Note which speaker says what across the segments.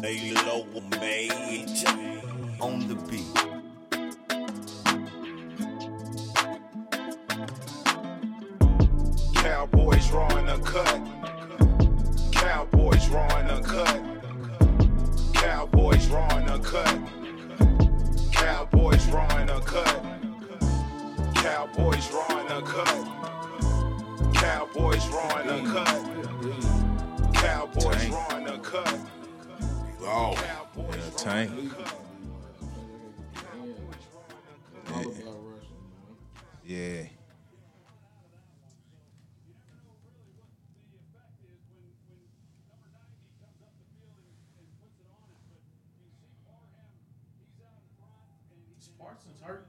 Speaker 1: Melo Mage on the beat.
Speaker 2: Cowboys drawing a cut. Cowboys drawing a cut. Cowboys drawing a cut. Cowboys drawing a cut. Cowboys drawing a cut. Cowboys drawing a cut. Cowboys
Speaker 1: Tank.
Speaker 2: drawing a cut.
Speaker 1: Oh,
Speaker 2: Cowboys
Speaker 1: yeah,
Speaker 2: drawing
Speaker 1: Tank.
Speaker 2: a cut.
Speaker 3: All about Russian, man.
Speaker 1: Yeah.
Speaker 3: Parsons hurt.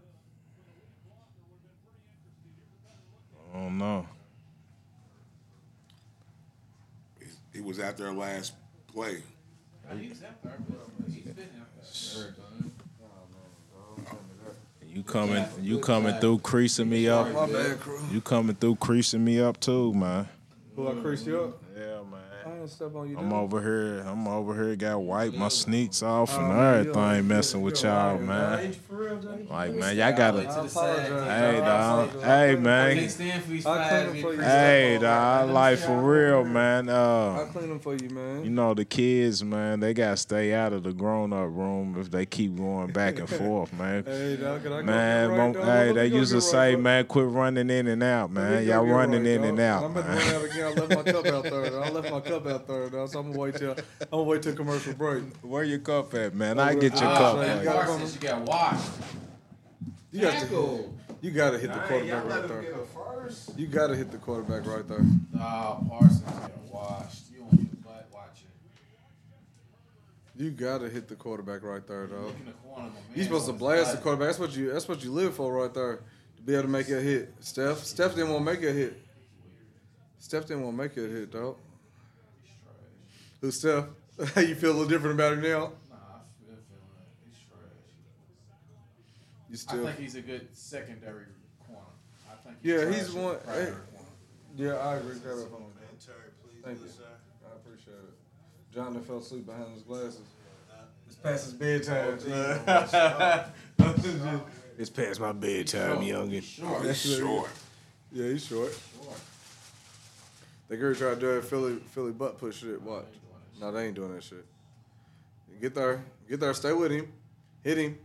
Speaker 1: I don't know.
Speaker 4: He was out there last play.
Speaker 3: He's after our He's been after every time.
Speaker 1: You coming? You coming through creasing me up?
Speaker 5: bad, crew.
Speaker 1: You coming through creasing me up too, man?
Speaker 5: Who I creased you up?
Speaker 1: Yeah,
Speaker 5: I
Speaker 1: man.
Speaker 5: ain't step on you.
Speaker 1: I'm
Speaker 5: dude.
Speaker 1: over here. I'm over here. Got wiped my sneaks off and everything, messing with y'all, man.
Speaker 5: For real, Jay?
Speaker 1: Like, man, y'all gotta.
Speaker 5: I apologize.
Speaker 1: Hey,
Speaker 5: I
Speaker 1: dog.
Speaker 5: apologize.
Speaker 1: Hey,
Speaker 3: I
Speaker 1: man.
Speaker 3: can't stand for these
Speaker 5: I
Speaker 3: five
Speaker 5: couldn't play-
Speaker 3: minutes.
Speaker 1: Hey, dog. Like for real, man. Uh,
Speaker 5: I clean them for you, man.
Speaker 1: You know the kids, man. They gotta stay out of the grown up room if they keep going back and forth, man.
Speaker 5: Hey, dog, can I go
Speaker 1: Man,
Speaker 5: get
Speaker 1: mom-
Speaker 5: right, dog? Let
Speaker 1: hey,
Speaker 5: me
Speaker 1: they
Speaker 5: go
Speaker 1: used to
Speaker 5: get
Speaker 1: say,
Speaker 5: right,
Speaker 1: man, quit running in and out,
Speaker 5: dog. Let
Speaker 1: man.
Speaker 5: me go
Speaker 1: Y'all
Speaker 5: get right,
Speaker 1: running in
Speaker 5: dog.
Speaker 1: and out,
Speaker 5: I'm about to
Speaker 1: man.
Speaker 5: run out again. I left my cup out there. dog. I left my cup out there, dog. So I'm gonna wait till I'm gonna wait till commercial break.
Speaker 1: Where your cup at, man? I get your
Speaker 3: oh,
Speaker 5: Ah,
Speaker 1: cup.
Speaker 5: man,
Speaker 1: man.
Speaker 5: you gotta-
Speaker 3: Parsons, you got washed.
Speaker 5: You got to,
Speaker 3: Tackle.
Speaker 5: you gotta hit the quarterback right there. You gotta hit the quarterback right there.
Speaker 3: Nah, Parsons got washed. You on your butt watching.
Speaker 5: You gotta hit the quarterback right there, dog.
Speaker 3: Look in the corner, my man.
Speaker 5: You supposed to blast the quarterback. That's what you. That's what you live for, right there. To be able to make a hit. Steph. Steph didn't want to make a hit. Steph didn't want to make a hit, dog. Who's Steph? you feel a little different about him now.
Speaker 3: Nah, I feel, feel like he's trash.
Speaker 5: You
Speaker 3: I
Speaker 5: still.
Speaker 3: think he's a good secondary corner. I think he's
Speaker 5: Yeah,
Speaker 3: trash
Speaker 5: he's
Speaker 3: as a
Speaker 5: one-
Speaker 3: primary
Speaker 5: hey.
Speaker 3: corner.
Speaker 5: Yeah, I agree. Got up on him. Thank you. I appreciate it. John fell asleep behind his glasses. Oh, It's past his bedtime. John.
Speaker 1: It's past my bedtime, youngin.
Speaker 3: Sure.
Speaker 4: That's short.
Speaker 5: yeah, he's short. They girl tried to do that Philly Philly butt push shit. Watch. No, they ain't doing that shit. Get there. Get there. Stay with him. Hit him.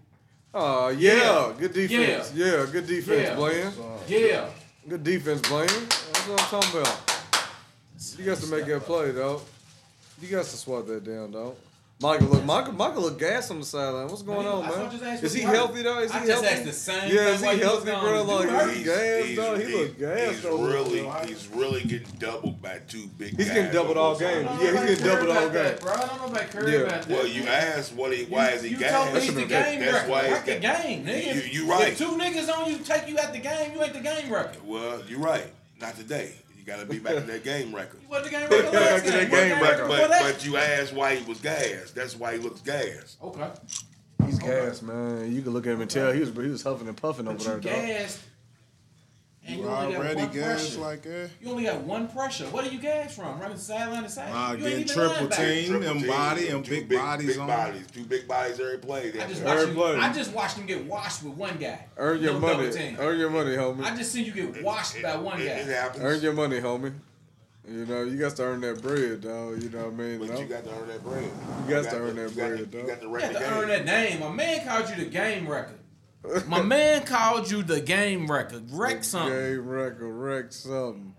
Speaker 5: Oh, yeah.
Speaker 3: Yeah.
Speaker 5: Good defense. Yeah, good defense,
Speaker 3: Yeah.
Speaker 5: Blaine.
Speaker 3: uh, Yeah.
Speaker 5: Good defense, Blaine. That's what I'm talking about. You got to make that play, though. You got to swat that down, though. Michael look, Michael, Michael look gas on the sideline. What's going
Speaker 3: Man,
Speaker 5: on,
Speaker 3: I just
Speaker 5: man?
Speaker 3: asked
Speaker 5: Is
Speaker 3: you
Speaker 5: he
Speaker 3: what-
Speaker 5: healthy though? Is he
Speaker 3: I just
Speaker 5: healthy?
Speaker 3: asked the same
Speaker 5: Yeah,
Speaker 3: thing,
Speaker 5: is he
Speaker 3: why you
Speaker 5: healthy,
Speaker 3: was
Speaker 5: bro?
Speaker 3: gone.
Speaker 5: Like,
Speaker 3: Dude,
Speaker 5: is he gassed though? He
Speaker 4: he's-
Speaker 5: look gassed
Speaker 4: He's
Speaker 5: though.
Speaker 4: really, he's really getting doubled by two big
Speaker 5: He's
Speaker 4: guys.
Speaker 5: getting doubled all
Speaker 4: on both sides.
Speaker 5: game. Yeah, he's getting doubled all game.
Speaker 3: Bro, I don't know about Curry
Speaker 5: Yeah.
Speaker 3: about that.
Speaker 4: Well, you asked what he, why is he
Speaker 3: you
Speaker 4: gassed?
Speaker 3: told me he's the
Speaker 4: That-
Speaker 3: game
Speaker 4: that's
Speaker 3: record.
Speaker 4: why he's
Speaker 3: Wreck the
Speaker 4: got-
Speaker 3: game, nigga.
Speaker 4: You- you right.
Speaker 3: If two niggas on you take you out the game, you ain't the game record.
Speaker 4: Well, you're right. Not today. You got to be back to that game record.
Speaker 3: You wasn't the game record last
Speaker 5: Back to
Speaker 3: game.
Speaker 5: that game
Speaker 3: You wasn't the
Speaker 5: record.
Speaker 4: But,
Speaker 3: before that.
Speaker 4: but you asked why he was gassed. That's why he looks gassed.
Speaker 3: Okay.
Speaker 5: He's gassed, man. You can look at him and tell he was he was huffing and puffing over
Speaker 3: But you
Speaker 5: there, dog.
Speaker 3: gassed. And
Speaker 6: You
Speaker 3: you only got
Speaker 6: already
Speaker 3: one
Speaker 6: gassed
Speaker 3: pressure.
Speaker 6: like that?
Speaker 3: You only got one pressure. What are you gassed from? Running sideline to sideline.
Speaker 6: Nah,
Speaker 3: you
Speaker 6: getting
Speaker 3: ain't even
Speaker 6: triple
Speaker 3: linebacker.
Speaker 6: team. Team,
Speaker 4: Triple
Speaker 6: them
Speaker 4: team,
Speaker 6: body,
Speaker 4: two
Speaker 6: them big bodies
Speaker 4: big
Speaker 6: on.
Speaker 4: bodies. Two big bodies every play.
Speaker 3: I just
Speaker 4: That's
Speaker 3: watched
Speaker 5: Every
Speaker 3: you,
Speaker 5: play.
Speaker 3: I just watched him get washed with one guy.
Speaker 5: Earn your
Speaker 3: No double
Speaker 5: money.
Speaker 3: team.
Speaker 5: Earn your money,
Speaker 3: I
Speaker 5: homie.
Speaker 3: just seen you get washed by one
Speaker 4: it, It
Speaker 3: guy.
Speaker 4: happens.
Speaker 5: Earn your money, homie. You know, you got to earn that bread, dog. You know what I mean?
Speaker 4: but
Speaker 5: dog?
Speaker 4: you got to earn that bread. You,
Speaker 5: got to earn that
Speaker 4: you got to-
Speaker 5: bread,
Speaker 4: You
Speaker 5: dog.
Speaker 4: got to
Speaker 3: You
Speaker 4: wreck
Speaker 3: have
Speaker 4: the
Speaker 3: to earn
Speaker 4: game.
Speaker 3: that name. My man called you the game record. My man called you the game record. Wreck something.
Speaker 5: Game record, wreck something.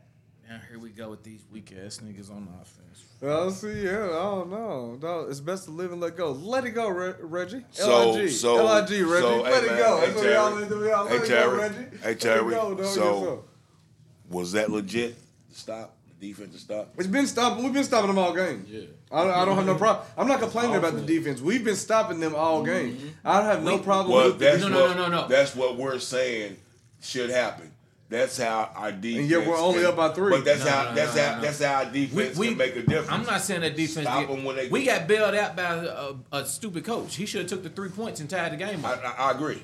Speaker 3: Now here we go with these weak ass niggas on offense.
Speaker 5: I see. Yeah, I don't know. No, it's best to live and let go. Let it go, Re- Reggie.
Speaker 4: So-
Speaker 5: L-I-G.
Speaker 4: so-
Speaker 5: L-I-G, Reggie.
Speaker 4: so,
Speaker 5: let
Speaker 4: hey,
Speaker 5: it
Speaker 4: man.
Speaker 5: go.
Speaker 4: Hey,
Speaker 5: That's what we all
Speaker 4: Terry.
Speaker 5: need to be all.
Speaker 4: Hey,
Speaker 5: Let it go,
Speaker 4: Terry.
Speaker 5: Reggie.
Speaker 4: Hey,
Speaker 5: Let it
Speaker 4: Terry.
Speaker 5: go, dog.
Speaker 4: So-
Speaker 5: Yes, sir.
Speaker 4: Was that legit? The stop. The defensive stop.
Speaker 5: It's been stopping. We've been stopping them all game. Yeah. I, don't- I don't have
Speaker 4: Mm-hmm.
Speaker 5: no problem. I'm not complaining about the defense. We've been stopping them all game. I don't have no problem
Speaker 4: Mm-hmm. Well,
Speaker 5: with that.
Speaker 4: that's
Speaker 3: No,
Speaker 4: what,
Speaker 3: no, no, no, no.
Speaker 4: That's what we're saying should happen. That's how our defense.
Speaker 5: yet we're only
Speaker 4: can-
Speaker 5: up by three.
Speaker 4: But that's
Speaker 3: No,
Speaker 4: how
Speaker 3: no, no,
Speaker 4: that's
Speaker 3: no,
Speaker 4: how
Speaker 3: no.
Speaker 4: that's how our defense can make a difference.
Speaker 3: I'm not saying that defense.
Speaker 4: Stop
Speaker 3: did-
Speaker 4: them when they-
Speaker 3: we got bailed out by a, a stupid coach. He should have took the three points and tied the game
Speaker 4: I,
Speaker 3: up.
Speaker 4: I, I agree.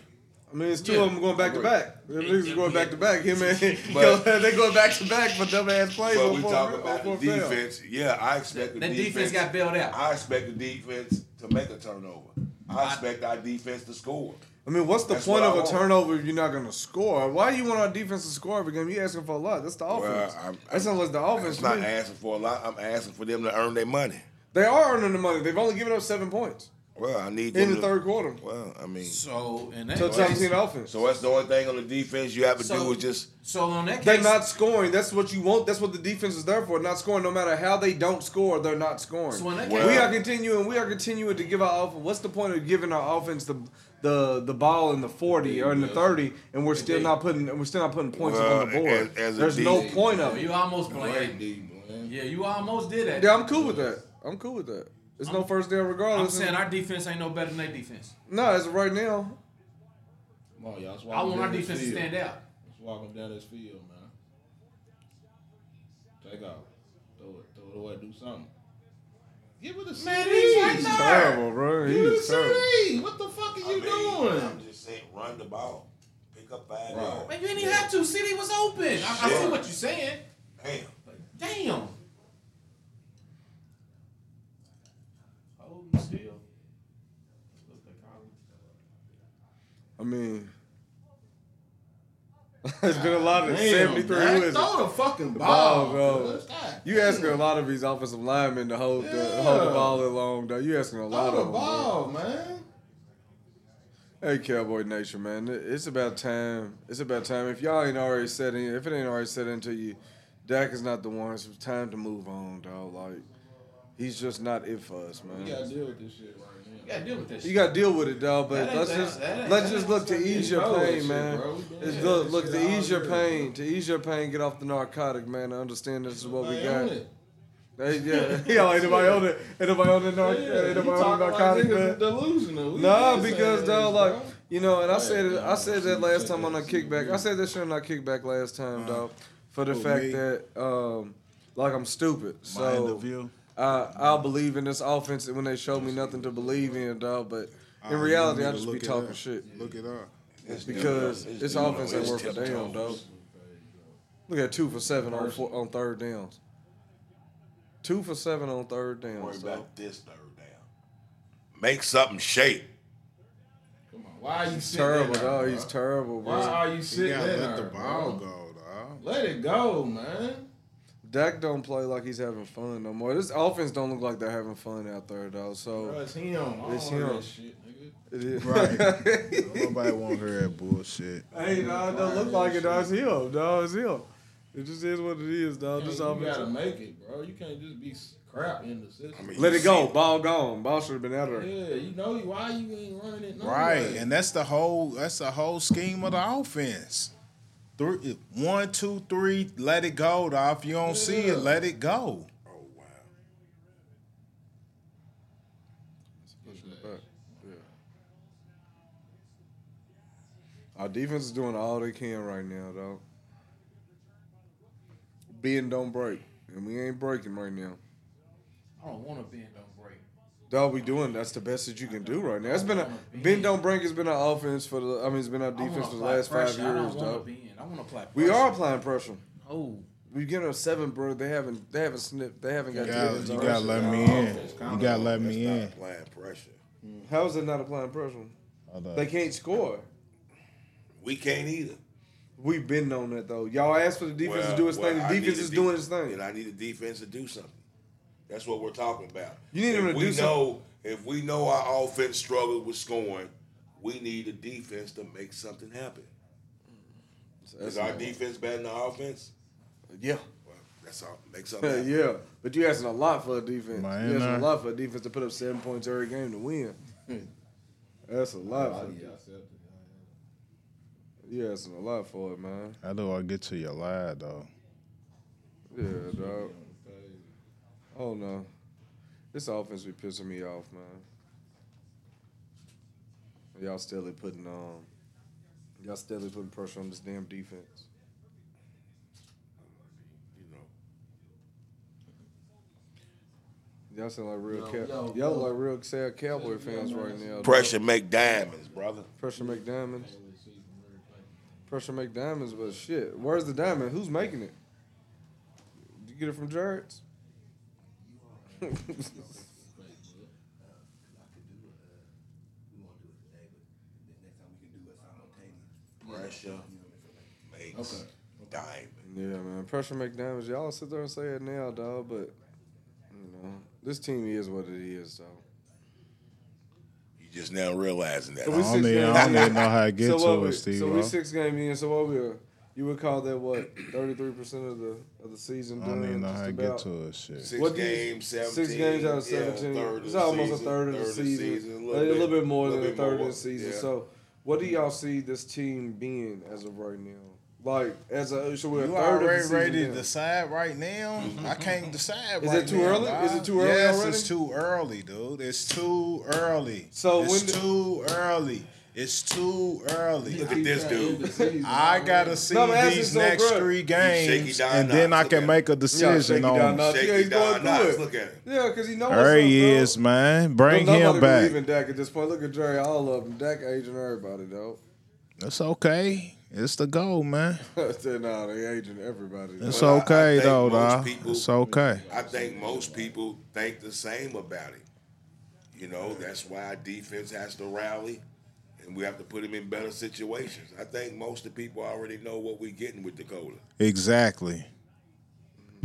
Speaker 5: I mean, it's two
Speaker 3: Yeah.
Speaker 5: of them going back to
Speaker 4: Agreed.
Speaker 5: back. The niggas
Speaker 3: Yeah.
Speaker 5: going back to back. Him and
Speaker 4: But-
Speaker 5: they going back to back for dumb ass plays.
Speaker 4: But
Speaker 5: on
Speaker 4: we
Speaker 5: fourth-
Speaker 4: talk
Speaker 5: on
Speaker 4: about the
Speaker 5: fourth down.
Speaker 4: defense. Yeah, I expect the
Speaker 3: That defense got bailed out.
Speaker 4: I expect the defense to to make a turnover. I expect our defense to score.
Speaker 5: I mean, what's the
Speaker 4: That's
Speaker 5: point
Speaker 4: what I
Speaker 5: of a
Speaker 4: want.
Speaker 5: turnover if you're not going to score? Why do you want our defense to score every game? You asking for a lot. That's the offense.
Speaker 4: I'm-
Speaker 5: That's not what's the offense.
Speaker 4: It's
Speaker 5: to
Speaker 4: not
Speaker 5: me.
Speaker 4: asking for a lot. I'm asking for them to earn their money.
Speaker 5: They are earning the money. They've only given up seven points
Speaker 4: Well, I need
Speaker 5: in
Speaker 4: them
Speaker 5: the
Speaker 4: to-
Speaker 5: third quarter.
Speaker 4: Well, I mean,
Speaker 3: So in that
Speaker 5: Touchdown
Speaker 3: case,
Speaker 5: team offense.
Speaker 4: so that's the only thing on the defense you have to
Speaker 3: So-
Speaker 4: do is just
Speaker 3: so in that
Speaker 5: They're
Speaker 3: case,
Speaker 5: not scoring. That's what you want. That's what the defense is there for. Not scoring. No matter how they don't score, they're not scoring.
Speaker 3: So in that
Speaker 4: Well-
Speaker 5: we are continuing. We are continuing to give our offense. What's the point of giving our offense the the the ball in the forty or in the thirty, and we're still not putting and we're still not putting points
Speaker 4: Well,
Speaker 5: on the board?
Speaker 4: as- as a
Speaker 5: There's no
Speaker 4: D-
Speaker 5: point of
Speaker 3: case,
Speaker 5: it.
Speaker 3: you almost
Speaker 6: Wait,
Speaker 3: played.
Speaker 6: D, man.
Speaker 3: Yeah, you almost did that.
Speaker 5: Yeah, I'm cool with that. I'm cool with that. It's no first down
Speaker 3: I'm
Speaker 5: regardless.
Speaker 3: saying our defense ain't no better than their defense.
Speaker 5: no, as of right now,
Speaker 6: Come on, y'all. Let's walk
Speaker 3: I
Speaker 6: them
Speaker 3: want our
Speaker 6: down this
Speaker 3: defense to
Speaker 6: field.
Speaker 3: stand out.
Speaker 6: Let's walk them down this field, man. Take off. Throw it. Throw it away. Do something. Give it a CD.
Speaker 3: Man, he's right
Speaker 5: he's
Speaker 3: there.
Speaker 5: terrible, bro.
Speaker 6: Give it a
Speaker 5: He's terrible.
Speaker 6: CD. What the fuck are you
Speaker 4: I mean,
Speaker 6: doing?
Speaker 4: I'm just saying, run the ball, pick up five
Speaker 6: Right.
Speaker 4: yards.
Speaker 3: Man, you didn't even have to. City was open. I, I see
Speaker 4: Sure.
Speaker 3: what you're saying.
Speaker 4: Damn.
Speaker 3: Damn. Holding still.
Speaker 5: I mean, there's been a lot of
Speaker 6: Damn,
Speaker 5: 73
Speaker 6: man.
Speaker 5: wins.
Speaker 6: Throw the fucking
Speaker 5: ball,
Speaker 6: ball,
Speaker 5: bro.
Speaker 6: cuz. God
Speaker 5: You asking a lot of these offensive linemen to hold the hold the
Speaker 6: Yeah.
Speaker 5: ball that long, though. You asking a lot
Speaker 6: Throw
Speaker 5: of them.
Speaker 6: the
Speaker 5: bro.
Speaker 6: ball, man.
Speaker 5: Hey, Cowboy Nation, man, it- it's about time. It's about time. If y'all ain't already said in, if it ain't already said into you, Dak is not the one. It's time to move on, dog. Like he's just not it for us, man.
Speaker 6: You gotta deal with this shit right now.
Speaker 3: You gotta deal with this.
Speaker 5: You
Speaker 3: shit.
Speaker 5: gotta deal with it, dog.
Speaker 3: That
Speaker 5: But
Speaker 3: ain't
Speaker 5: let's
Speaker 3: that-
Speaker 5: just
Speaker 3: that ain't-
Speaker 5: let's
Speaker 3: that
Speaker 5: just
Speaker 3: ain't
Speaker 5: look to
Speaker 6: fucking
Speaker 5: ease your
Speaker 6: cold
Speaker 5: pain,
Speaker 6: shit,
Speaker 5: man.
Speaker 6: bro. We been
Speaker 5: It's
Speaker 6: doing
Speaker 5: look
Speaker 6: that
Speaker 5: look
Speaker 6: shit
Speaker 5: to
Speaker 6: all
Speaker 5: ease your
Speaker 6: year,
Speaker 5: pain, to ease your pain. Get off the narcotic, man. I understand this is what we
Speaker 6: Like,
Speaker 5: got.
Speaker 6: own it.
Speaker 5: Hey, yeah, yeah. Ain't nobody on it. Ain't nobody on the
Speaker 6: Yeah,
Speaker 5: narc.
Speaker 6: you
Speaker 5: ain't nobody on
Speaker 6: talking
Speaker 5: the
Speaker 6: like
Speaker 5: narcotic.
Speaker 6: niggas
Speaker 5: man.
Speaker 6: is delusional.
Speaker 5: No,
Speaker 6: We been saying
Speaker 5: because
Speaker 6: this,
Speaker 5: dog,
Speaker 6: bro. Oh,
Speaker 5: like you know, and I
Speaker 6: Right,
Speaker 5: said it. I
Speaker 6: dog.
Speaker 5: said that
Speaker 6: You
Speaker 5: last
Speaker 6: take
Speaker 5: time on
Speaker 6: that
Speaker 5: a kickback. I
Speaker 6: shit.
Speaker 5: said that shit on our kickback last time, dog, for the fact
Speaker 1: me?
Speaker 5: that um, like I'm stupid.
Speaker 1: My
Speaker 5: So
Speaker 1: interview.
Speaker 5: I I'll believe in this offense when they showed me nothing to believe in, dog. But in reality, I just be talking shit
Speaker 1: Look it up.
Speaker 5: because
Speaker 4: It's
Speaker 5: it's
Speaker 4: different.
Speaker 5: offense ain't
Speaker 4: It's
Speaker 5: worth a damn,
Speaker 4: different.
Speaker 5: dog. Look at two for seven on four, on third downs. Two for seven on third
Speaker 4: Worry
Speaker 5: downs. dog.
Speaker 4: about this third down. Make something shake.
Speaker 6: Come on, why are you
Speaker 5: He's
Speaker 6: sitting
Speaker 5: terrible,
Speaker 6: there,
Speaker 5: dog.
Speaker 6: bro?
Speaker 5: He's terrible, bro.
Speaker 6: Why are you
Speaker 1: You
Speaker 6: sitting
Speaker 1: gotta
Speaker 6: there?
Speaker 1: let the ball
Speaker 6: bro?
Speaker 1: go, dog.
Speaker 6: Let it go, man.
Speaker 5: Dak don't play like he's having fun no more. This offense don't look like they're having fun out there though.
Speaker 6: Bro,
Speaker 5: So
Speaker 6: it's him. I don't
Speaker 5: It's
Speaker 6: wanna hear
Speaker 5: him.
Speaker 6: That shit, nigga.
Speaker 5: it is.
Speaker 1: Right. Nobody won't hear that bullshit.
Speaker 5: hey, no, it don't look like it. Dog. It's him. No, it's him. It just is what it is, dog.
Speaker 6: Hey,
Speaker 5: This
Speaker 6: you gotta
Speaker 5: offense.
Speaker 6: make it, bro. You can't just be s- crap in the system.
Speaker 4: I mean,
Speaker 5: Let
Speaker 4: you
Speaker 5: it go.
Speaker 4: see-
Speaker 5: Ball gone. Ball should have been out of there.
Speaker 6: yeah, you know why you ain't running it. No
Speaker 1: Right,
Speaker 6: way.
Speaker 1: and that's the whole that's the whole scheme of the offense. Three, one, two, three. Let it go. dawg. If you don't see
Speaker 6: Yeah.
Speaker 1: it, let it go.
Speaker 4: Oh wow.
Speaker 5: But, yeah. Our defense is doing all they can right now, dog. Bend don't break, and we ain't breaking right now.
Speaker 3: I don't want to bend, don't break.
Speaker 5: Dog, we doing that's the best that you can do right now. It's been a Ben don't break has been our offense for the I mean it's been our
Speaker 3: I wanna
Speaker 5: defense for the
Speaker 3: apply
Speaker 5: last five
Speaker 3: pressure. I
Speaker 5: years,
Speaker 3: don't want
Speaker 5: dog.
Speaker 3: to bend. I want to apply pressure.
Speaker 5: We are applying pressure.
Speaker 3: Oh,
Speaker 5: We getting up seven, bro. They haven't they haven't snipped they haven't got
Speaker 1: You
Speaker 5: to
Speaker 1: gotta,
Speaker 5: it.
Speaker 1: you gotta let me in. You gotta let
Speaker 4: That's
Speaker 1: me
Speaker 4: not
Speaker 1: in.
Speaker 4: applying pressure.
Speaker 5: How is it not applying pressure?
Speaker 1: Hold up.
Speaker 5: They can't score.
Speaker 4: We can't either.
Speaker 5: We've been on that though. Y'all asked for the defense to
Speaker 4: Well,
Speaker 5: do its
Speaker 4: well,
Speaker 5: thing. The
Speaker 4: I need
Speaker 5: defense
Speaker 4: the
Speaker 5: is
Speaker 4: de-
Speaker 5: doing its thing.
Speaker 4: And I need the defense to do something. That's what we're talking about.
Speaker 5: You need
Speaker 4: if
Speaker 5: them to
Speaker 4: we
Speaker 5: do
Speaker 4: know,
Speaker 5: something.
Speaker 4: If we know our offense struggled with scoring, we need the defense to make something happen. Is our defense better than our offense?
Speaker 5: yeah.
Speaker 4: Well, that's all. Make something happen.
Speaker 5: yeah. But you asking a lot for a defense.
Speaker 1: Man,
Speaker 5: you asking a
Speaker 1: uh,
Speaker 5: lot for a defense to put up seven points every game to win. That's a lot.
Speaker 6: Oh,
Speaker 5: for-
Speaker 6: yeah, I said it.
Speaker 5: You asking a lot for it, man.
Speaker 1: How do I get to your lie though?
Speaker 5: Yeah, dog.
Speaker 6: Hey,
Speaker 5: Oh no, this offense be pissing me off, man. Y'all steadily putting um, y'all steadily putting pressure on this damn defense.
Speaker 4: You know,
Speaker 5: Y'all sound like real
Speaker 6: Yo,
Speaker 5: cow-
Speaker 6: yo,
Speaker 5: y'all
Speaker 6: yo.
Speaker 5: look like real sad cowboy fans right now. dog.
Speaker 4: pressure make diamonds, brother.
Speaker 5: pressure make diamonds,
Speaker 6: I would see from where it's
Speaker 5: pressure make diamonds, but shit, where's the diamond? Who's making it? Did you get it from Jared's?
Speaker 6: like-
Speaker 4: Pressure makes
Speaker 6: Okay.
Speaker 4: diamond.
Speaker 5: Yeah, man. Pressure make damage. Y'all sit there and say it now, dog. But you know, this team is what it is, though.
Speaker 4: You just now realizing that.
Speaker 5: So
Speaker 1: I
Speaker 5: we
Speaker 1: don't
Speaker 5: six
Speaker 1: even, I don't
Speaker 5: games
Speaker 1: even
Speaker 5: in.
Speaker 1: know how to get
Speaker 5: what
Speaker 1: to
Speaker 5: we-
Speaker 1: it, Steve.
Speaker 5: So we
Speaker 1: bro.
Speaker 5: six game in. So what we are, you would call that what thirty three percent of the of the season
Speaker 1: I
Speaker 5: done?
Speaker 1: don't even know
Speaker 5: Mm, just
Speaker 1: how to get
Speaker 5: about.
Speaker 1: to it. Shit.
Speaker 4: Six
Speaker 5: What do you-
Speaker 4: games, seventeen.
Speaker 5: Six games out of
Speaker 4: yeah,
Speaker 5: seventeen.
Speaker 4: third of
Speaker 5: it's
Speaker 4: the
Speaker 5: almost
Speaker 4: season,
Speaker 5: a third of the season. a, little bit, more than a
Speaker 4: little bit
Speaker 5: third
Speaker 4: more.
Speaker 5: of the season.
Speaker 4: Yeah.
Speaker 5: So, what do y'all see this team being as of right now? Like as a so we're a
Speaker 1: You
Speaker 5: third of the
Speaker 1: already
Speaker 5: season
Speaker 1: ready to
Speaker 5: in.
Speaker 1: decide right now? I can't decide
Speaker 5: Is
Speaker 1: right
Speaker 5: it too
Speaker 1: now,
Speaker 5: early? Is
Speaker 1: dog.
Speaker 5: it too early
Speaker 1: Yes,
Speaker 5: already?
Speaker 1: it's too early, dude. It's too early.
Speaker 5: So
Speaker 1: it's
Speaker 5: when the-
Speaker 1: too early. It's too early.
Speaker 4: Look at this dude.
Speaker 1: I gotta see
Speaker 5: No, I'm asking
Speaker 1: these
Speaker 5: so,
Speaker 1: next
Speaker 5: bruh.
Speaker 1: three
Speaker 4: Shaky
Speaker 1: games,
Speaker 4: Don
Speaker 1: and then I
Speaker 4: Knotts, look
Speaker 1: can
Speaker 4: at
Speaker 1: make a
Speaker 5: Shaky
Speaker 1: decision
Speaker 5: Don
Speaker 1: on. him.
Speaker 5: Knotts. Yeah, he's
Speaker 4: Shaky
Speaker 5: going
Speaker 4: Don
Speaker 5: through
Speaker 4: Knotts,
Speaker 5: it.
Speaker 4: look at him.
Speaker 5: Yeah, because he knows.
Speaker 1: There he
Speaker 5: something,
Speaker 1: is,
Speaker 5: dog.
Speaker 1: man. Bring
Speaker 5: Don't nobody
Speaker 1: him back.
Speaker 5: believe in Dak at this point. Look at Jerry, all of them. Dak aging everybody, though.
Speaker 1: It's okay. It's the goal, man.
Speaker 5: I said, nah, they aging everybody.
Speaker 1: It's
Speaker 4: But I- I
Speaker 1: okay
Speaker 4: think
Speaker 1: though,
Speaker 4: most
Speaker 1: dog.
Speaker 4: people-
Speaker 1: It's okay.
Speaker 4: I think most people think the same about it. You know, that's why our defense has to rally and we have to put them in better situations. I think most of the people already know what we're getting with Dakota.
Speaker 1: Exactly.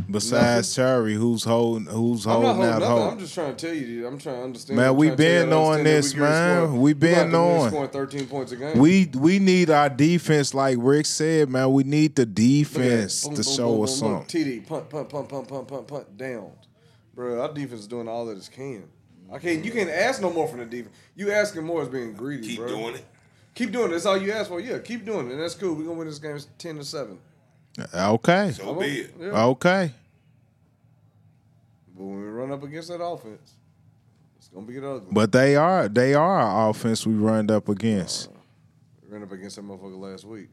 Speaker 1: Besides Terry, who's holding who's
Speaker 5: I'm not
Speaker 1: holding
Speaker 5: holding
Speaker 1: out
Speaker 5: nothing.
Speaker 1: hope.
Speaker 5: I'm just trying to tell you. dude. I'm trying to understand.
Speaker 1: Man,
Speaker 5: I'm
Speaker 1: we
Speaker 5: trying to tell
Speaker 1: been
Speaker 5: you how to
Speaker 1: knowing
Speaker 5: understand
Speaker 1: this,
Speaker 5: that we
Speaker 1: man.
Speaker 5: scoring-
Speaker 1: We
Speaker 5: we
Speaker 1: been
Speaker 5: about to be
Speaker 1: knowing.
Speaker 5: Scoring 13 points a game.
Speaker 1: We we need our defense, like Rick said, man. We need the
Speaker 5: Look at that.
Speaker 1: defense
Speaker 5: Boom,
Speaker 1: to
Speaker 5: boom,
Speaker 1: show
Speaker 5: boom,
Speaker 1: us
Speaker 5: boom, boom.
Speaker 1: something.
Speaker 5: TD, punt, punt, punt, punt, punt, punt, punt, down. Bro, our defense is doing all that it can. I can't. You can't ask no more from the defense. You asking more is being greedy,
Speaker 4: Keep
Speaker 5: bro.
Speaker 4: doing it.
Speaker 5: Keep doing it. That's all you ask for. Yeah, keep doing it. And that's cool. We're gonna win this game ten to seven.
Speaker 1: Okay,
Speaker 4: So be it.
Speaker 5: Yeah.
Speaker 1: okay.
Speaker 5: But when we run up against that offense, it's gonna be ugly.
Speaker 1: But they are they are our offense we runned up against.
Speaker 5: Oh, we ran up against that motherfucker last week.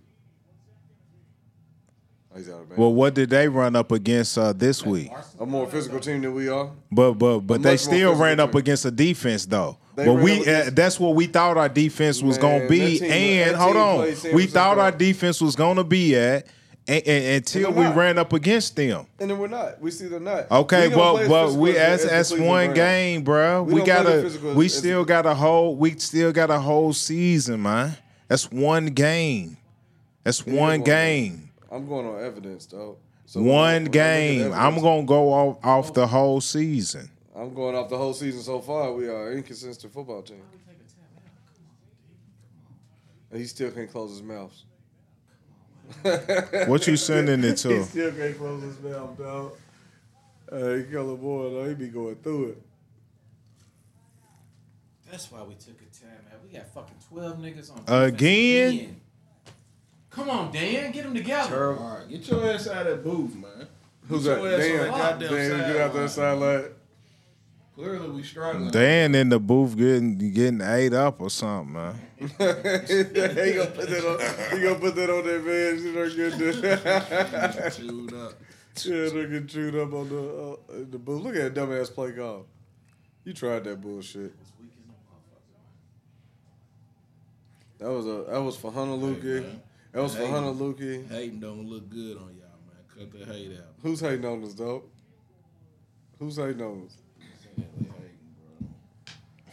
Speaker 5: Oh, he's out of bounds.
Speaker 1: Well, what did they run up against uh, this week?
Speaker 5: a more physical team than we are.
Speaker 1: But but but they
Speaker 5: much more
Speaker 1: still ran
Speaker 5: physical
Speaker 1: up
Speaker 5: team.
Speaker 1: against a defense though.
Speaker 5: They
Speaker 1: but
Speaker 5: ran
Speaker 1: we
Speaker 5: up
Speaker 1: uh,
Speaker 5: against-
Speaker 1: that's what we thought our defense was
Speaker 5: Man,
Speaker 1: going to
Speaker 5: that
Speaker 1: be,
Speaker 5: team-
Speaker 1: and
Speaker 5: that
Speaker 1: hold
Speaker 5: team
Speaker 1: on,
Speaker 5: played San
Speaker 1: we thought
Speaker 5: Francisco.
Speaker 1: our defense was going to be at, and, and, until
Speaker 5: And
Speaker 1: we
Speaker 5: they're not.
Speaker 1: ran up against them.
Speaker 5: And then we're not. We see they're not.
Speaker 1: Okay,
Speaker 5: We don't
Speaker 1: well,
Speaker 5: play as
Speaker 1: well,
Speaker 5: physical
Speaker 1: we
Speaker 5: as-
Speaker 1: as
Speaker 5: as the
Speaker 1: as
Speaker 5: Cleveland
Speaker 1: one
Speaker 5: Browns.
Speaker 1: game, bro.
Speaker 5: We
Speaker 1: We,
Speaker 5: don't play the
Speaker 1: gotta,
Speaker 5: physical
Speaker 1: we
Speaker 5: as- as
Speaker 1: still
Speaker 5: the-
Speaker 1: got a whole, we still got a whole season, man. That's one game. That's one
Speaker 5: one
Speaker 1: game.
Speaker 5: I'm going on evidence, though. So
Speaker 1: One
Speaker 5: when I- when I look at
Speaker 1: game.
Speaker 5: evidence,
Speaker 1: I'm gonna go off, off the whole season.
Speaker 5: I'm going off the whole season so far. We are an inconsistent football team. And he still can't close his mouth.
Speaker 1: What you sending it
Speaker 5: He
Speaker 1: to?
Speaker 5: still can't close his mouth, dog. Hey, color boy, though, he be going through it.
Speaker 3: That's why we took a time out. We got fucking twelve niggas on defense
Speaker 1: Again?
Speaker 3: Come on, Dan, get them together.
Speaker 5: Terrible.
Speaker 6: All right, get your ass out of that booth, man.
Speaker 5: Who's that?
Speaker 6: Get your ass on that
Speaker 5: Dan.
Speaker 6: goddamn
Speaker 5: Dan, get out that
Speaker 6: sideline.
Speaker 5: sideline.
Speaker 6: Clearly, we struggling.
Speaker 1: Dan in the booth getting getting ate up or something, man.
Speaker 5: he gonna put that on. He gonna put that on that man. You know, good dude.
Speaker 6: Chewed up.
Speaker 5: Yeah, they get chewed up on the uh, the booth. Look at that dumbass play golf. You tried that bullshit. That was a that was for Honolulu.
Speaker 6: Hey, man.
Speaker 5: that was for
Speaker 6: Hey.
Speaker 5: Honolulu.
Speaker 6: Hating don't look good on y'all, man. Cut the hate out.
Speaker 5: Who's hating on us, though? Who's hating on us?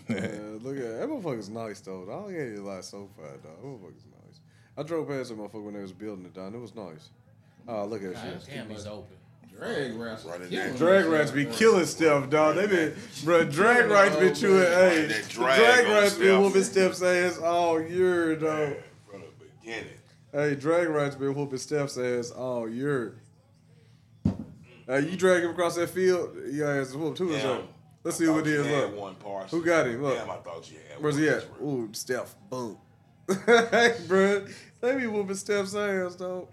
Speaker 5: Man, look at that motherfucker's nice though. I don't get any lie so far though. That motherfucker's nice. I drove past that motherfucker when they was building it down. It was nice. Oh, look at that shit.
Speaker 3: Damn, he's open.
Speaker 6: Drag rats.
Speaker 4: Running
Speaker 6: Yeah.
Speaker 4: that-
Speaker 5: Drag rats be killing stuff, dog. They been, bro. Drag rats been chewing, hey.
Speaker 4: That drag
Speaker 5: Drag
Speaker 4: on
Speaker 5: rats been
Speaker 4: Steph.
Speaker 5: whooping Steph's ass all year, dog.
Speaker 4: From the beginning.
Speaker 5: Hey, drag rats been whooping Steph's ass all year. Hey, you drag him across that field, your ass is whooped too. or
Speaker 4: Damn.
Speaker 5: something. Let's
Speaker 4: I
Speaker 5: see who it
Speaker 4: thought you
Speaker 5: is.
Speaker 4: had
Speaker 5: Look,
Speaker 4: One parcel.
Speaker 5: who got him? Look,
Speaker 4: Damn, I thought you had
Speaker 5: where's
Speaker 4: one.
Speaker 5: he at?
Speaker 4: That's real.
Speaker 5: Ooh, Steph, boom. hey, bro, they be whooping Steph's ass, dog.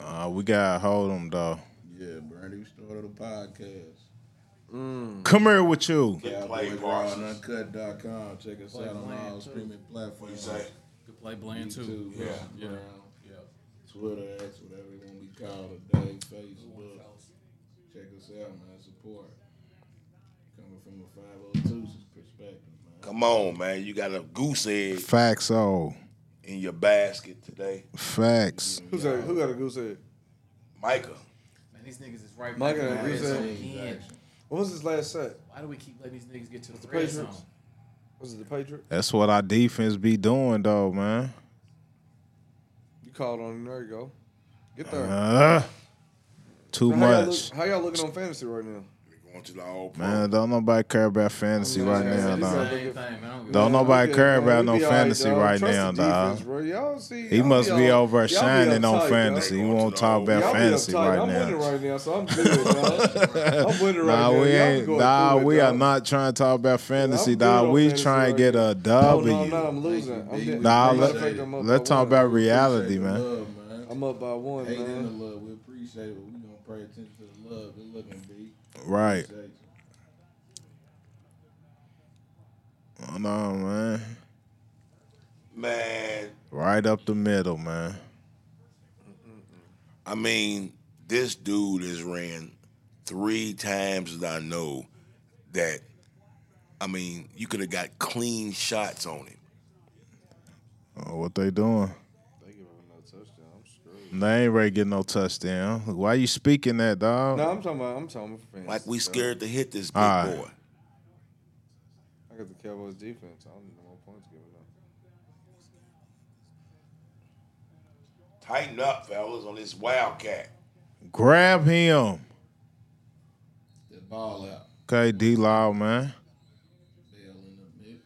Speaker 1: Uh, we gotta hold him though.
Speaker 6: Yeah, Brandy, we started a podcast.
Speaker 5: Mm.
Speaker 1: Come here with you.
Speaker 4: Good play, Parsons.
Speaker 6: Uncut.com. Check us
Speaker 3: Play
Speaker 6: out on
Speaker 3: Bland,
Speaker 6: all
Speaker 3: too.
Speaker 6: streaming
Speaker 4: What you
Speaker 6: platforms.
Speaker 4: say?
Speaker 3: Good play, Bland too.
Speaker 6: YouTube,
Speaker 4: Yeah.
Speaker 6: Instagram,
Speaker 3: Yeah.
Speaker 6: yeah. Twitter, that's whatever you want to be called today. Facebook. Check us out, man. Support. Coming from a 502 perspective, man.
Speaker 4: Come on, man. You got a goose egg
Speaker 1: Facts, oh,
Speaker 4: in your basket today.
Speaker 1: facts.
Speaker 5: Who's that? Who got a goose head?
Speaker 4: Micah.
Speaker 3: Man, these niggas is right.
Speaker 5: Mike
Speaker 3: back in
Speaker 5: and
Speaker 3: the
Speaker 5: Bruce
Speaker 3: red
Speaker 5: said-
Speaker 3: zone again.
Speaker 5: What was his last set?
Speaker 3: Why do we keep letting these niggas get to the,
Speaker 5: the
Speaker 3: red
Speaker 5: Patriots.
Speaker 3: zone?
Speaker 5: Was it the Patriots?
Speaker 1: That's what our defense be doing though, man.
Speaker 5: You called on him. There you go. Get there.
Speaker 1: Uh, too
Speaker 5: So how y'all
Speaker 1: much.
Speaker 5: look- how y'all looking on fantasy right now?
Speaker 4: We're going to the all pro.
Speaker 1: Man, don't nobody care about fantasy
Speaker 5: Yeah,
Speaker 1: right
Speaker 5: yeah,
Speaker 1: now,
Speaker 5: yeah,
Speaker 1: though.
Speaker 5: yeah.
Speaker 3: Same thing, man. I don't give a-
Speaker 1: Don't nobody
Speaker 5: Yeah,
Speaker 1: care
Speaker 5: man,
Speaker 1: about
Speaker 5: we
Speaker 1: no
Speaker 5: be all
Speaker 1: fantasy
Speaker 5: dog.
Speaker 1: right
Speaker 5: Trust
Speaker 1: now,
Speaker 5: the defense,
Speaker 1: dog.
Speaker 5: bro. Y'all see,
Speaker 1: He
Speaker 5: y'all
Speaker 1: must
Speaker 5: be
Speaker 1: be
Speaker 5: all-
Speaker 1: over
Speaker 5: y'all be
Speaker 1: shining
Speaker 5: uptight,
Speaker 1: on
Speaker 5: dog.
Speaker 1: fantasy. You won't talk
Speaker 4: Y'all
Speaker 1: about
Speaker 5: Y'all be
Speaker 1: fantasy
Speaker 5: uptight.
Speaker 1: right
Speaker 5: I'm
Speaker 1: now.
Speaker 5: winning right now, so I'm good, dog. I'm winning right
Speaker 1: Nah,
Speaker 5: now.
Speaker 1: we
Speaker 5: Y'all
Speaker 1: ain't.
Speaker 5: going
Speaker 1: Nah,
Speaker 5: through it,
Speaker 1: we
Speaker 5: dog.
Speaker 1: are not trying to talk about fantasy,
Speaker 5: good
Speaker 1: dog.
Speaker 5: on
Speaker 1: We
Speaker 5: fantasy
Speaker 1: trying
Speaker 5: right
Speaker 1: to get a
Speaker 5: Oh,
Speaker 1: W.
Speaker 5: no, I'm not. I'm losing. I'm getting-
Speaker 1: Nah,
Speaker 5: I'm
Speaker 1: let-
Speaker 5: up by one.
Speaker 1: Let's talk about reality, man.
Speaker 6: Love, man.
Speaker 5: I'm up by one,
Speaker 6: Hate and
Speaker 5: man.
Speaker 6: the love. We appreciate it. We gonna pay attention to the love. Good looking, B.
Speaker 1: Right.
Speaker 6: Appreciate you.
Speaker 1: Oh, No, man.
Speaker 4: Man,
Speaker 1: Right up the middle, man.
Speaker 4: I mean, this dude has ran three times that I know that I mean, you could have got clean shots on him.
Speaker 1: Oh, what they doing?
Speaker 5: They give him another touchdown. I'm screwed.
Speaker 1: They ain't ready to get no touchdown. Why you speaking that, dog?
Speaker 5: No, I'm talking about. I'm talking about fans.
Speaker 4: Like we
Speaker 5: dog.
Speaker 4: scared to hit this big
Speaker 1: All right.
Speaker 4: boy.
Speaker 5: I got the Cowboys defense. I don't need no more points given up.
Speaker 4: Tighten up, fellas, on this wildcat.
Speaker 1: Grab him.
Speaker 6: The ball out.
Speaker 1: Okay, D Law, man.
Speaker 6: Bell in the mix.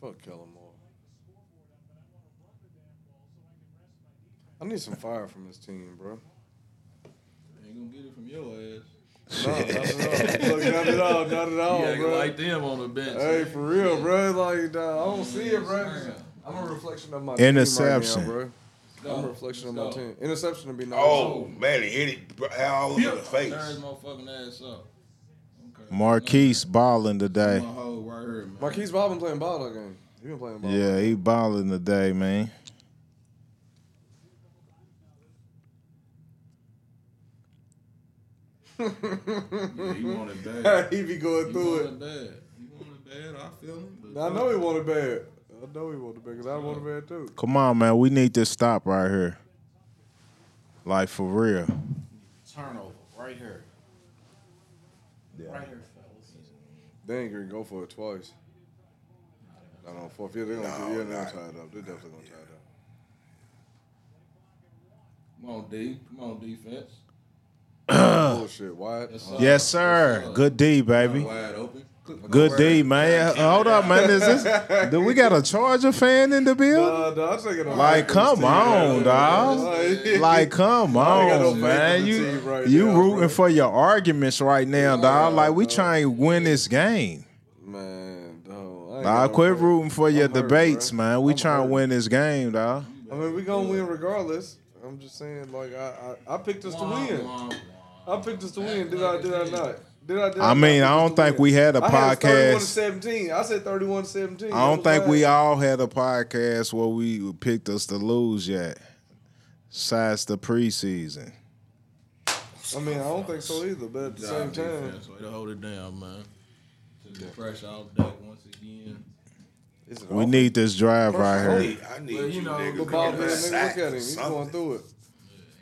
Speaker 5: Fuck Kellen Moore. I need some fire from this team, bro.
Speaker 6: Ain't gonna get it from your ass.
Speaker 5: No, not at all. Look, not at all. Not at all,
Speaker 3: You acting
Speaker 5: bro.
Speaker 3: like them on the bench.
Speaker 5: Hey, for real, bro. Like, nah, I don't see it, bro. I'm a reflection of my
Speaker 1: Interception.
Speaker 5: team right now, bro. I'm a reflection of my
Speaker 6: Let's go.
Speaker 5: team. Interception would be nice.
Speaker 4: Oh man, he hit it br- all over the face.
Speaker 6: Turn his motherfucking ass up. Okay.
Speaker 1: Marquise balling
Speaker 6: I'm
Speaker 1: today.
Speaker 6: gonna hold right here, man.
Speaker 5: Marquise Bob been playing ball that game. He been playing ball.
Speaker 1: Yeah, he balling today, man.
Speaker 6: Yeah, he want it bad.
Speaker 5: he be going
Speaker 6: He
Speaker 5: through
Speaker 6: want
Speaker 5: it.
Speaker 6: it bad. He want it bad. I feel him. but-
Speaker 5: I know he want it bad. I know he want it bad because I want it bad too.
Speaker 1: Come on, man. We need this stop right here. Like for real.
Speaker 3: Turnover right here. Right here, fellas.
Speaker 5: They ain't gonna go for it twice. I don't know, fourth year, they're gonna,
Speaker 4: No,
Speaker 5: yeah, they're gonna
Speaker 4: not.
Speaker 5: tie it up. They're definitely gonna tie it up.
Speaker 6: Come on, D. Come on, defense.
Speaker 5: Bullshit, why?
Speaker 6: Yes,
Speaker 5: Uh,
Speaker 6: sir.
Speaker 1: Yes, sir.
Speaker 6: Yes,
Speaker 1: Good D, baby.
Speaker 6: Wide open. Click-
Speaker 1: Good D, man. Hold up, man. Is this? Do we got a Charger fan in the building?
Speaker 5: Nah, nah, I'm taking a
Speaker 1: Like,
Speaker 5: break.
Speaker 1: come on, dog.
Speaker 5: Like-
Speaker 1: Like, come
Speaker 5: got no
Speaker 1: on,
Speaker 5: faith
Speaker 1: man.
Speaker 5: in the
Speaker 1: You
Speaker 5: team right
Speaker 1: you
Speaker 5: now,
Speaker 1: rooting
Speaker 5: bro.
Speaker 1: for your arguments right now, dog. Like we trying to win this game.
Speaker 5: Man, dog. I
Speaker 1: Nah,
Speaker 5: ain't got
Speaker 1: quit
Speaker 5: no break.
Speaker 1: rooting for your
Speaker 5: I'm hurt,
Speaker 1: debates,
Speaker 5: bro.
Speaker 1: man. We
Speaker 5: I'm
Speaker 1: trying to
Speaker 5: hurt.
Speaker 1: win this game, dog.
Speaker 5: I mean, we gonna win regardless. I'm just saying, like, I I, I picked us to win. I picked us to win. Did I? Did I not? Did I? Did
Speaker 1: I
Speaker 5: not
Speaker 1: mean,
Speaker 5: pick
Speaker 1: I
Speaker 5: us
Speaker 1: don't
Speaker 5: to
Speaker 1: think
Speaker 5: win?
Speaker 1: we had a
Speaker 5: I had us 31 to
Speaker 1: podcast.
Speaker 5: 17. I said 31 to 17.
Speaker 1: I don't
Speaker 5: That was
Speaker 1: think we
Speaker 5: last.
Speaker 1: all had a podcast where we picked us to lose yet. Besides the preseason.
Speaker 5: I mean, I don't think so either. But at the same
Speaker 6: Job
Speaker 5: time,
Speaker 6: defense. Way to hold it down, man. Took the pressure off Dak once again.
Speaker 5: it's an
Speaker 1: We
Speaker 5: offense.
Speaker 1: need this drive right
Speaker 4: I
Speaker 1: here.
Speaker 4: need, I need
Speaker 3: Well, you
Speaker 4: you
Speaker 3: know,
Speaker 4: niggas
Speaker 3: the
Speaker 4: to
Speaker 5: the
Speaker 4: get
Speaker 5: ball
Speaker 4: a
Speaker 5: man. Nigga, look
Speaker 4: sack
Speaker 5: at
Speaker 4: or
Speaker 5: him. He's going
Speaker 4: something.
Speaker 5: through it.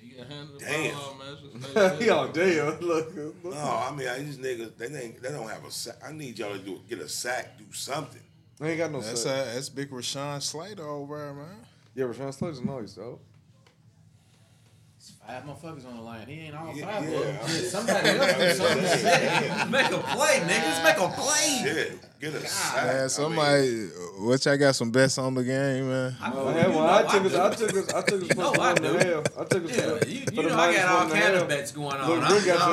Speaker 6: He got handed the
Speaker 4: Damn.
Speaker 6: ball, man. It's just like-
Speaker 5: he all damn. Look, look.
Speaker 4: No, I mean I- these niggas, they ain't, they don't have a sack. I need y'all to do get a sack, do something.
Speaker 5: They ain't got no
Speaker 1: That's
Speaker 5: set.
Speaker 1: that's big Rashawn Slater over there, man.
Speaker 5: Yeah, Rashawn Slater's noise though.
Speaker 3: It's Five motherfuckers on the line. He ain't all
Speaker 4: Yeah,
Speaker 3: five
Speaker 4: yeah.
Speaker 3: of them. Shit, Somebody else do something. Shit. Make a play, niggas. Make a play.
Speaker 4: Shit, get a sack. I
Speaker 1: Yeah,
Speaker 4: mean,
Speaker 1: somebody, what y'all got some bets on the game, man?
Speaker 3: I know
Speaker 5: I
Speaker 3: you
Speaker 5: had one.
Speaker 3: know
Speaker 5: I took
Speaker 3: do.
Speaker 5: us. I took us. I took us
Speaker 3: know
Speaker 5: plus
Speaker 3: I
Speaker 5: one and a
Speaker 3: do.
Speaker 5: half. I took us.
Speaker 3: Yeah,
Speaker 5: for the-
Speaker 3: you,
Speaker 5: for
Speaker 3: you
Speaker 5: the
Speaker 3: know I
Speaker 5: minus
Speaker 3: got all
Speaker 5: one and a
Speaker 3: kind of
Speaker 5: half.
Speaker 3: bets going on.
Speaker 5: Look,
Speaker 3: I'm,
Speaker 5: Rick got
Speaker 3: I'm-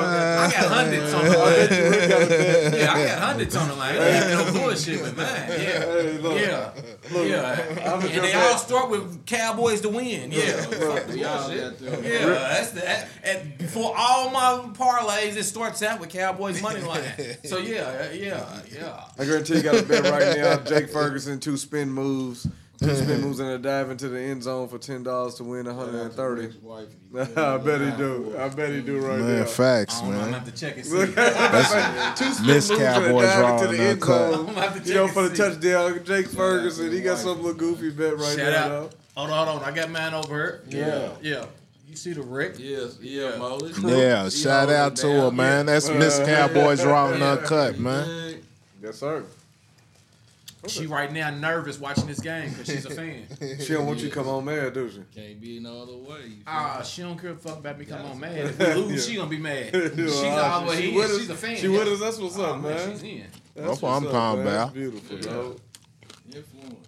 Speaker 3: I
Speaker 5: some-
Speaker 3: got hundreds on the
Speaker 5: I bet you
Speaker 3: line.
Speaker 5: Rick got a bet.
Speaker 3: Yeah, I got hundreds on the line. Ain't no bullshit with mine. Yeah,
Speaker 5: Hey, look.
Speaker 3: yeah, yeah.
Speaker 5: I'm a
Speaker 3: And they
Speaker 5: good
Speaker 3: all start with Cowboys to win. Yeah, Fuck the
Speaker 6: Y'all
Speaker 3: bullshit.
Speaker 6: got them.
Speaker 3: Yeah, that's the that, and before all my parlays, it starts out with Cowboys money line. So yeah, yeah, yeah.
Speaker 5: I guarantee you got a bet right now. Jake Ferguson, two spin moves. Smith moves in a dive into the end zone for ten dollars to win one hundred and thirty. I bet he do. I bet he do right
Speaker 1: Man,
Speaker 5: there.
Speaker 3: I
Speaker 1: facts,
Speaker 3: don't know. I'm
Speaker 1: Oh, man.
Speaker 3: gonna have to check and see.
Speaker 5: Two Smith
Speaker 1: Miss
Speaker 5: moves in a
Speaker 1: Cowboys
Speaker 5: dive
Speaker 1: Raw
Speaker 5: into the
Speaker 1: and
Speaker 5: end
Speaker 1: Uncut.
Speaker 5: zone.
Speaker 3: I'm gonna have to check
Speaker 5: You know,
Speaker 3: and
Speaker 5: for the
Speaker 3: see.
Speaker 5: touchdown, Jake Ferguson. He got some little goofy bet right
Speaker 3: Shout
Speaker 5: there.
Speaker 3: out.
Speaker 5: though.
Speaker 3: Hold on, hold on. I got mine over here.
Speaker 6: Yeah.
Speaker 3: Yeah. You see the wreck?
Speaker 6: Yes, yeah, Molly.
Speaker 1: Yeah, shout out to her, man. That's Miss Cowboys Raw and Uncut, man.
Speaker 5: Yes, sir.
Speaker 3: She right now nervous watching this game because she's a fan.
Speaker 5: She don't want you to come home mad, do she?
Speaker 6: Can't be in all the way. you
Speaker 3: Ah, she don't care a fuck about me coming on mad. If we lose, she gonna be mad. She's
Speaker 5: Ah,
Speaker 3: all
Speaker 5: she
Speaker 3: she,
Speaker 5: with us.
Speaker 3: She's a fan.
Speaker 5: She with us. That's what's
Speaker 3: Oh,
Speaker 5: up,
Speaker 3: man,
Speaker 5: man.
Speaker 3: she's in.
Speaker 5: That's
Speaker 1: That's what
Speaker 5: what's
Speaker 1: I'm
Speaker 5: up,
Speaker 1: talking
Speaker 5: man. That's
Speaker 1: about.
Speaker 5: beautiful,
Speaker 6: Yeah.
Speaker 5: dog.
Speaker 6: feel? Influence.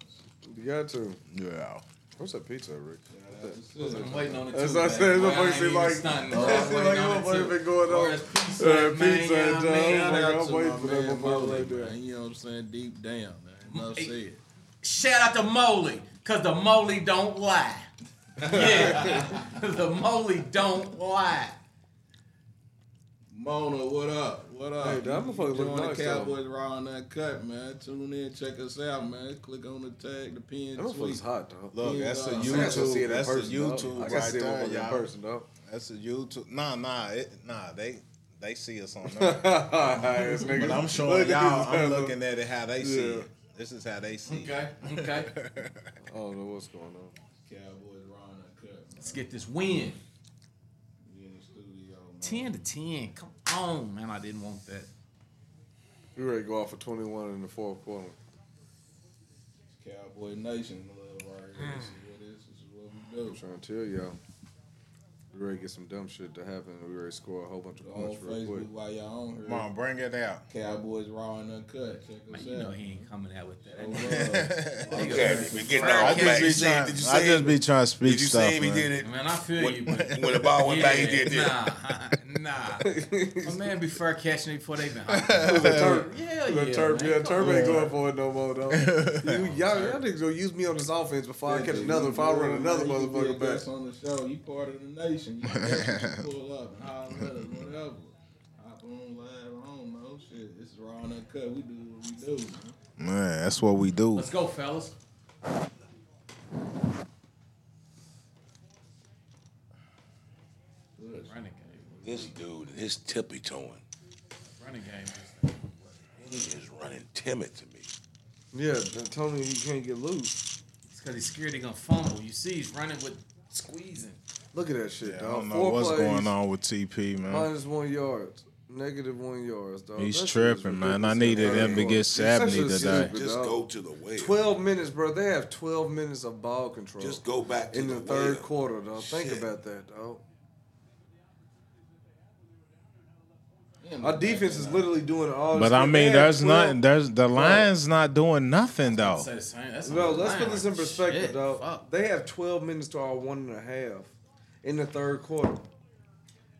Speaker 5: You got to.
Speaker 1: Yeah.
Speaker 5: What's that pizza, Rick?
Speaker 3: I'm waiting on it too.
Speaker 5: That's what I said.
Speaker 3: man.
Speaker 5: That motherfucker
Speaker 3: I ain't
Speaker 5: seem
Speaker 3: even
Speaker 5: like-
Speaker 3: stunting.
Speaker 5: that
Speaker 3: I'm
Speaker 5: seem
Speaker 3: waiting
Speaker 5: like
Speaker 3: on
Speaker 5: that
Speaker 3: it,
Speaker 5: motherfucker
Speaker 3: too.
Speaker 5: been going
Speaker 3: Or
Speaker 5: on.
Speaker 3: it's
Speaker 5: Uh,
Speaker 3: Pizza, Hut, man,
Speaker 5: Pizza
Speaker 3: you know
Speaker 5: Hut,
Speaker 3: what I mean?
Speaker 5: dog.
Speaker 3: Like,
Speaker 5: I'm
Speaker 6: to
Speaker 5: waiting
Speaker 6: my
Speaker 5: for that
Speaker 6: man,
Speaker 5: motherfucker
Speaker 6: Molly,
Speaker 5: to do that.
Speaker 6: man. You know what I'm saying? Deep down, man. Enough
Speaker 3: Hey.
Speaker 6: said.
Speaker 3: Shout out to Moley, cause the Moley don't lie. Yeah, the Moley don't lie.
Speaker 6: Mona, what up? What up?
Speaker 5: Hey, that
Speaker 6: You
Speaker 5: motherfucker
Speaker 6: join
Speaker 5: look nice,
Speaker 6: the
Speaker 5: though.
Speaker 6: Cowboys Raw and Uncut, man. Tune in, check us out, man. Click on the tag, the pin,
Speaker 5: That motherfucker's
Speaker 6: tweet.
Speaker 5: hot, dog.
Speaker 1: Look, that's a
Speaker 6: I
Speaker 5: I got to see
Speaker 1: YouTube.
Speaker 5: it in
Speaker 1: That's a
Speaker 5: person, dog.
Speaker 1: YouTube
Speaker 5: I got to
Speaker 1: right
Speaker 5: see it
Speaker 1: there,
Speaker 5: in
Speaker 1: y'all.
Speaker 5: person, dog.
Speaker 1: That's a YouTube. Nah, nah, it, nah. They they see us on
Speaker 5: All
Speaker 1: that.
Speaker 5: right, this nigga.
Speaker 1: but I'm
Speaker 5: Look
Speaker 1: showing
Speaker 5: at
Speaker 1: y'all.
Speaker 5: this
Speaker 1: I'm
Speaker 5: guy,
Speaker 1: looking at it how they see
Speaker 5: Yeah.
Speaker 1: it. This is how they see.
Speaker 3: Okay, okay.
Speaker 5: dog. I don't know what's going on.
Speaker 6: Cowboys Raw and Uncut, man.
Speaker 3: Let's get this win.
Speaker 6: We in the studio, man.
Speaker 3: Ten to ten. Come on, man. I didn't want that.
Speaker 5: We ready to go off for 21 in the fourth quarter.
Speaker 6: Cowboy Nation, love right here. This is what this is what we
Speaker 5: I'm
Speaker 6: do.
Speaker 5: trying to tell y'all. We ready to get some dumb shit to happen. and We ready to score a whole bunch of
Speaker 6: Go on
Speaker 5: points real quick.
Speaker 6: Facebook while y'all on here.
Speaker 1: Come on, bring it out.
Speaker 6: Cowboys Raw and Uncut. Check
Speaker 3: Man,
Speaker 6: us
Speaker 3: you know
Speaker 6: out.
Speaker 3: he ain't coming out with that.
Speaker 6: Oh, love.
Speaker 4: Okay, we getting
Speaker 1: I
Speaker 4: our
Speaker 1: just
Speaker 4: back.
Speaker 1: be
Speaker 4: You see-
Speaker 1: trying.
Speaker 4: Did you see
Speaker 1: I just
Speaker 4: him?
Speaker 1: be trying to speak
Speaker 4: Did you
Speaker 1: stuff,
Speaker 4: see him? He
Speaker 1: man.
Speaker 4: did it.
Speaker 3: Man, I feel you, but
Speaker 4: When the ball went back, he did this.
Speaker 3: Nah, nah. My man be fair catching it before they been hot.
Speaker 5: The turf,
Speaker 3: Yeah,
Speaker 5: the
Speaker 3: yeah,
Speaker 5: turf,
Speaker 3: man.
Speaker 5: yeah,
Speaker 3: Come
Speaker 5: turf
Speaker 3: on.
Speaker 5: ain't going for it no more though. you, y'all, y'all niggas gonna use me on this offense before I catch another. If I run another
Speaker 6: You be a
Speaker 5: motherfucker
Speaker 6: guest
Speaker 5: back,
Speaker 6: on the show, you part of the nation. You got you pull up and holler at us, whatever. Hop on live, I don't know. Shit, this is raw and uncut. We do what we do. Man.
Speaker 1: Man, that's what we do.
Speaker 3: Let's go, fellas.
Speaker 6: Good.
Speaker 3: Running game.
Speaker 4: This dude, his tippy toeing.
Speaker 3: Running game.
Speaker 4: He is running timid to me.
Speaker 5: yeah, then Tony, you can't get loose.
Speaker 3: It's because he's scared he's gonna fumble. You see, he's running with squeezing.
Speaker 5: Look at that shit,
Speaker 1: Yeah, I
Speaker 5: dog.
Speaker 1: don't know
Speaker 5: Four
Speaker 1: what's
Speaker 5: plays,
Speaker 1: going on with TP, man.
Speaker 5: Minus one yards, negative one yards, dog.
Speaker 1: Mm. He's
Speaker 5: That shit is
Speaker 1: tripping, man. I
Speaker 5: ridiculous.
Speaker 1: needed him to get
Speaker 5: He's such a
Speaker 1: 70 today.
Speaker 5: stupid
Speaker 4: Just
Speaker 5: dog.
Speaker 4: go to the well.
Speaker 5: Twelve minutes, bro. They have twelve minutes of ball control.
Speaker 4: Just go back to
Speaker 5: in the third
Speaker 4: well.
Speaker 5: quarter, dog. Think
Speaker 4: Shit.
Speaker 5: about that, dog.
Speaker 6: Damn,
Speaker 5: Our defense is literally doing all. this
Speaker 1: But I
Speaker 5: shit.
Speaker 1: mean,
Speaker 5: They had
Speaker 1: there's
Speaker 5: 12
Speaker 1: nothing. There's the Lions not doing nothing
Speaker 4: Oh.
Speaker 1: though.
Speaker 3: Say the same. That's
Speaker 5: No,
Speaker 3: on the
Speaker 5: let's
Speaker 3: line.
Speaker 5: put this in perspective,
Speaker 3: Shit,
Speaker 5: dog.
Speaker 3: fuck.
Speaker 5: They have 12 minutes to our one and a half in the third quarter.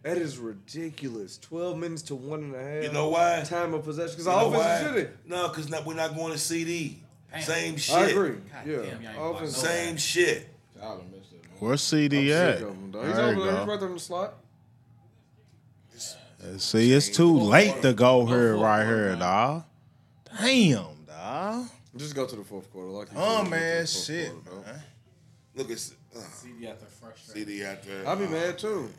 Speaker 5: That is ridiculous. 12 minutes to one and a half.
Speaker 4: You know why?
Speaker 5: Time of possession. Because
Speaker 4: You
Speaker 5: our
Speaker 4: know
Speaker 5: offense is
Speaker 4: why?
Speaker 5: shitty.
Speaker 4: No, because we're not going to CD.
Speaker 3: Damn.
Speaker 4: Same shit.
Speaker 5: I agree.
Speaker 3: God
Speaker 5: yeah.
Speaker 3: damn, y'all ain't
Speaker 5: Our
Speaker 3: blocked no
Speaker 5: offense is
Speaker 4: Same shit.
Speaker 6: Tyler missed it, man.
Speaker 1: Where's CD at?
Speaker 5: sick of him, dog. He's
Speaker 1: There you
Speaker 5: over there. He's
Speaker 1: go.
Speaker 5: right there in the slot.
Speaker 1: See, it's too late to go here, right here, dog. Damn, dog.
Speaker 5: Just go to the fourth quarter. Like you
Speaker 1: Oh
Speaker 5: said, go to the
Speaker 1: man,
Speaker 5: fourth
Speaker 1: shit.
Speaker 5: quarter, dog.
Speaker 1: man.
Speaker 4: Look at uh,
Speaker 3: CD out there frustrated.
Speaker 4: CD out there.
Speaker 5: I'd be mad too.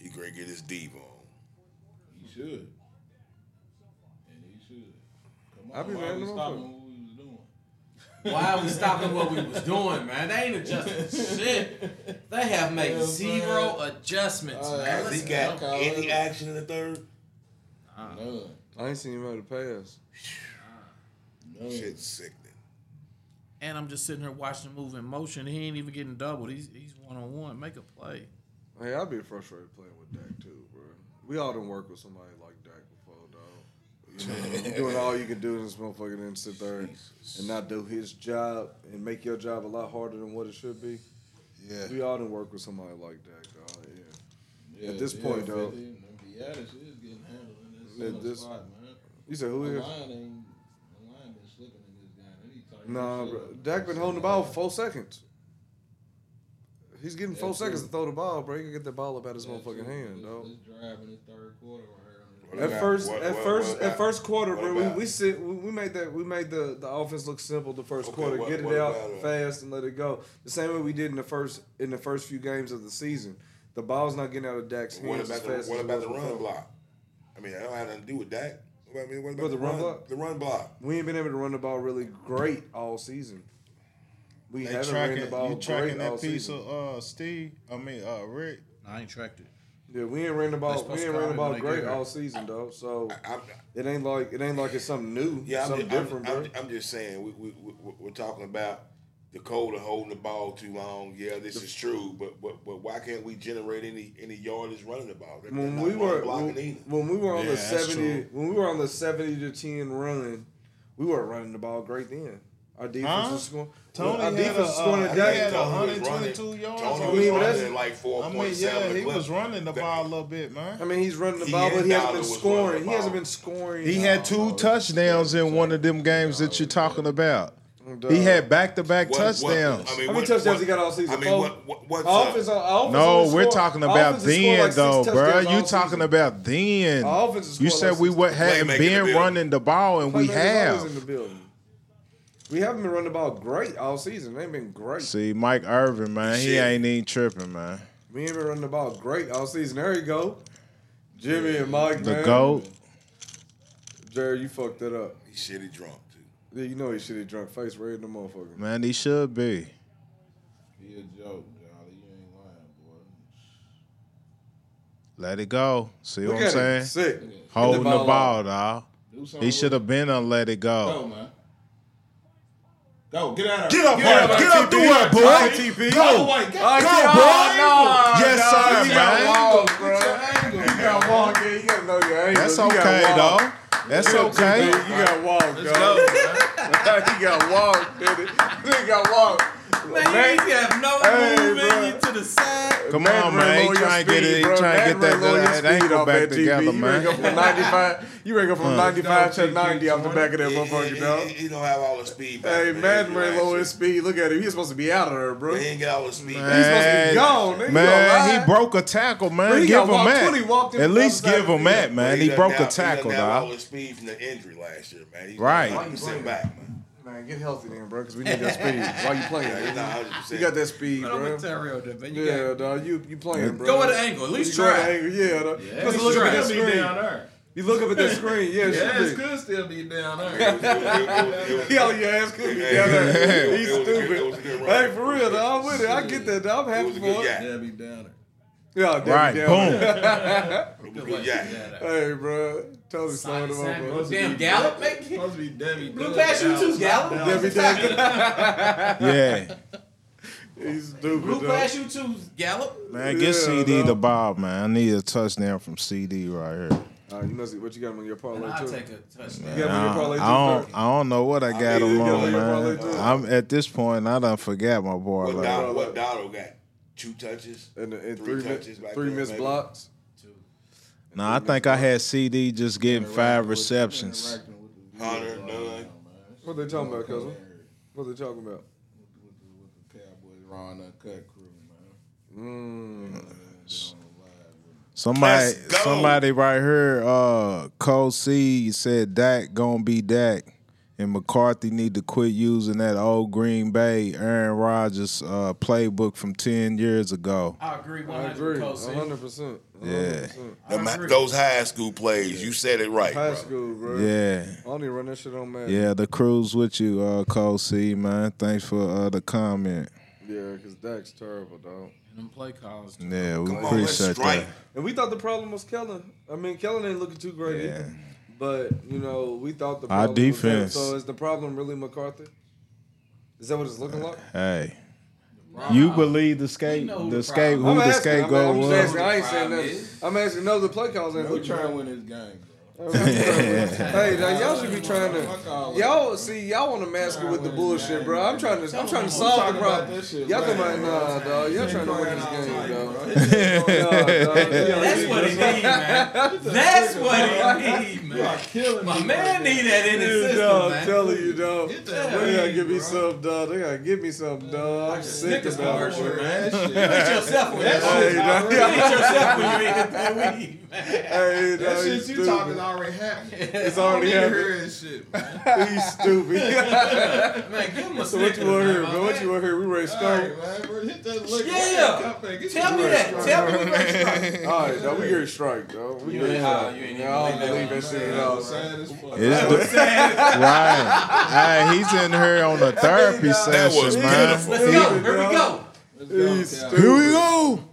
Speaker 4: He gonna get his diva on.
Speaker 6: He should. And he should. Come on,
Speaker 5: I be
Speaker 6: why
Speaker 5: mad
Speaker 6: we
Speaker 5: at him
Speaker 6: stopping
Speaker 5: for-
Speaker 6: what we was doing?
Speaker 3: Why are we stopping what we was doing, man? They ain't adjusting shit. They have made
Speaker 6: Yeah, man.
Speaker 3: zero adjustments,
Speaker 6: Uh,
Speaker 3: man.
Speaker 4: Has
Speaker 3: Let's
Speaker 4: he got
Speaker 6: go.
Speaker 4: any action in the third?
Speaker 6: None.
Speaker 5: I ain't seen him able to pass.
Speaker 6: None.
Speaker 4: Shit's sickening.
Speaker 3: And I'm just sitting here watching the move in motion. He ain't even getting doubled. He's he's one on one. Make a play.
Speaker 5: Hey, I'd be frustrated playing with Dak too, bro. We all done work with somebody like Dak before, dog. You know, you doing all you can do in this motherfucker, then sit there and- and not do his job and make your job a lot harder than what it should be.
Speaker 1: Yeah.
Speaker 5: We all done work with somebody like Dak, dog. Yeah.
Speaker 6: Yeah,
Speaker 5: At this
Speaker 6: yeah,
Speaker 5: point, though-
Speaker 6: 50, and The Giannis is getting handled in this,
Speaker 5: At
Speaker 6: center
Speaker 5: this-
Speaker 6: spot, man.
Speaker 5: You said who
Speaker 6: The
Speaker 5: here?
Speaker 6: line ain't, the line been slipping in this game. Any type of
Speaker 5: Nah,
Speaker 6: shit.
Speaker 5: bro. Dak been holding the ball for four seconds. He's getting four
Speaker 6: That's
Speaker 5: seconds
Speaker 6: true.
Speaker 5: to throw the ball, bro. He can get the ball up out his
Speaker 6: That
Speaker 5: motherfucking
Speaker 6: too,
Speaker 5: hand,
Speaker 6: this-
Speaker 5: dog.
Speaker 6: This drive in the third quarter right here. on this
Speaker 4: Well,
Speaker 5: At
Speaker 4: now,
Speaker 5: first,
Speaker 4: what-
Speaker 5: at
Speaker 4: what-
Speaker 5: first,
Speaker 4: what
Speaker 5: at
Speaker 4: about-
Speaker 5: first quarter,
Speaker 4: what
Speaker 5: bro, we
Speaker 4: about-
Speaker 5: we, sit, we we made that we made the, the offense look simple the first
Speaker 4: Okay,
Speaker 5: quarter,
Speaker 4: what-
Speaker 5: get it
Speaker 4: what
Speaker 5: out
Speaker 4: about, uh,
Speaker 5: fast and let it go. The same way we did in the first in the first few games of the season. The ball's not getting out of Dak's hands
Speaker 4: What
Speaker 5: as
Speaker 4: about the,
Speaker 5: fast
Speaker 4: what
Speaker 5: as it
Speaker 4: about
Speaker 5: was
Speaker 4: the run
Speaker 5: before.
Speaker 4: block? I mean, I don't have nothing to do with that. What I mean, what about
Speaker 5: What,
Speaker 4: the,
Speaker 5: the run
Speaker 4: run
Speaker 5: block?
Speaker 4: The run block.
Speaker 5: We ain't been able to run the ball really great all season. We
Speaker 1: They
Speaker 5: haven't
Speaker 1: tracking,
Speaker 5: ran the ball
Speaker 1: you tracking
Speaker 5: great all
Speaker 1: that piece
Speaker 5: season.
Speaker 1: of uh, Steve? I mean, uh, Rick.
Speaker 7: I ain't tracked it.
Speaker 5: yeah, we ain't ran the ball.
Speaker 7: supposed to
Speaker 5: We ain't
Speaker 7: call
Speaker 5: ran the
Speaker 7: it
Speaker 5: ball
Speaker 7: when they
Speaker 5: great
Speaker 7: get hurt.
Speaker 5: all season though. So
Speaker 4: I'm,
Speaker 5: it ain't like it ain't like it's something new.
Speaker 4: yeah, I'm,
Speaker 5: something
Speaker 4: just,
Speaker 5: different,
Speaker 4: I'm,
Speaker 5: bro.
Speaker 4: I'm, I'm just saying we, we, we we're talking about the cold of holding the ball too long. Yeah, this is true, but but, but why can't we generate any any yardage running the ball? That-
Speaker 5: when
Speaker 4: that's
Speaker 5: we
Speaker 4: not
Speaker 5: were
Speaker 4: run blocking
Speaker 5: when,
Speaker 4: either.
Speaker 5: when we were on the
Speaker 7: Yeah, that's
Speaker 5: seventy
Speaker 7: true.
Speaker 5: when we were on the seventy to ten run, we weren't running the ball great then. Our defense
Speaker 1: Huh?
Speaker 5: was scoring.
Speaker 1: Tony
Speaker 5: our
Speaker 1: had
Speaker 5: defense
Speaker 1: a,
Speaker 5: was scoring
Speaker 1: uh,
Speaker 5: a
Speaker 1: he
Speaker 5: day.
Speaker 1: had a
Speaker 4: Tony was
Speaker 1: 122
Speaker 4: running-
Speaker 1: yards.
Speaker 4: Tony
Speaker 1: I
Speaker 4: was
Speaker 5: mean, that's-
Speaker 4: running like four
Speaker 1: I mean,
Speaker 4: point
Speaker 1: yeah,
Speaker 4: seven.
Speaker 1: he was running the ball a little bit, man.
Speaker 5: I mean, he's running the
Speaker 4: He
Speaker 5: ball, but
Speaker 4: and
Speaker 5: he hasn't
Speaker 4: Dollar
Speaker 5: been
Speaker 4: was running the
Speaker 5: scoring. He hasn't
Speaker 4: ball.
Speaker 5: been scoring.
Speaker 1: He had two
Speaker 5: Oh,
Speaker 1: touchdowns in one of them games that you're talking about.
Speaker 5: Duh.
Speaker 1: He had back-to-back touchdowns.
Speaker 5: How many touchdowns he got all season?
Speaker 4: I mean,
Speaker 5: Four?
Speaker 4: what, what, what's
Speaker 5: Our
Speaker 4: up?
Speaker 5: offense, our offense
Speaker 1: no,
Speaker 5: only
Speaker 1: we're
Speaker 5: scored-
Speaker 1: talking
Speaker 5: our
Speaker 1: about
Speaker 5: offense has scored
Speaker 1: then,
Speaker 5: like six
Speaker 1: though, bro.
Speaker 5: touchdowns
Speaker 1: You
Speaker 5: all
Speaker 1: talking
Speaker 5: season.
Speaker 1: about then?
Speaker 5: Our offense has
Speaker 1: You
Speaker 5: scored
Speaker 1: said
Speaker 5: like
Speaker 1: we
Speaker 5: six
Speaker 1: wa- hadn't
Speaker 4: Playmaking
Speaker 1: been
Speaker 4: ability.
Speaker 1: running the ball, and we
Speaker 5: Playmakers always
Speaker 1: have.
Speaker 5: in the building. We haven't been running the ball great all season. They ain't been great.
Speaker 1: See, Mike Irvin, man, he
Speaker 4: Shit.
Speaker 1: ain't even tripping, man.
Speaker 5: We ain't been running the ball great all season. There you go, Jimmy and Mike.
Speaker 1: The
Speaker 5: man.
Speaker 1: goat.
Speaker 5: Jerry, you fucked that up.
Speaker 4: He shitty drunk too.
Speaker 5: Yeah, you know he should have drunk face red in the motherfucker.
Speaker 1: Man, he should be.
Speaker 6: He a joke, Jolly. You ain't lying, boy.
Speaker 1: Let it go. See
Speaker 5: Look
Speaker 1: what I'm
Speaker 5: at
Speaker 1: saying?
Speaker 5: him, sick.
Speaker 1: Holding
Speaker 5: Get the
Speaker 1: the
Speaker 5: ball
Speaker 1: ball, dog.
Speaker 6: Do something
Speaker 1: He should
Speaker 6: with
Speaker 1: have been on let it
Speaker 6: it. Go,
Speaker 1: go.
Speaker 6: man. Go, get out of
Speaker 1: Get up,
Speaker 6: out
Speaker 1: boy.
Speaker 6: of
Speaker 1: Get up
Speaker 6: TP.
Speaker 1: through her, boy.
Speaker 6: Out of TP. Go,
Speaker 1: Go.
Speaker 6: away. Get
Speaker 5: All right,
Speaker 1: Go,
Speaker 5: get-
Speaker 1: bro.
Speaker 5: oh, no,
Speaker 1: Yes,
Speaker 5: no,
Speaker 1: sir,
Speaker 5: you
Speaker 1: man.
Speaker 5: Got walls, bro.
Speaker 6: your angle.
Speaker 5: You got walls, man. You got to know your angle.
Speaker 1: That's
Speaker 5: You got
Speaker 1: okay,
Speaker 5: walls.
Speaker 1: though. That's okay.
Speaker 5: You got walked, dog. he got walked, did it? He got walked.
Speaker 3: Man, you just have no
Speaker 5: Hey,
Speaker 3: movement.
Speaker 5: bro.
Speaker 3: You to the side.
Speaker 1: Come on, man. He trying to get it. He trying to get that, that, angle back together,
Speaker 5: You
Speaker 1: man.
Speaker 5: ran from 95. You ran from 95 to 90 off the back of that
Speaker 4: He-
Speaker 5: motherfucker,
Speaker 4: he,
Speaker 5: dog.
Speaker 4: He, he don't have all the speed. back
Speaker 5: Hey,
Speaker 4: there.
Speaker 5: Madden
Speaker 4: You're
Speaker 5: ran
Speaker 4: right,
Speaker 5: low his
Speaker 4: shit.
Speaker 5: speed. Look at him. He's supposed to be out of there, bro.
Speaker 4: He ain't got all the speed.
Speaker 5: He's supposed to
Speaker 1: Man,
Speaker 5: be gone. Nigga,
Speaker 1: Man,
Speaker 5: you a
Speaker 1: he
Speaker 5: lie.
Speaker 1: broke a tackle, man.
Speaker 5: Bro, he
Speaker 1: give
Speaker 5: got
Speaker 1: him
Speaker 5: walked
Speaker 1: that.
Speaker 5: 20, walked him
Speaker 1: At
Speaker 5: from the
Speaker 1: least
Speaker 5: other
Speaker 1: give
Speaker 5: side of the
Speaker 1: him that,
Speaker 5: field.
Speaker 1: man. He
Speaker 4: done
Speaker 1: broke
Speaker 4: now-
Speaker 1: a tackle,
Speaker 4: He done now all
Speaker 1: dog.
Speaker 4: his speed from the injury last year, man. He's
Speaker 1: Right.
Speaker 4: Hundred percent back, man.
Speaker 5: Man, get healthy then, bro, because we need that speed. Why you playing?
Speaker 4: Yeah, he's
Speaker 5: nigga?
Speaker 4: not hundred
Speaker 5: You
Speaker 4: percent.
Speaker 5: got that speed, bro.
Speaker 7: man. You
Speaker 5: Yeah, dog. You you playing, bro?
Speaker 3: Go at an angle. At least
Speaker 5: You go at
Speaker 3: try.
Speaker 5: an angle, Yeah, dog.
Speaker 7: Yeah,
Speaker 5: Just
Speaker 7: he's
Speaker 5: look up at
Speaker 7: trying.
Speaker 5: that
Speaker 7: He's
Speaker 5: screen.
Speaker 7: down there.
Speaker 5: You look up at that screen. Yeah,
Speaker 6: Yeah,
Speaker 5: yeah
Speaker 6: it
Speaker 5: she
Speaker 6: could still be down
Speaker 4: It
Speaker 6: there.
Speaker 4: was- it was- it was-
Speaker 5: Hell, your ass could be
Speaker 4: Hey,
Speaker 5: down
Speaker 4: it
Speaker 5: there.
Speaker 4: was-
Speaker 5: He's
Speaker 4: it was a good- it was a
Speaker 5: stupid.
Speaker 4: good run.
Speaker 5: Hey, for real, dog. I'm with it. I get that. Dog. I'm
Speaker 4: It
Speaker 5: happy
Speaker 4: was a
Speaker 5: for
Speaker 4: good
Speaker 5: it.
Speaker 4: yak.
Speaker 6: Yeah, be down there.
Speaker 5: Yeah, damn
Speaker 1: Right.
Speaker 5: damn.
Speaker 1: Boom.
Speaker 4: It was a good yak.
Speaker 5: Hey, bro. Totally slowed him up, bro.
Speaker 3: Damn, Gallup make it.
Speaker 6: Supposed to be Debbie.
Speaker 3: Blue pass you too, Gallup.
Speaker 5: Debbie Dack.
Speaker 1: Yeah.
Speaker 5: He's stupid,
Speaker 3: Blue
Speaker 5: dog.
Speaker 3: pass you too, Gallup.
Speaker 1: Man, get
Speaker 5: Yeah,
Speaker 1: CD the
Speaker 5: dog.
Speaker 1: ball, man. I need a touchdown from CD right here.
Speaker 5: All right, you must what you got him on your parlay,
Speaker 3: I'll
Speaker 5: too.
Speaker 3: take a touchdown.
Speaker 5: You got him on your parlay, too.
Speaker 1: I
Speaker 5: sir?
Speaker 1: don't, I don't know what I got
Speaker 5: need to
Speaker 1: him
Speaker 5: get
Speaker 1: on,
Speaker 5: like a parlay
Speaker 1: man.
Speaker 5: too.
Speaker 1: I'm at this point, I done forgot my boy.
Speaker 4: What
Speaker 1: Like,
Speaker 4: Donald? What Donald got? Two touches.
Speaker 5: and, and
Speaker 4: Three
Speaker 5: three,
Speaker 4: touches
Speaker 5: mi-
Speaker 4: back
Speaker 5: three
Speaker 4: there,
Speaker 5: missed
Speaker 4: maybe.
Speaker 5: blocks.
Speaker 1: no, I think I had CD just getting five receptions.
Speaker 6: Interacting with the
Speaker 4: Hunter,
Speaker 6: video
Speaker 4: none.
Speaker 6: right now, man.
Speaker 5: What they talking about, cousin?
Speaker 6: With
Speaker 5: What they talking about?
Speaker 6: the, with the Cowboys, Ron Uncut crew, man.
Speaker 5: Mm.
Speaker 6: Get on the live with
Speaker 1: Somebody,
Speaker 4: Let's go.
Speaker 1: somebody right here, uh, Cole C said Dak gonna be Dak, and McCarthy need to quit using that old Green Bay Aaron Rodgers uh, playbook from ten years ago.
Speaker 3: I agree
Speaker 5: I
Speaker 3: 100
Speaker 5: agree.
Speaker 3: percent.
Speaker 5: 100%.
Speaker 1: Yeah.
Speaker 5: 100%.
Speaker 4: Them-
Speaker 3: agree.
Speaker 4: those high school plays. You said it right,
Speaker 5: High
Speaker 4: bro.
Speaker 5: school, bro.
Speaker 1: Yeah,
Speaker 5: I don't even run that shit on man.
Speaker 1: yeah, the crew's with you, uh, Cole C man. Thanks for uh, the comment.
Speaker 5: Yeah, because Dak's terrible, dog.
Speaker 7: And them play calls.
Speaker 1: Yeah, we
Speaker 4: Come on, let's
Speaker 1: appreciate
Speaker 4: strike.
Speaker 1: that.
Speaker 5: And we thought the problem was Kellen. I mean, Kellen ain't looking too great
Speaker 1: Yeah.
Speaker 5: either. But, you know, we thought the
Speaker 1: Our
Speaker 5: problem was him.
Speaker 1: defense.
Speaker 5: So is the problem really McCarthy? Is that what it's looking like?
Speaker 1: Hey, you believe the
Speaker 3: We
Speaker 1: skate,
Speaker 3: know who
Speaker 1: the
Speaker 3: the
Speaker 1: skate,
Speaker 5: I'm
Speaker 1: who the
Speaker 5: asking, I'm,
Speaker 1: scapegoat
Speaker 5: I'm just
Speaker 1: was?
Speaker 5: asking, I ain't saying
Speaker 3: Problem
Speaker 5: nothing.
Speaker 3: is-
Speaker 5: I'm asking, no, the play calls ain't
Speaker 6: them. We
Speaker 5: looking
Speaker 6: trying
Speaker 5: right.
Speaker 6: to win this game, bro.
Speaker 5: Hey, now, y'all should be trying
Speaker 6: Fuck
Speaker 5: to.
Speaker 6: all of it.
Speaker 5: Y'all see, y'all want to mask it with the bullshit, bro. I'm trying to, I'm trying to solve the problem. Y'all talking about nah, dog. Y'all trying to win this game, dog.
Speaker 6: Hit that
Speaker 5: Nah, dog.
Speaker 3: That's what he need, man. That's what he need,
Speaker 6: You are killing
Speaker 3: My
Speaker 6: me.
Speaker 3: man
Speaker 6: right
Speaker 3: need that in his
Speaker 5: Dude,
Speaker 3: system,
Speaker 5: dog,
Speaker 3: man.
Speaker 5: I'm telling you, dog.
Speaker 7: Get
Speaker 5: They
Speaker 7: that
Speaker 5: gotta
Speaker 7: weed,
Speaker 5: give me
Speaker 7: bro.
Speaker 5: some, dog. They gotta give me some, dog. I'm sick
Speaker 3: Snickers
Speaker 5: about
Speaker 3: commercial,
Speaker 5: it.
Speaker 3: man.
Speaker 6: there. That
Speaker 3: You
Speaker 6: shit.
Speaker 3: eat yourself when you
Speaker 6: That
Speaker 3: eat yourself when you
Speaker 5: Hey, dog.
Speaker 6: shit's already-
Speaker 3: eat that weed, man.
Speaker 5: Hey,
Speaker 6: That
Speaker 5: dog, you
Speaker 6: shit you talking
Speaker 5: stupid.
Speaker 6: already happened.
Speaker 5: It's already
Speaker 6: I don't
Speaker 5: happened.
Speaker 6: need to hear that shit, man.
Speaker 5: You stupid.
Speaker 3: Man, give him a
Speaker 5: So what you
Speaker 3: Snickers,
Speaker 5: want here,
Speaker 3: my
Speaker 5: man? What you want here? We ready to
Speaker 6: All
Speaker 5: start?
Speaker 6: right, man. Bro, hit that lick.
Speaker 3: Yeah. Tell me that. Tell me what
Speaker 5: All right, dog. We getting strike, dog. We
Speaker 3: You
Speaker 5: getting
Speaker 3: ain't how-
Speaker 5: strike.
Speaker 3: you ain't
Speaker 5: Yeah,
Speaker 3: even
Speaker 5: I don't
Speaker 3: believe that
Speaker 5: believe
Speaker 3: one,
Speaker 5: that shit at all. son.
Speaker 6: Sad as fuck.
Speaker 1: It's the, right. Hey, he's in here on a therapy
Speaker 4: That
Speaker 1: session,
Speaker 4: was
Speaker 1: man.
Speaker 4: beautiful.
Speaker 3: Let's go. Here we go.
Speaker 6: Let's go,
Speaker 5: You
Speaker 6: Cal.
Speaker 5: stupid.
Speaker 1: Here we go.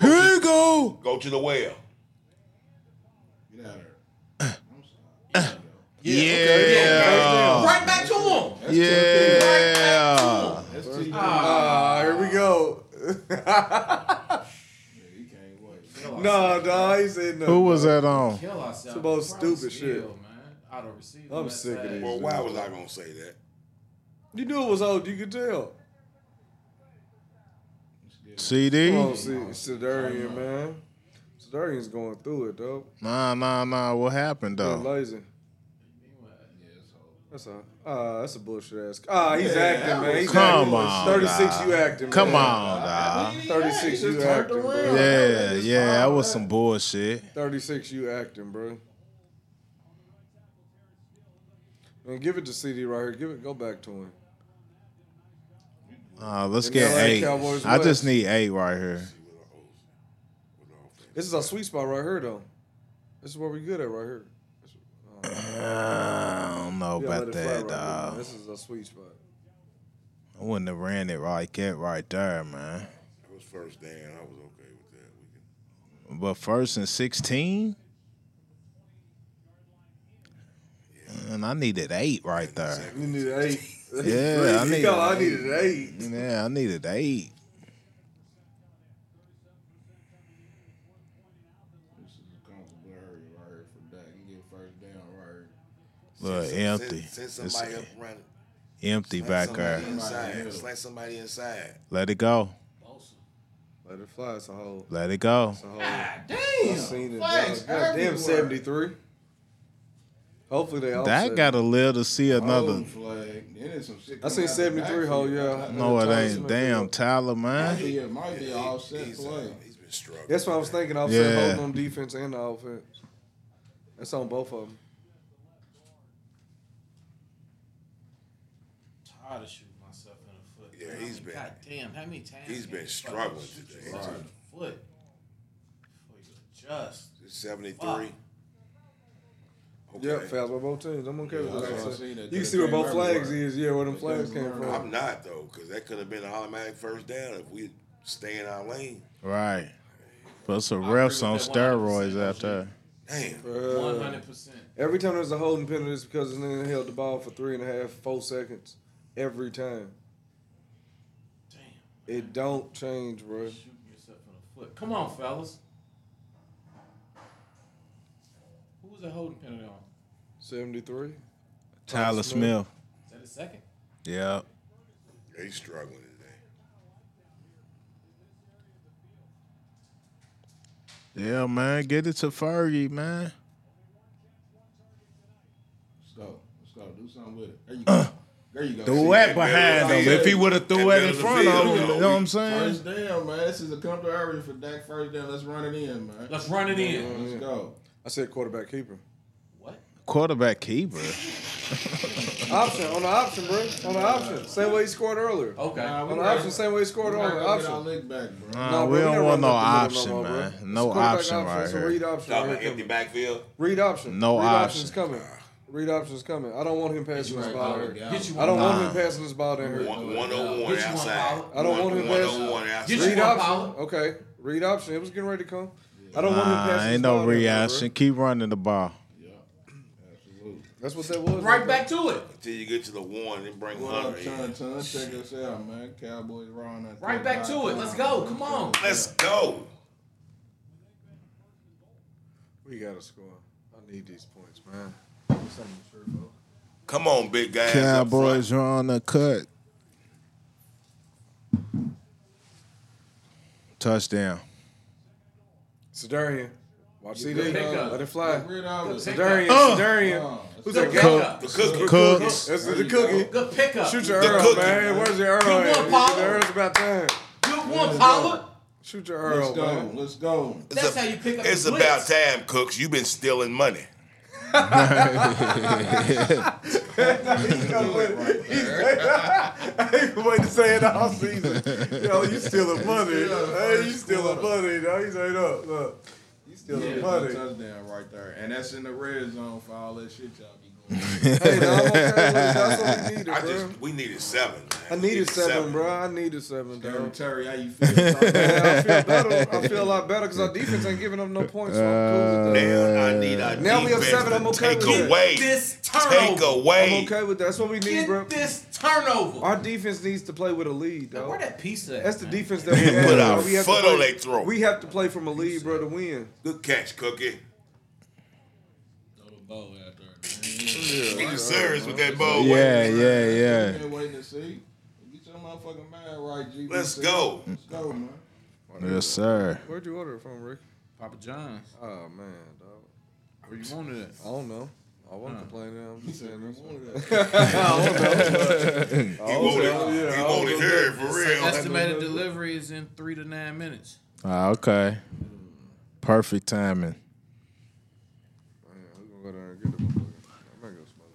Speaker 1: Here we go.
Speaker 4: Go to the well.
Speaker 6: Get out of here.
Speaker 1: Yeah.
Speaker 3: Right back to him.
Speaker 1: Yeah.
Speaker 6: That's too
Speaker 5: Ah, here we go.
Speaker 6: He can't wait.
Speaker 5: No, dog. He said no.
Speaker 1: Who was that on?
Speaker 7: Kill ourselves.
Speaker 5: the most
Speaker 7: Probably
Speaker 5: stupid
Speaker 7: steal,
Speaker 5: shit.
Speaker 7: man. Out of receipt.
Speaker 5: I'm
Speaker 7: West
Speaker 5: sick of
Speaker 7: Side.
Speaker 5: this.
Speaker 4: Well, why was I gonna say that?
Speaker 5: You knew it was old. You could tell. Come
Speaker 1: CD?
Speaker 5: on, see, Sidarian, man. Sidarian's going through it, though.
Speaker 1: Nah, nah, nah. What happened
Speaker 5: He's
Speaker 1: though?
Speaker 5: lazy. That's all. Ah, that's a bullshit ass. Ah, he's acting, man. He's
Speaker 1: Come
Speaker 5: acting.
Speaker 1: on.
Speaker 5: 36,
Speaker 1: dawg.
Speaker 5: you acting.
Speaker 1: Come
Speaker 5: man.
Speaker 1: on, dawg.
Speaker 5: 36, you
Speaker 6: turned
Speaker 5: acting, bro.
Speaker 1: Yeah, yeah. That was some bullshit.
Speaker 5: 36, you acting, bro. Man, give it to CD right here. Give it. Go back to him.
Speaker 1: Uh, let's
Speaker 5: And
Speaker 1: get
Speaker 5: LA
Speaker 1: eight.
Speaker 5: Cowboys
Speaker 1: I
Speaker 5: West.
Speaker 1: just need eight right here.
Speaker 5: This is our sweet spot right here, though. This is where we good at right here.
Speaker 1: I don't know
Speaker 5: We gotta
Speaker 1: about
Speaker 5: let it fly
Speaker 1: that,
Speaker 5: right here.
Speaker 1: dog.
Speaker 5: This is our sweet spot.
Speaker 1: I wouldn't have ran it like that right there, man.
Speaker 4: It was first down. I was okay with that. We can
Speaker 1: But first and 16? And I needed eight right there.
Speaker 5: You need an eight.
Speaker 1: Yeah, I
Speaker 5: You
Speaker 1: need
Speaker 5: know,
Speaker 1: an
Speaker 5: I need an eight.
Speaker 1: Yeah, I needed eight.
Speaker 6: This is a comfortable area right here for Dak. He get first down right here.
Speaker 1: Look,
Speaker 4: send-
Speaker 1: empty.
Speaker 4: Send, send
Speaker 1: It's
Speaker 4: somebody up running.
Speaker 1: empty
Speaker 4: Slant
Speaker 1: back
Speaker 4: somebody
Speaker 1: there.
Speaker 4: Inside. Slant somebody inside.
Speaker 1: Let it go.
Speaker 5: Let it fly. It's a whole.
Speaker 1: Let it go.
Speaker 5: It's a whole.
Speaker 6: Damn.
Speaker 5: I seen it.
Speaker 6: Flags
Speaker 5: dog. Goddamn,
Speaker 6: everywhere.
Speaker 5: 73. Hopefully they offset.
Speaker 1: That got to live to see
Speaker 4: Oh,
Speaker 1: another.
Speaker 6: Home flag. Then there's some shit.
Speaker 5: I seen
Speaker 6: coming out the
Speaker 5: 73 hole,
Speaker 6: backfield.
Speaker 5: yeah.
Speaker 1: No, it
Speaker 5: Tyler
Speaker 1: ain't.
Speaker 5: Smith,
Speaker 1: Damn,
Speaker 5: yeah.
Speaker 1: Tyler,
Speaker 6: Might
Speaker 1: man.
Speaker 6: be, it might be an offset
Speaker 4: He's, uh,
Speaker 6: play.
Speaker 4: he's been struggling.
Speaker 5: That's what I was thinking. Offset
Speaker 1: Yeah.
Speaker 5: holding on defense and the offense. That's on both of them.
Speaker 7: tired of shooting myself in the foot.
Speaker 4: Yeah,
Speaker 7: man.
Speaker 4: he's
Speaker 7: I mean,
Speaker 4: been-
Speaker 7: God damn, how many times?
Speaker 4: he's
Speaker 7: can
Speaker 4: been
Speaker 7: you fucking
Speaker 4: struggling
Speaker 7: shoot
Speaker 4: today.
Speaker 7: yourself in the Foot. Before you adjust.
Speaker 4: It's 73. Okay.
Speaker 5: Yep, fouls by both teams. I'm okay
Speaker 6: Yeah,
Speaker 5: with that.
Speaker 6: I seen
Speaker 5: So,
Speaker 6: that.
Speaker 5: You
Speaker 6: They
Speaker 5: can see where
Speaker 6: came
Speaker 5: both flags
Speaker 6: everywhere.
Speaker 5: is. Yeah, where them
Speaker 6: They
Speaker 5: flags
Speaker 6: came
Speaker 5: came
Speaker 6: everywhere.
Speaker 5: from.
Speaker 4: I'm not, though, because that could have been an automatic first down if we stay in our lane.
Speaker 1: Right. But some refs on steroids out there.
Speaker 4: Damn.
Speaker 5: Uh,
Speaker 7: One hundred percent.
Speaker 5: every time there's a holding penalty, it's because the nigga held the ball for three and a half, four seconds. Every time.
Speaker 7: Damn,
Speaker 5: It don't change, bro.
Speaker 7: shooting yourself in the foot. Come on, fellas. Who was that holding penalty on?
Speaker 5: 73.
Speaker 1: Tyler Smith.
Speaker 7: Is that a second?
Speaker 1: Yep.
Speaker 4: Yeah, he's struggling today.
Speaker 1: Yeah, man. Get it to Fergie, man.
Speaker 6: Let's go. Let's go. Do something with it. There you go. There you go. See,
Speaker 1: it
Speaker 4: Uh, behind him. If he
Speaker 1: would've
Speaker 4: threw it in front of him, you know what I'm
Speaker 1: saying?
Speaker 6: First down, man. This is a comfortable area for Dak. First down. Let's run it in, man.
Speaker 7: Let's run it in.
Speaker 6: Let's go.
Speaker 5: I said quarterback keeper.
Speaker 7: What?
Speaker 1: Quarterback keeper.
Speaker 5: Option on the option, bro. On the option, same way he scored earlier.
Speaker 7: Okay.
Speaker 6: Nah, we
Speaker 5: On the
Speaker 6: might-
Speaker 5: option, same way he
Speaker 6: we
Speaker 5: scored
Speaker 6: might
Speaker 5: earlier.
Speaker 6: go get our
Speaker 5: Option.
Speaker 6: lick back, bro.
Speaker 1: Nah,
Speaker 5: No,
Speaker 1: we
Speaker 5: bro,
Speaker 1: don't
Speaker 5: gotta
Speaker 1: want no
Speaker 5: run up the
Speaker 1: option,
Speaker 5: middle no more,
Speaker 1: man.
Speaker 5: bro. It's
Speaker 1: No
Speaker 5: quarterback
Speaker 1: option right
Speaker 5: It's a
Speaker 1: here.
Speaker 5: read option.
Speaker 4: Talking
Speaker 5: Right
Speaker 4: about
Speaker 5: here
Speaker 4: empty
Speaker 5: coming.
Speaker 4: backfield.
Speaker 5: Read option.
Speaker 1: No
Speaker 5: read
Speaker 1: option.
Speaker 5: option's coming. Read option's coming. I don't want him passing this
Speaker 6: right,
Speaker 5: ball.
Speaker 6: call it
Speaker 5: here.
Speaker 6: down.
Speaker 7: Get you
Speaker 5: I don't
Speaker 7: one.
Speaker 5: want him passing this ball down here.
Speaker 4: One- 101
Speaker 7: Get you one,
Speaker 4: outside.
Speaker 7: Paul.
Speaker 5: I don't want him
Speaker 4: 101 outside.
Speaker 7: Get you
Speaker 5: Read
Speaker 7: one,
Speaker 5: option.
Speaker 7: Pollard.
Speaker 5: Okay. Read option. It was getting ready to come. I don't want him
Speaker 1: Nah,
Speaker 5: passing
Speaker 1: ain't
Speaker 5: this
Speaker 1: no
Speaker 5: ball down here, bro.
Speaker 1: reaction. Keep running the ball.
Speaker 6: Yeah. Absolutely.
Speaker 5: That's what that was.
Speaker 3: Right back to it.
Speaker 4: Until you get to the one and bring
Speaker 6: What up,
Speaker 4: Hunter
Speaker 6: Ton
Speaker 4: in.
Speaker 6: Ton? Check us out, man. Cowboys Ron. that
Speaker 3: Right
Speaker 6: thing
Speaker 3: back to it.
Speaker 6: down.
Speaker 3: Let's go. Come on.
Speaker 4: Let's go.
Speaker 5: We got to score. I need these points, man.
Speaker 4: Come on, big guys. up front.
Speaker 1: Cowboys are on the cut. Touchdown.
Speaker 5: Sedarian, Watch
Speaker 8: The
Speaker 5: CD.
Speaker 8: pickup.
Speaker 5: Let it fly.
Speaker 6: Rid of it.
Speaker 5: Darian.
Speaker 1: Uh.
Speaker 5: Darian. Who's that
Speaker 8: Good
Speaker 5: guy?
Speaker 8: pickup.
Speaker 4: The cookie.
Speaker 1: Cooks.
Speaker 5: That's the cookie.
Speaker 8: Good pickup.
Speaker 5: Shoot your
Speaker 4: The
Speaker 5: arrow,
Speaker 4: cookie.
Speaker 5: man. Hey, Where's your arrow?
Speaker 8: Good
Speaker 5: at?
Speaker 8: one,
Speaker 5: The
Speaker 8: Paul.
Speaker 5: arrow's about time.
Speaker 8: Good one, Pollard.
Speaker 5: Shoot your
Speaker 6: Let's
Speaker 5: arrow,
Speaker 6: go.
Speaker 5: man.
Speaker 6: Let's go.
Speaker 8: That's how you pick up.
Speaker 4: It's
Speaker 8: the
Speaker 4: about
Speaker 8: blitz.
Speaker 4: time, Cooks. You've been stealing money.
Speaker 5: I ain't wait to say it all season. Yo, you stealing money. Hey, you stealing money. Dog. You straight up. Look. You
Speaker 6: Yeah,
Speaker 5: stealing
Speaker 6: that's a
Speaker 5: money.
Speaker 6: touchdown right there, and that's in the red zone for all that shit y'all be going.
Speaker 5: Hey, dog. I'm okay with it. That's what we needed,
Speaker 4: I
Speaker 5: bro.
Speaker 4: just we needed seven. man.
Speaker 5: I
Speaker 4: We
Speaker 5: needed seven, bro. I needed seven,
Speaker 6: Darryl
Speaker 5: dog.
Speaker 6: Terry, how you feel?
Speaker 5: Man, I feel better. I feel a lot better because our defense ain't giving up no points. So I'm cool with that.
Speaker 4: Now I need our
Speaker 5: Now we have
Speaker 4: defense
Speaker 5: seven.
Speaker 4: to
Speaker 5: I'm okay
Speaker 4: take
Speaker 5: with it.
Speaker 4: away.
Speaker 8: This
Speaker 4: Take
Speaker 8: turnover.
Speaker 4: away.
Speaker 5: I'm okay with that. That's what we need, bro.
Speaker 8: Get this turnover.
Speaker 5: Our defense needs to play with a lead,
Speaker 8: Now, where
Speaker 5: dog.
Speaker 8: that piece at?
Speaker 5: That's the
Speaker 8: man?
Speaker 5: defense that we have.
Speaker 4: Put our
Speaker 5: dog. We have to
Speaker 4: foot
Speaker 5: play-
Speaker 4: on their throat.
Speaker 5: We have to play from a lead, bro, to win.
Speaker 4: Good catch, Cookie.
Speaker 6: Throw the ball out there.
Speaker 4: You serious with that ball?
Speaker 1: Yeah, yeah,
Speaker 6: You
Speaker 1: yeah.
Speaker 6: been waiting to see. Get your motherfucking mind right, G.
Speaker 4: Let's go.
Speaker 1: Mm-hmm.
Speaker 6: Let's go, man.
Speaker 1: Yes, sir.
Speaker 5: Where'd you order it from, Rick?
Speaker 3: Papa John's.
Speaker 5: Oh man, dog.
Speaker 3: Where you wanted it?
Speaker 5: I don't know. I wasn't complaining. I'm just saying this.
Speaker 8: Oh,
Speaker 4: He wanted, he wanted her for real.
Speaker 3: Estimated delivery is in three to nine minutes.
Speaker 1: Ah, okay. Perfect timing.
Speaker 5: Man, we gonna go down and get the motherfucker. I'm not gonna smoke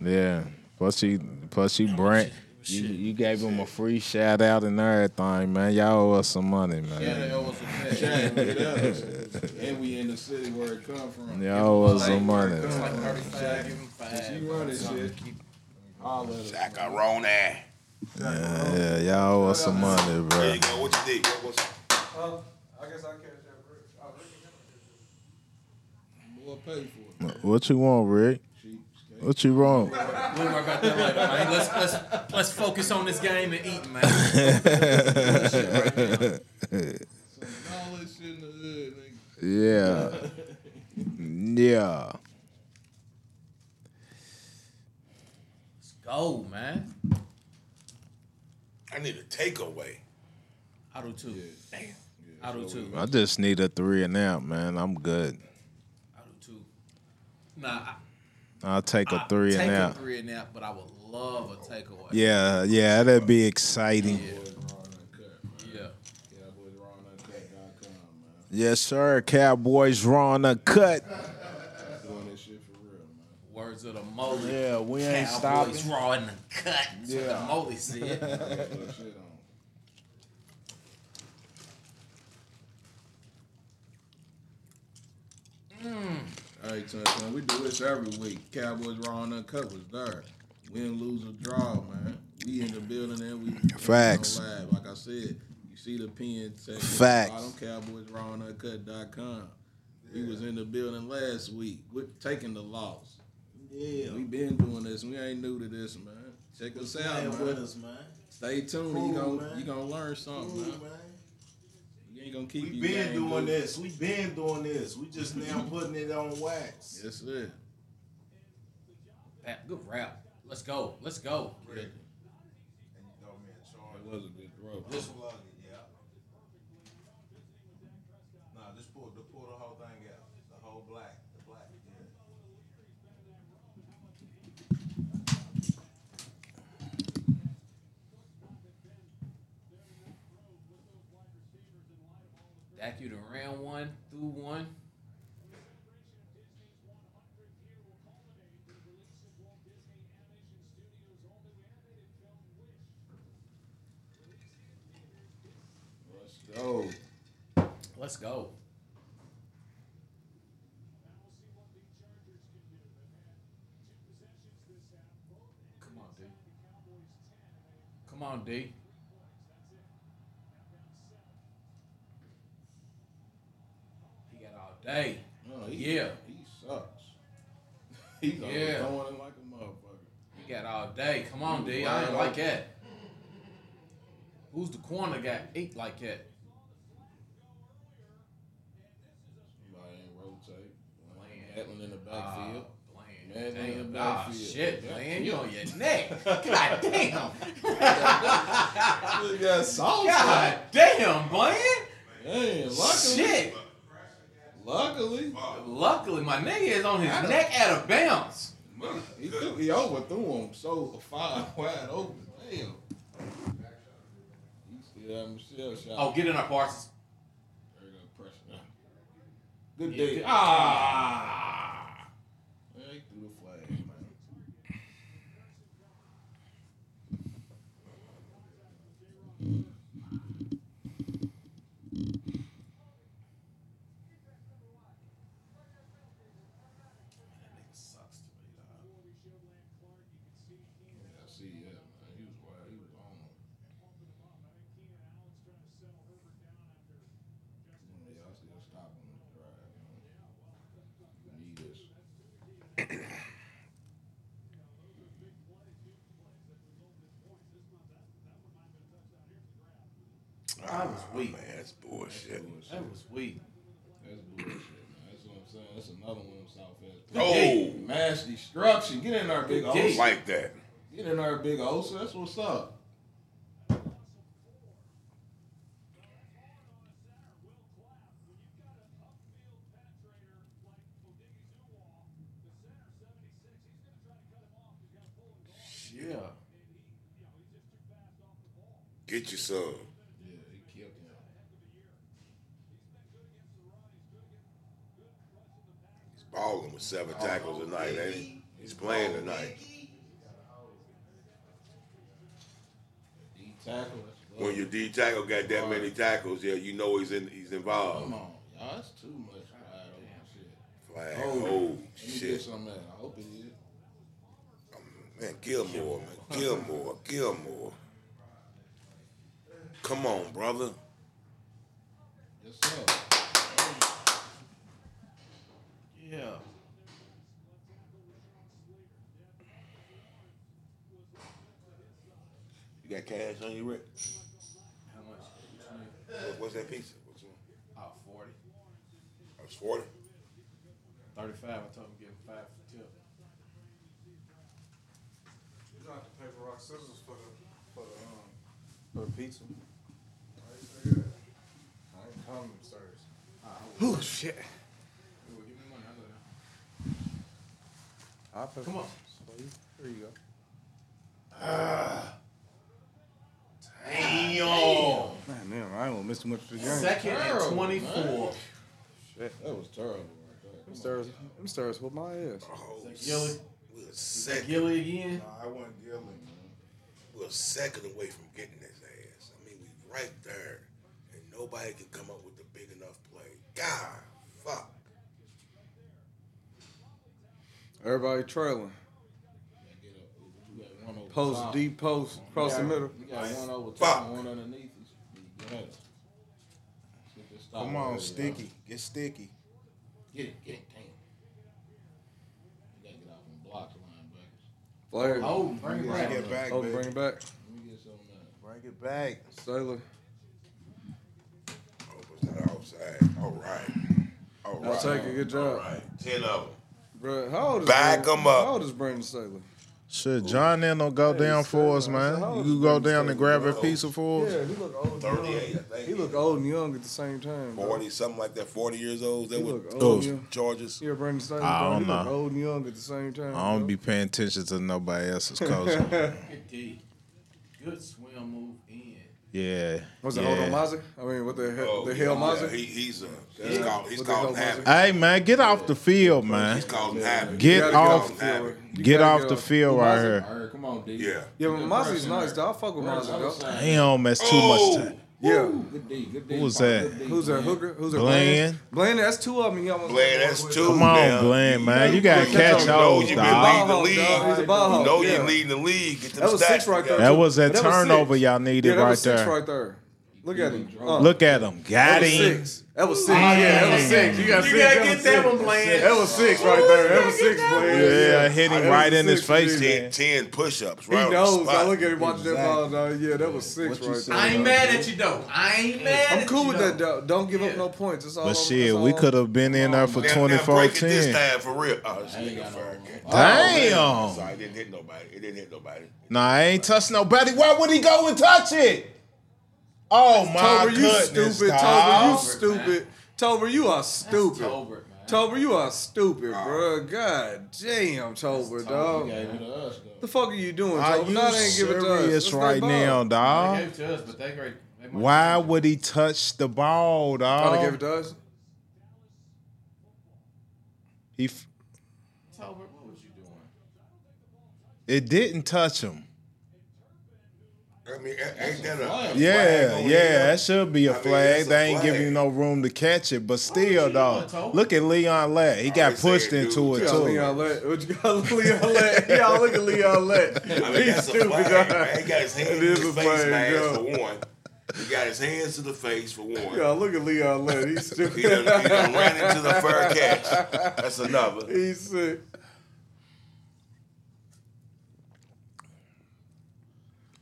Speaker 5: this.
Speaker 1: Yeah. Plus she plus she brand you, you gave him a free shout out and everything, man. Y'all owe us some money,
Speaker 3: Yeah,
Speaker 1: man.
Speaker 3: they owe us a check.
Speaker 6: Shaq, look at us. And we in the city where it come from.
Speaker 1: Y'all owe us some money.
Speaker 3: It's like
Speaker 1: man.
Speaker 3: 35, give him
Speaker 6: If
Speaker 3: five.
Speaker 6: you run this shit, all of it.
Speaker 4: Macaroni.
Speaker 1: Yeah, y'all owe us some money,
Speaker 4: There
Speaker 1: bro.
Speaker 4: you go. What you need? What's,
Speaker 5: Oh, I guess I catch that Rick. Oh, Rick
Speaker 6: We'll pay for it.
Speaker 1: What you want, Rick?
Speaker 6: Cheap skate.
Speaker 1: What you want?
Speaker 3: We'll worry about that later, man. Let's, let's, let's focus on this game and eat, man.
Speaker 6: All this shit in the hood, nigga.
Speaker 1: Yeah. Yeah.
Speaker 3: Let's go, man.
Speaker 4: I need a takeaway.
Speaker 3: I do too. Damn. I do too.
Speaker 1: I just need a three and out, man. I'm good.
Speaker 3: I do too. Nah, I,
Speaker 1: I'll take a
Speaker 3: I
Speaker 1: three
Speaker 3: Ah, take
Speaker 1: and out.
Speaker 3: a three and out, but I would love a takeaway.
Speaker 1: Yeah, yeah, that'd be exciting.
Speaker 6: Boys raw and uncut, man.
Speaker 3: Yeah.
Speaker 6: Cowboys raw and uncut.com, man.
Speaker 1: Yes, sir. Cowboys drawing a cut.
Speaker 6: Doing this shit for real, man.
Speaker 3: Words of the Moley.
Speaker 1: Yeah, we ain't
Speaker 3: Cowboys
Speaker 1: stopping.
Speaker 3: raw in the cut. That's what
Speaker 1: Yeah.
Speaker 3: the Moley said.
Speaker 6: Put shit on. Mmm. All right, son, son, we do this every week. Cowboys Raw and Uncut was there. Win, lose, or draw, man. We in the building and we
Speaker 1: Facts.
Speaker 6: we on live. Like I said, you see the pin text.
Speaker 1: Facts.
Speaker 6: Bottom Cowboys Raw and Uncut.com. We was in the building last week. We're taking the loss. Yeah. We been doing this. We ain't new to this, man. Check us out, man.
Speaker 9: with us, man.
Speaker 6: Stay tuned. you
Speaker 9: Cool,
Speaker 6: gonna
Speaker 9: man.
Speaker 6: you gonna learn something,
Speaker 9: Cool,
Speaker 6: man.
Speaker 9: man.
Speaker 6: You ain't gonna keep
Speaker 9: We
Speaker 6: you
Speaker 9: been
Speaker 6: dang
Speaker 9: doing
Speaker 6: good.
Speaker 9: this. We been doing this. We just now putting it on wax.
Speaker 6: Yes, sir.
Speaker 3: Pat, Good rap. Let's go. Let's go.
Speaker 6: It was a good throw.
Speaker 9: This one, love it, yeah. Nah, just pull, just pull the whole thing out. The whole black, the black. Yeah.
Speaker 3: Dak you to round one, through one.
Speaker 6: Let's go.
Speaker 3: Let's go. Come on, D. Come on, D. He got all day.
Speaker 6: No,
Speaker 3: Yeah.
Speaker 6: Oh, He sucks. He's always
Speaker 3: Yeah.
Speaker 6: throwing it like a motherfucker.
Speaker 3: He got all day. Come on, D. I ain't like that. Who's the corner got eight like that?
Speaker 6: Somebody ain't rotate.
Speaker 3: Bland.
Speaker 6: That one in the
Speaker 7: Ah,
Speaker 6: backfield.
Speaker 3: Oh,
Speaker 6: Man,
Speaker 3: Bland.
Speaker 6: man in
Speaker 3: Damn.
Speaker 6: the
Speaker 3: Ah,
Speaker 6: backfield.
Speaker 3: shit,
Speaker 6: Yeah.
Speaker 3: Bland. You on your neck. God damn.
Speaker 6: Uh, got sauce.
Speaker 3: God damn, Bland.
Speaker 6: Damn, luckily.
Speaker 3: Shit.
Speaker 6: Luckily,
Speaker 9: Oh,
Speaker 7: Luckily, my nigga is on his neck at a bounce.
Speaker 6: he, threw, he overthrew him so far wide open. Damn. He still had Michelle shot.
Speaker 7: Oh, get in our parts.
Speaker 6: There you go, pressure now. Good
Speaker 7: Yeah,
Speaker 6: day.
Speaker 7: good-
Speaker 6: Ah! Man, he threw the flag, man. Yeah, I see, yeah, man. He was wild. He was on him. Yeah, I still stop him on the drive, man. You need this.
Speaker 7: That was weak.
Speaker 4: Man, that's bullshit.
Speaker 7: That was weak.
Speaker 6: That's bullshit, man. That's what I'm saying. That's another one of them South Ass
Speaker 4: Oh,
Speaker 6: Mass destruction. Get in there, big
Speaker 7: Indeed.
Speaker 6: Osa.
Speaker 4: like that.
Speaker 6: Get in there, big Osa. That's what's up.
Speaker 7: Yeah.
Speaker 4: Get you some.
Speaker 6: Yeah, he killed him.
Speaker 4: He's balling with seven
Speaker 6: Oh,
Speaker 4: tackles tonight. Ain't he? He's playing tonight.
Speaker 6: D tackle. That's what
Speaker 4: When your D tackle got that many tackles, yeah, you know he's in. He's
Speaker 6: Come
Speaker 4: involved.
Speaker 6: on, y'all. That's too much wide open shit.
Speaker 4: Flag.
Speaker 6: Oh,
Speaker 4: Oh
Speaker 6: Let me get
Speaker 4: shit,
Speaker 6: some of that. I hope it is.
Speaker 4: man, Gilmore, man, Gilmore, Gilmore. Come on, brother.
Speaker 6: Yes, sir.
Speaker 7: Yeah.
Speaker 4: You got cash on you, Rick?
Speaker 7: How much?
Speaker 4: What- What's that pizza? What's one?
Speaker 7: About 40.
Speaker 4: I was forty.
Speaker 7: 35. I told him give him five for tip.
Speaker 5: You don't have to pay for rock scissors for the for the um for the pizza. I ain't coming upstairs. Oh shit!
Speaker 7: Hey, well, give me one. I'll go down.
Speaker 5: I'll pay
Speaker 7: Come
Speaker 5: for
Speaker 7: on.
Speaker 5: it. So you- Here you go.
Speaker 7: Damn.
Speaker 5: Man, damn, I ain't gonna miss too much of the game.
Speaker 7: Second
Speaker 6: Terrible,
Speaker 7: and 24.
Speaker 6: That was terrible right there.
Speaker 5: Them stairs, them stairs whooped my ass.
Speaker 4: Oh,
Speaker 7: Gilly.
Speaker 4: we're a second.
Speaker 7: Gilly again.
Speaker 6: I wasn't dealing.
Speaker 4: We're a second away from getting his ass. I mean, we right there, and nobody can come up with a big enough play. God, fuck.
Speaker 5: Everybody trailing.
Speaker 6: You got one over
Speaker 5: Post
Speaker 6: top.
Speaker 5: deep post across the middle.
Speaker 6: You got one over
Speaker 4: Fuck.
Speaker 6: top, and one underneath. You got it. Get this stop
Speaker 1: Come
Speaker 6: right here,
Speaker 1: on,
Speaker 6: y'all.
Speaker 1: sticky. Get sticky.
Speaker 6: Get it, get it, damn. You gotta get off and block the
Speaker 5: Flag.
Speaker 6: linebackers.
Speaker 7: Oh, bring it
Speaker 1: Bring
Speaker 7: back.
Speaker 1: it back,
Speaker 5: Oh,
Speaker 1: baby.
Speaker 5: bring it back.
Speaker 6: Let me get some of
Speaker 1: Bring it back.
Speaker 5: Sailor.
Speaker 4: Oh, was that outside? All right. All
Speaker 5: I'll
Speaker 4: right.
Speaker 5: take it. Good
Speaker 4: All
Speaker 5: job.
Speaker 4: right. Ten of them.
Speaker 5: Bro, how old is
Speaker 4: Back
Speaker 5: Brandon-
Speaker 4: 'em up.
Speaker 5: How old is Brandon Sailor?
Speaker 1: Shit, John then don't go
Speaker 5: Hey,
Speaker 1: down for
Speaker 5: son,
Speaker 1: us,
Speaker 5: I
Speaker 1: man.
Speaker 5: said, how
Speaker 1: You
Speaker 5: old
Speaker 1: can
Speaker 5: is
Speaker 1: go
Speaker 5: Brandon
Speaker 1: down and grab a
Speaker 4: bro?
Speaker 1: piece of for us.
Speaker 5: Yeah, he look old. and young.
Speaker 4: 38, I think.
Speaker 5: He look old and young at the same time. bro.
Speaker 4: 40, something like that, 40 years old. They
Speaker 5: He
Speaker 4: were
Speaker 5: look old,
Speaker 4: those
Speaker 5: yeah.
Speaker 4: Georges.
Speaker 5: Yeah, Brandon Sailor.
Speaker 1: I
Speaker 5: bro. He
Speaker 1: don't
Speaker 5: look
Speaker 1: know.
Speaker 5: old and young at the same time.
Speaker 1: I don't
Speaker 5: bro.
Speaker 1: be paying attention to nobody else's coach.
Speaker 7: Good D. Good swim move in.
Speaker 1: yeah.
Speaker 5: Was it
Speaker 1: yeah.
Speaker 5: yeah. Odo Mazi? I mean, what the hell?
Speaker 4: Oh,
Speaker 5: the hell,
Speaker 4: yeah,
Speaker 5: Mazi?
Speaker 4: he, he's a he's
Speaker 5: Yeah.
Speaker 4: called he's
Speaker 5: What they
Speaker 4: called
Speaker 5: call
Speaker 4: havoc.
Speaker 1: Hey man, get off the field, man.
Speaker 4: He's called havoc.
Speaker 1: Get
Speaker 5: You gotta get
Speaker 1: off-
Speaker 5: off the field. You
Speaker 1: Get
Speaker 5: gotta
Speaker 1: off the field right here.
Speaker 6: Alright, come on, D.
Speaker 4: Yeah.
Speaker 5: Yeah, but Mozzie's nice, though. I fuck with
Speaker 6: Where's
Speaker 5: Mozzie,
Speaker 6: the other
Speaker 5: though.
Speaker 6: side?
Speaker 1: Damn, that's too
Speaker 4: Oh!
Speaker 1: much time.
Speaker 5: Yeah.
Speaker 6: Woo! Good D, good D.
Speaker 1: Who was
Speaker 6: Paul,
Speaker 1: that?
Speaker 6: good D,
Speaker 5: Who's that
Speaker 6: man.
Speaker 5: hooker? Who's that?
Speaker 1: Bland.
Speaker 5: Bland, that's two of them. Y'all want-
Speaker 4: Blair, that's two.
Speaker 1: Come on,
Speaker 4: now.
Speaker 1: Blaine, man. You gotta
Speaker 5: Catch
Speaker 1: catch
Speaker 5: on.
Speaker 4: Knows
Speaker 1: those,
Speaker 4: you
Speaker 5: Ball
Speaker 1: dog.
Speaker 4: been
Speaker 5: hog,
Speaker 4: leading the
Speaker 5: dog.
Speaker 4: league.
Speaker 5: He's a ball
Speaker 4: You
Speaker 5: hog.
Speaker 4: know
Speaker 5: Oh, yeah.
Speaker 4: you're leading the league. Get them
Speaker 5: That was
Speaker 4: stats
Speaker 5: six right
Speaker 4: together.
Speaker 5: there.
Speaker 1: That was that
Speaker 5: That was six.
Speaker 1: turnover y'all
Speaker 5: Yeah,
Speaker 1: needed
Speaker 5: that
Speaker 1: right
Speaker 5: was six
Speaker 1: there.
Speaker 5: right there. Look at him. Uh,
Speaker 1: Look at him. Got
Speaker 5: that was
Speaker 1: him.
Speaker 5: six. That was six. Oh, Yeah, that was six. You got
Speaker 7: You
Speaker 5: six.
Speaker 7: gotta
Speaker 5: was
Speaker 7: get that
Speaker 5: six.
Speaker 7: one, Bland.
Speaker 5: That was six right there. That was six, Bland.
Speaker 1: Yeah, hit him
Speaker 5: That
Speaker 1: right
Speaker 5: was
Speaker 1: in his
Speaker 5: six,
Speaker 1: face.
Speaker 5: dude.
Speaker 1: man.
Speaker 4: Ten, 10 push-ups
Speaker 5: He
Speaker 4: right on the
Speaker 5: knows.
Speaker 4: spot.
Speaker 5: I look at him watching that
Speaker 6: Exactly.
Speaker 5: ball. dog. Yeah, that was six
Speaker 6: What you
Speaker 5: right
Speaker 6: said.
Speaker 5: there.
Speaker 7: I ain't mad at you, though. I ain't mad at you.
Speaker 5: I'm cool with that.
Speaker 7: though.
Speaker 5: Dog. Don't give
Speaker 7: Yeah.
Speaker 5: up no points. That's all.
Speaker 1: But
Speaker 4: Oh,
Speaker 5: I'm-
Speaker 1: shit,
Speaker 5: that's
Speaker 1: we
Speaker 5: all.
Speaker 1: could have been in there for
Speaker 4: Now- now Oh, break it this
Speaker 1: 24-10.
Speaker 4: time for real. Oh, this
Speaker 6: ain't
Speaker 4: nigga
Speaker 6: got no-
Speaker 4: Farrakhan.
Speaker 1: Damn.
Speaker 4: Sorry, it didn't hit nobody. It didn't hit nobody.
Speaker 1: Nah, I ain't touch nobody. Why would he go and touch it? Oh my
Speaker 5: Tober, you
Speaker 1: goodness,
Speaker 5: stupid. Tober, you
Speaker 1: dog.
Speaker 5: stupid. Tober, you are stupid.
Speaker 7: Tolbert, man.
Speaker 5: Tober, you are stupid, bruh. God damn, Tober, dog.
Speaker 6: Gave it to us though.
Speaker 5: The fuck are you doing,
Speaker 1: Are
Speaker 5: Tober?
Speaker 1: you
Speaker 5: No, they ain't give it to us.
Speaker 1: serious
Speaker 5: It's
Speaker 1: right
Speaker 5: their
Speaker 1: now,
Speaker 5: ball.
Speaker 7: They
Speaker 1: dog?
Speaker 7: gave it to us, but they great. they might-
Speaker 1: Why would he touch the ball,
Speaker 5: Oh, they gave
Speaker 1: dog?
Speaker 5: it to us?
Speaker 1: He f-
Speaker 7: Tolbert, what was you doing?
Speaker 1: it didn't touch him.
Speaker 4: I mean, a- ain't that a
Speaker 1: Yeah,
Speaker 4: flag on
Speaker 1: yeah,
Speaker 4: him?
Speaker 1: that should be a
Speaker 4: I mean,
Speaker 1: flag.
Speaker 4: that's a
Speaker 1: they ain't
Speaker 4: flag.
Speaker 1: giving you no room to catch it, but still,
Speaker 7: you
Speaker 1: dog.
Speaker 7: doing, Tolbert?
Speaker 1: Look at Leon Latt. He got
Speaker 4: already said,
Speaker 1: pushed
Speaker 4: dude,
Speaker 1: into
Speaker 5: You
Speaker 1: it
Speaker 5: got
Speaker 1: too.
Speaker 5: Leon Lett. What you got, Leon Lett? Y'all look at Leon Lett.
Speaker 4: I mean,
Speaker 5: He's
Speaker 4: that's a
Speaker 5: stupid,
Speaker 4: flag. Man. He
Speaker 5: dog.
Speaker 4: got his hands
Speaker 5: It
Speaker 4: to
Speaker 5: is
Speaker 4: the
Speaker 5: a
Speaker 4: face
Speaker 5: flag,
Speaker 4: mask
Speaker 5: yeah.
Speaker 4: for one. He got his hands to the face for one.
Speaker 5: Y'all look at Leon Lett. He's
Speaker 4: He,
Speaker 5: stupid.
Speaker 4: done, he done ran into the fur catch. That's another.
Speaker 5: He's sick.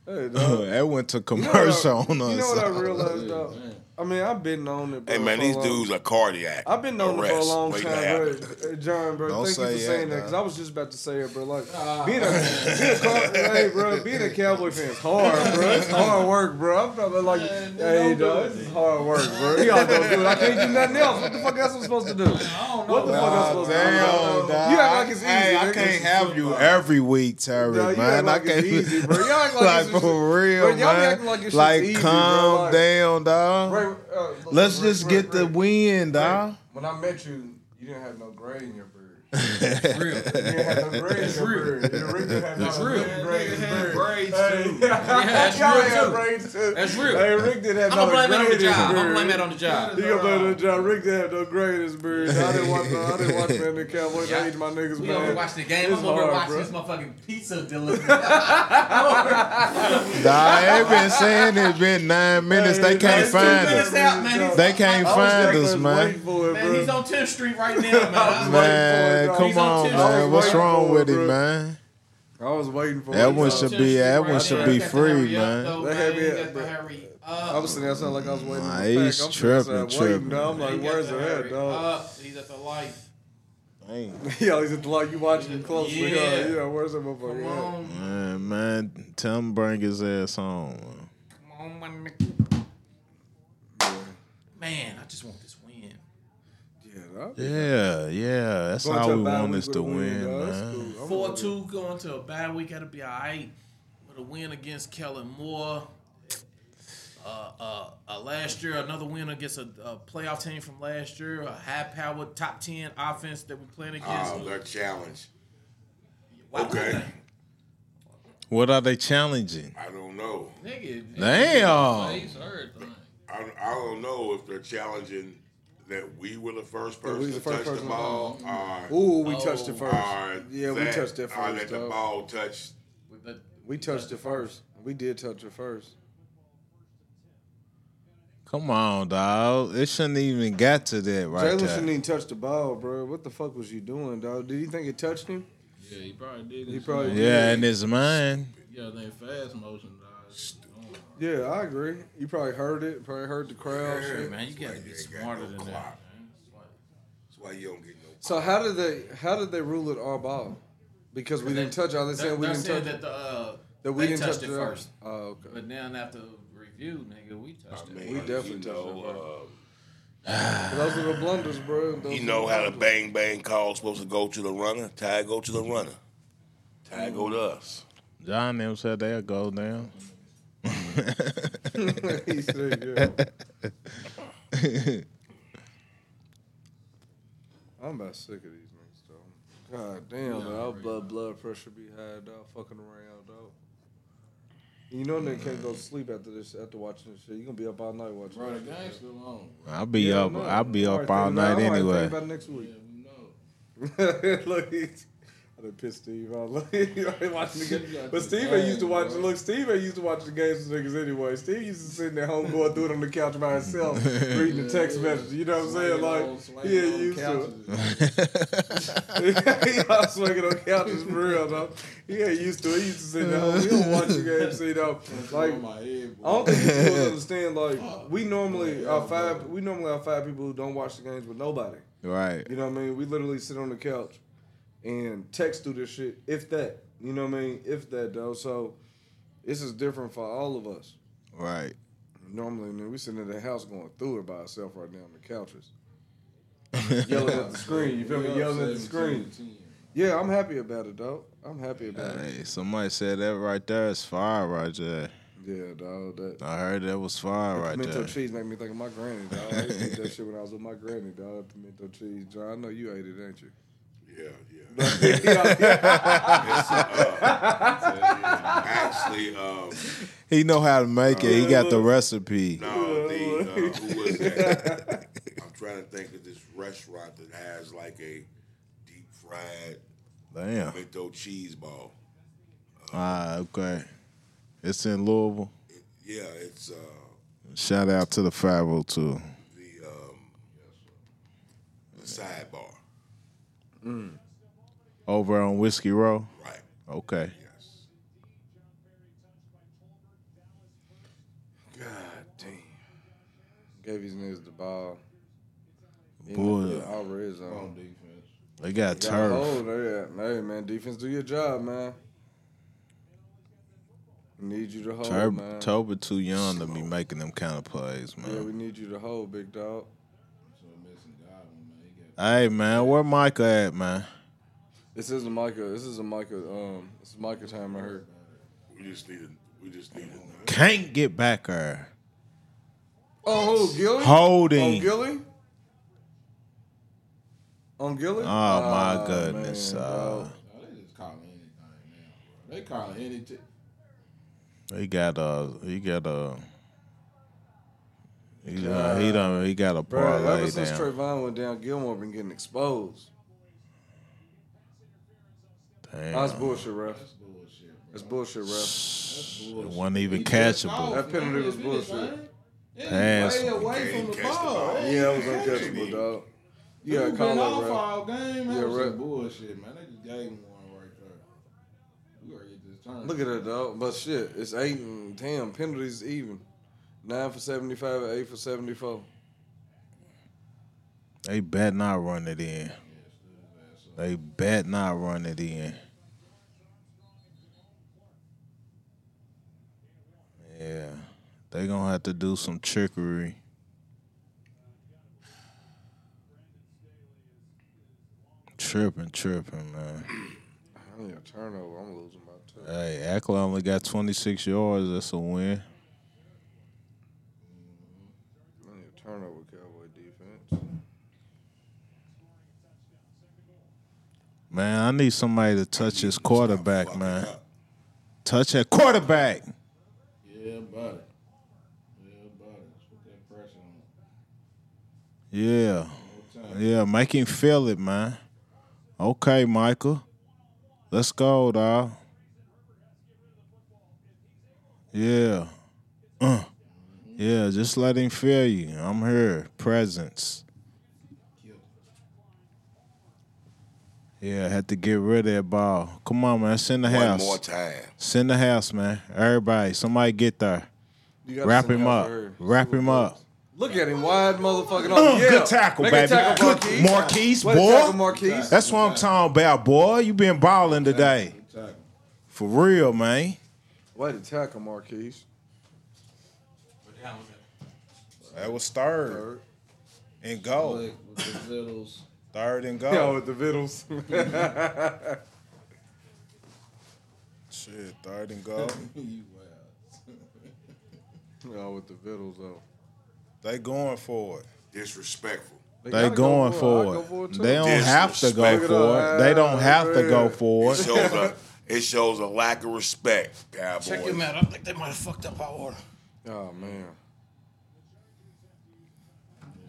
Speaker 5: Hey, dog.
Speaker 1: that went to
Speaker 5: You know what I-
Speaker 1: commercial on us.
Speaker 5: You know what I
Speaker 6: Yeah,
Speaker 5: realized, though?
Speaker 6: man.
Speaker 5: I mean, I've been on it. Bro,
Speaker 4: Hey man,
Speaker 5: for a
Speaker 4: these
Speaker 5: long-
Speaker 4: dudes are cardiac.
Speaker 5: I've been on it for a
Speaker 4: arrest
Speaker 5: long
Speaker 4: waiting to
Speaker 5: time,
Speaker 4: happen.
Speaker 5: bro. Uh, John, bro,
Speaker 1: Don't
Speaker 5: thank you
Speaker 1: say
Speaker 5: for
Speaker 1: that,
Speaker 5: saying that
Speaker 1: dog.
Speaker 5: because I was just about to say it, bro. Like being a, being a car, hey, bro, being a cowboy fan is hard, bro. It's hard work, bro. I'm talking about like, hey, dog, this is hard work, bro. Y'all gonna do it. I can't do nothing else. What the fuck else I'm supposed to do? What the fuck I'm
Speaker 1: Oh,
Speaker 5: supposed
Speaker 1: damn,
Speaker 5: to do? You act like it's easy.
Speaker 1: Hey, I
Speaker 5: nigga.
Speaker 1: can't have you every week, Terry,
Speaker 5: Nah, you
Speaker 1: man.
Speaker 5: act like
Speaker 1: I
Speaker 5: it's
Speaker 1: can't
Speaker 5: easy, bro. Y'all act like it's just-
Speaker 1: for real,
Speaker 5: bro, y'all be
Speaker 1: man.
Speaker 5: acting like it's
Speaker 1: Like,
Speaker 5: just easy, bro.
Speaker 1: calm
Speaker 5: Like-
Speaker 1: down, dog.
Speaker 5: Ray, uh,
Speaker 1: Let's
Speaker 5: Ray,
Speaker 1: just
Speaker 5: Ray,
Speaker 1: get
Speaker 5: Ray,
Speaker 1: the win, dog.
Speaker 5: Ray, When I met you, you didn't have no grade in your beard. You didn't have no grade in your beard. You really had no
Speaker 7: real.
Speaker 5: fucking grade in his beard.
Speaker 3: braids
Speaker 5: Hey,
Speaker 7: that's
Speaker 5: y'all
Speaker 7: real,
Speaker 5: had
Speaker 7: too.
Speaker 5: braids too.
Speaker 7: That's real.
Speaker 5: Hey, Rick didn't have
Speaker 7: I'm gonna
Speaker 5: no
Speaker 7: blame that on the
Speaker 5: grade in his
Speaker 7: job. I'm gonna blame
Speaker 5: beard.
Speaker 7: that on the job.
Speaker 5: You gonna blame it on John Rick didn't have no grade in his beard. I didn't watch no, I didn't watch man the Cowboys.
Speaker 7: Yeah.
Speaker 5: I eat my niggas
Speaker 7: We over
Speaker 5: man.
Speaker 7: here watching the game.
Speaker 5: It's
Speaker 7: I'm over here
Speaker 5: hard,
Speaker 7: watching
Speaker 5: bro.
Speaker 7: this motherfucking pizza delivery. I'm over here-
Speaker 1: Nah, I ain't been saying it's been nine minutes.
Speaker 5: Hey,
Speaker 1: They can't
Speaker 5: it's two
Speaker 1: find
Speaker 7: minutes
Speaker 1: us.
Speaker 7: out, man. He's- oh,
Speaker 1: They can't
Speaker 5: I was
Speaker 1: find
Speaker 5: just
Speaker 1: us,
Speaker 5: waiting
Speaker 1: man.
Speaker 5: for it,
Speaker 7: man,
Speaker 5: bro.
Speaker 7: he's on 10th Street right now, man. I'm-
Speaker 1: Man,
Speaker 5: for it,
Speaker 1: come on,
Speaker 5: dog.
Speaker 7: He's on
Speaker 1: man.
Speaker 5: Tuesday.
Speaker 1: What's wrong with it,
Speaker 5: Bro.
Speaker 1: man?
Speaker 5: I was waiting for
Speaker 1: That
Speaker 5: it,
Speaker 1: one
Speaker 5: dog.
Speaker 1: should
Speaker 7: Tenth
Speaker 1: be-
Speaker 7: Street
Speaker 1: that
Speaker 7: right
Speaker 1: one should
Speaker 7: there.
Speaker 1: be
Speaker 7: You got to
Speaker 1: free,
Speaker 7: hurry up,
Speaker 1: man.
Speaker 7: though,
Speaker 5: They had me
Speaker 7: man. You
Speaker 5: at-
Speaker 7: got to hurry up.
Speaker 5: I was sitting there sounding like I was waiting.
Speaker 1: Nah,
Speaker 5: for the
Speaker 1: he's
Speaker 5: pack. I'm sitting
Speaker 1: tripping,
Speaker 5: outside
Speaker 1: tripping.
Speaker 5: Waiting, dog. I'm
Speaker 7: You
Speaker 5: like,
Speaker 7: got
Speaker 5: where's
Speaker 7: to
Speaker 5: it at,
Speaker 7: hurry
Speaker 5: dog?
Speaker 7: up. He's at the light.
Speaker 5: Yeah, he's at the light. You watching him closely. Yeah,
Speaker 7: Yeah.
Speaker 5: yeah where's that
Speaker 7: Come
Speaker 5: motherfucker? at?
Speaker 7: on,
Speaker 1: Man, man, tell him bring his ass home. man.
Speaker 7: come on, my nigga. Man, I just want this win.
Speaker 5: Yeah, dog.
Speaker 1: Yeah, yeah. That's
Speaker 5: Going
Speaker 1: how
Speaker 5: to a
Speaker 1: we
Speaker 5: bye
Speaker 1: want
Speaker 5: week
Speaker 1: us
Speaker 5: with
Speaker 1: to
Speaker 5: a
Speaker 1: win,
Speaker 5: dog. That's
Speaker 1: man.
Speaker 5: cool. I'm
Speaker 7: Four
Speaker 5: with it.
Speaker 7: two going to a bad week. Got to be all right. With a win against Kellen Moore. Uh, uh, uh, last year, another win against a, a playoff team from last year, a high-powered top ten offense that we're playing against.
Speaker 4: Oh, their challenge.
Speaker 7: Why would
Speaker 4: Okay.
Speaker 1: What are they challenging?
Speaker 4: I don't know.
Speaker 7: they? Nigga,
Speaker 1: Damn.
Speaker 4: I, I don't know if they're challenging that we were the first
Speaker 5: we
Speaker 4: person
Speaker 5: the
Speaker 4: to
Speaker 5: first
Speaker 4: touch
Speaker 5: person
Speaker 4: the
Speaker 5: to-
Speaker 4: ball. Or,
Speaker 5: Ooh, we touched it first.
Speaker 4: or
Speaker 5: yeah, we
Speaker 4: that-
Speaker 5: touched it
Speaker 4: Or
Speaker 5: first,
Speaker 4: that the
Speaker 5: dog.
Speaker 4: ball touched.
Speaker 7: with the-
Speaker 5: We touched it first. We did touch it first.
Speaker 1: Come on, dog. It shouldn't even got to that right
Speaker 5: Jalen shouldn't
Speaker 1: there.
Speaker 5: even touch the ball, bro. What the fuck was you doing, dog? Did you think it touched him?
Speaker 6: Yeah, he probably did.
Speaker 5: He
Speaker 6: this
Speaker 5: probably-
Speaker 6: shit.
Speaker 1: Yeah, and it's mine.
Speaker 6: Yeah, they fast motion. dog. Stupid.
Speaker 5: Yeah, I agree. You probably heard it. Probably heard the crowd. shit.
Speaker 7: man, you gotta be
Speaker 4: ain't got
Speaker 7: smarter
Speaker 4: no
Speaker 7: than that.
Speaker 4: clock.
Speaker 7: man. That's why-
Speaker 4: That's why you don't get no.
Speaker 5: So how did they? How did they rule it our ball? Because we didn't touch. All they
Speaker 7: They're,
Speaker 5: saying we
Speaker 7: they're
Speaker 5: didn't
Speaker 7: saying
Speaker 5: touch.
Speaker 7: that the uh,
Speaker 5: That we
Speaker 7: they
Speaker 5: didn't
Speaker 7: touched
Speaker 5: touch
Speaker 7: it
Speaker 5: the-
Speaker 7: first,
Speaker 5: Oh, okay.
Speaker 7: but then after review, nigga, we touched
Speaker 4: I
Speaker 7: it.
Speaker 4: mean,
Speaker 5: We definitely
Speaker 4: you
Speaker 5: touched it
Speaker 4: know,
Speaker 5: Those are the blunders, bro.
Speaker 4: uh,
Speaker 5: Those
Speaker 4: you
Speaker 5: are
Speaker 4: know
Speaker 5: the
Speaker 4: how the
Speaker 5: blunders.
Speaker 4: bang bang call supposed to go to the runner. Tag go to the runner. Tag go to
Speaker 5: Mm.
Speaker 4: us.
Speaker 1: John them said they'll go down.
Speaker 5: He said, yeah. I'm about sick of these niggas, though. God damn, dog. Our blood, blood pressure be high, dog. Fucking around, dog. You know, nigga can't go to sleep after this, after watching this shit. You gonna be up all night watching.
Speaker 6: Bro, the
Speaker 5: this
Speaker 6: game's
Speaker 5: shit.
Speaker 6: still on.
Speaker 1: I'll be
Speaker 5: Yeah, I
Speaker 1: up.
Speaker 5: know.
Speaker 1: I'll be
Speaker 5: I'm
Speaker 1: up all
Speaker 5: already
Speaker 1: night
Speaker 5: thinking about- I'm already
Speaker 1: anyway.
Speaker 5: thinking about next week.
Speaker 6: Yeah, we know.
Speaker 5: look, he's, I done pissed Steve off. Look, he already watching the
Speaker 6: Steve
Speaker 5: game. But
Speaker 6: got the
Speaker 5: Steve ain't
Speaker 6: bag,
Speaker 5: used to watch.
Speaker 6: bro.
Speaker 5: Look, Steve ain't used to watch the games with niggas anyway. Steve used to sitting at home going through it on the couch by himself, reading the text
Speaker 6: yeah.
Speaker 5: messages. You know what I'm saying?
Speaker 6: Swinging
Speaker 5: Like,
Speaker 6: on- swinging
Speaker 5: he
Speaker 6: on
Speaker 5: ain't used to
Speaker 6: couches.
Speaker 5: it. Y'all swinging on couches for real, though. He ain't used to it. He used to sit at home. He don't watch the games, you know. Like,
Speaker 6: On my head, boy.
Speaker 5: I don't think people understand. Like, we normally are five. We normally are five people who don't watch the games with nobody.
Speaker 1: Right.
Speaker 5: You know what I mean? We literally sit on the couch and text through this shit, if that. You know what I mean? If that, though. So this is different for all of us.
Speaker 1: Right.
Speaker 5: Normally, man, we sitting in the house going through it by ourselves right now on the couches. yelling at the screen. You feel me? Yelling at the screen. Yeah, I'm happy about it, though. I'm happy about it.
Speaker 1: Hey, somebody said that right there is fire right there.
Speaker 5: Yeah, dog. That
Speaker 1: I heard that was fire right
Speaker 5: pimento
Speaker 1: there.
Speaker 5: cheese make me think of my granny, dog. I used to eat that shit when I was with my granny, dog. Pimento cheese. John, I know you ate it, ain't you?
Speaker 4: Yeah, yeah. Actually, um,
Speaker 1: He know how to make it. He got the recipe.
Speaker 4: no, the uh, who was that? I'm trying to think of this restaurant that has like a deep fried
Speaker 1: Damn.
Speaker 4: pimento cheese ball.
Speaker 1: Ah, okay. It's in Louisville.
Speaker 4: Yeah, it's uh,
Speaker 1: Shout out to the 502.
Speaker 4: the um, the sidebar,
Speaker 1: Over on Whiskey Row.
Speaker 4: right?
Speaker 1: Okay.
Speaker 4: Yes. God damn.
Speaker 5: Gave these niggas the ball.
Speaker 1: Boy,
Speaker 5: All red
Speaker 6: On
Speaker 5: zone.
Speaker 6: defense.
Speaker 1: they got
Speaker 5: Got
Speaker 1: turf.
Speaker 5: hold of that. Hey, man, defense, do your job, man. We need you to hold, man.
Speaker 1: Turb- Tober too young to be making them kind of plays,
Speaker 5: Yeah, we
Speaker 1: man.
Speaker 5: need you to hold, big dog.
Speaker 6: So missing Godwin, man. He got
Speaker 1: Hey, man, where Micah at, man?
Speaker 5: This isn't Micah. uh, This isn't Micah. Um, this is Micah time right here.
Speaker 4: We just need a, we just need a,
Speaker 1: Can't get back there.
Speaker 5: Oh, who? Gilly? On
Speaker 1: Holding.
Speaker 5: Gilly? On
Speaker 1: Oh,
Speaker 5: Gilly?
Speaker 1: my
Speaker 5: Ah,
Speaker 1: goodness.
Speaker 5: man,
Speaker 1: uh,
Speaker 5: dog.
Speaker 6: no, they just calling anything now, bro. They calling anything.
Speaker 1: uh, He got a. He got a. He done. He done. He got a
Speaker 5: Bro, ever
Speaker 1: parlay
Speaker 5: since
Speaker 1: down.
Speaker 5: Trayvon went down, Gilmore been getting exposed. That's
Speaker 1: Damn.
Speaker 5: bullshit, ref.
Speaker 6: That's bullshit, bro.
Speaker 5: That's bullshit, ref.
Speaker 1: It wasn't even catchable.
Speaker 5: That penalty was bullshit.
Speaker 1: Pass.
Speaker 6: Way away from the
Speaker 4: Catch the ball.
Speaker 6: ball.
Speaker 5: Yeah, it was uncatchable, dog. You
Speaker 6: Yeah,
Speaker 5: gotta
Speaker 6: been
Speaker 5: call
Speaker 6: off
Speaker 5: that, ref.
Speaker 6: all game. That
Speaker 5: Yeah,
Speaker 6: was
Speaker 5: ref.
Speaker 6: some bullshit, man. They just gave him one right there. We gotta get this turn.
Speaker 5: Look at that, dog. But shit, it's eight and ten. Penalties even. Nine for 75 and eight for 74.
Speaker 1: They bet not run it in. They bet not run it in. Yeah, they gonna have to do some trickery. Tripping, tripping, man.
Speaker 5: I need a turnover. I'm losing my two.
Speaker 1: Hey, Ackler only got 26 yards. That's a win.
Speaker 5: I need a turnover, Cowboy defense.
Speaker 1: Man, I need somebody to touch his quarterback, man. Touch that quarterback.
Speaker 6: Yeah, buddy. Yeah, buddy. Just Put that pressure on
Speaker 1: Yeah.
Speaker 6: him. All time.
Speaker 1: Yeah, make him feel it, man. Okay, Michael. Let's go, dog. Yeah. Uh. Yeah, just let him feel you. I'm here. Presence. Yeah, had to get rid of that ball. Come on, man. Send the
Speaker 4: one
Speaker 1: house.
Speaker 4: more time.
Speaker 1: Send the house, man. Everybody, somebody get there.
Speaker 5: You gotta
Speaker 1: Wrap
Speaker 5: send
Speaker 1: him
Speaker 5: out
Speaker 1: up.
Speaker 5: there. See
Speaker 1: Wrap
Speaker 5: what
Speaker 1: him
Speaker 5: goes.
Speaker 1: up.
Speaker 5: Look at him, wide motherfucking
Speaker 1: Boom,
Speaker 5: open. Oh, Yeah.
Speaker 1: Good tackle,
Speaker 5: Make
Speaker 1: baby.
Speaker 5: A tackle,
Speaker 1: Good-
Speaker 5: Marquise.
Speaker 1: Marquise,
Speaker 5: Way to tackle,
Speaker 1: boy.
Speaker 5: Marquise.
Speaker 1: That's what I'm talking about, boy. You been balling today.
Speaker 6: Good tackle.
Speaker 1: For real, man.
Speaker 5: Way to tackle, Marquise.
Speaker 7: What down was that?
Speaker 1: That was third
Speaker 5: Third.
Speaker 1: and goal.
Speaker 6: Click with the littles.
Speaker 1: Third and
Speaker 5: Yeah, with the Vittles.
Speaker 1: Shit, third and goal.
Speaker 6: you uh, wild.
Speaker 5: yeah, with the Vittles, though.
Speaker 1: they going for it.
Speaker 4: Disrespectful.
Speaker 1: They
Speaker 5: gotta
Speaker 1: going
Speaker 5: go
Speaker 1: for
Speaker 5: I go
Speaker 1: it.
Speaker 5: too.
Speaker 1: They don't have to go
Speaker 4: Disrespect.
Speaker 1: for it. They don't have to go for
Speaker 4: It
Speaker 1: it.
Speaker 4: shows a it shows a lack of respect, Cowboys.
Speaker 7: Check him out. I think they might have fucked up our order.
Speaker 5: Oh, man.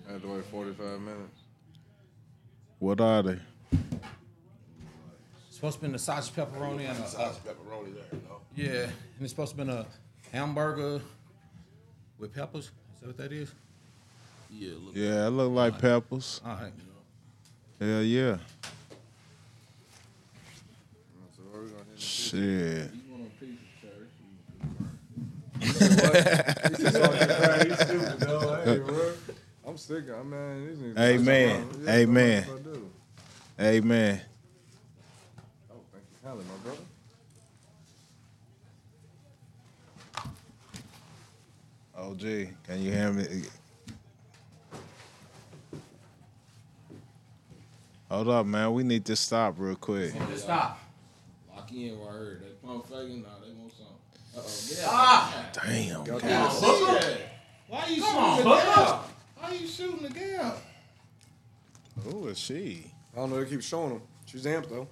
Speaker 5: I had to wait 45 minutes.
Speaker 1: What are they?
Speaker 7: It's supposed to be the sausage pepperoni and a,
Speaker 4: Sausage pepperoni there, no?
Speaker 7: yeah, and it's supposed to be a hamburger with peppers. Is that what that is?
Speaker 6: Yeah, look.
Speaker 1: Yeah, it look like peppers.
Speaker 7: All right.
Speaker 1: Hell yeah.
Speaker 5: So where we gonna hit it?
Speaker 1: Shit.
Speaker 6: You want a piece of church? You-
Speaker 5: Hey, bro. I'm sick. I man, these niggas.
Speaker 1: Amen.
Speaker 5: Yeah,
Speaker 1: Amen.
Speaker 5: that's what I do.
Speaker 1: Hey man.
Speaker 5: Oh, thank you kindly, my brother.
Speaker 1: OG, can you hear me? Hold up, man. We need to stop real quick.
Speaker 3: Just stop.
Speaker 6: Lock in right here. They pump faking. Nah, they want something. Uh oh, get out.
Speaker 1: Damn.
Speaker 6: Yeah. Why you shooting
Speaker 3: Ah, on,
Speaker 6: the
Speaker 3: hook
Speaker 6: gal? Why you shooting the gal?
Speaker 1: Who is she?
Speaker 5: I don't know. They keep showing them. She's amped though.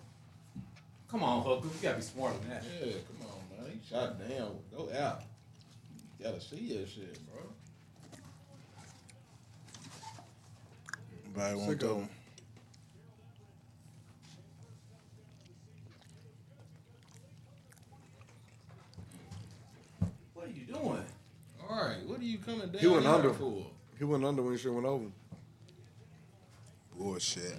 Speaker 3: Come on, Hooker. You gotta be smarter than that.
Speaker 6: Yeah, come on, man. You shot down. Go out. You gotta see that shit, bro.
Speaker 1: Everybody want
Speaker 5: Sicko.
Speaker 1: them.
Speaker 3: What are you doing?
Speaker 6: All right, what are you coming down
Speaker 5: He went
Speaker 6: here
Speaker 5: under.
Speaker 6: for?
Speaker 5: He went under when she went over. him.
Speaker 1: Bullshit.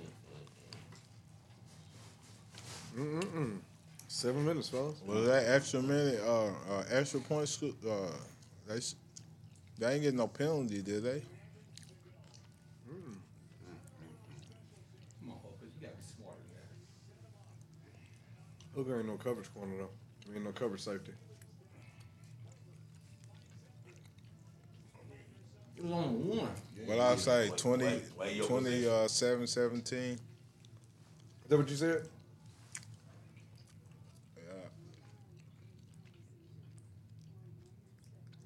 Speaker 5: Seven minutes, fellas.
Speaker 1: Was that extra minute uh, uh extra point sco- uh they s- they ain't getting no penalty, did they?
Speaker 3: Come on, Hooker. You gotta be smarter than that.
Speaker 5: Hooker ain't no coverage corner though. I mean, no coverage safety.
Speaker 3: It was on one.
Speaker 1: What I say, 20,
Speaker 2: play your
Speaker 1: 20 uh, 7, 17?
Speaker 5: Is that what you said?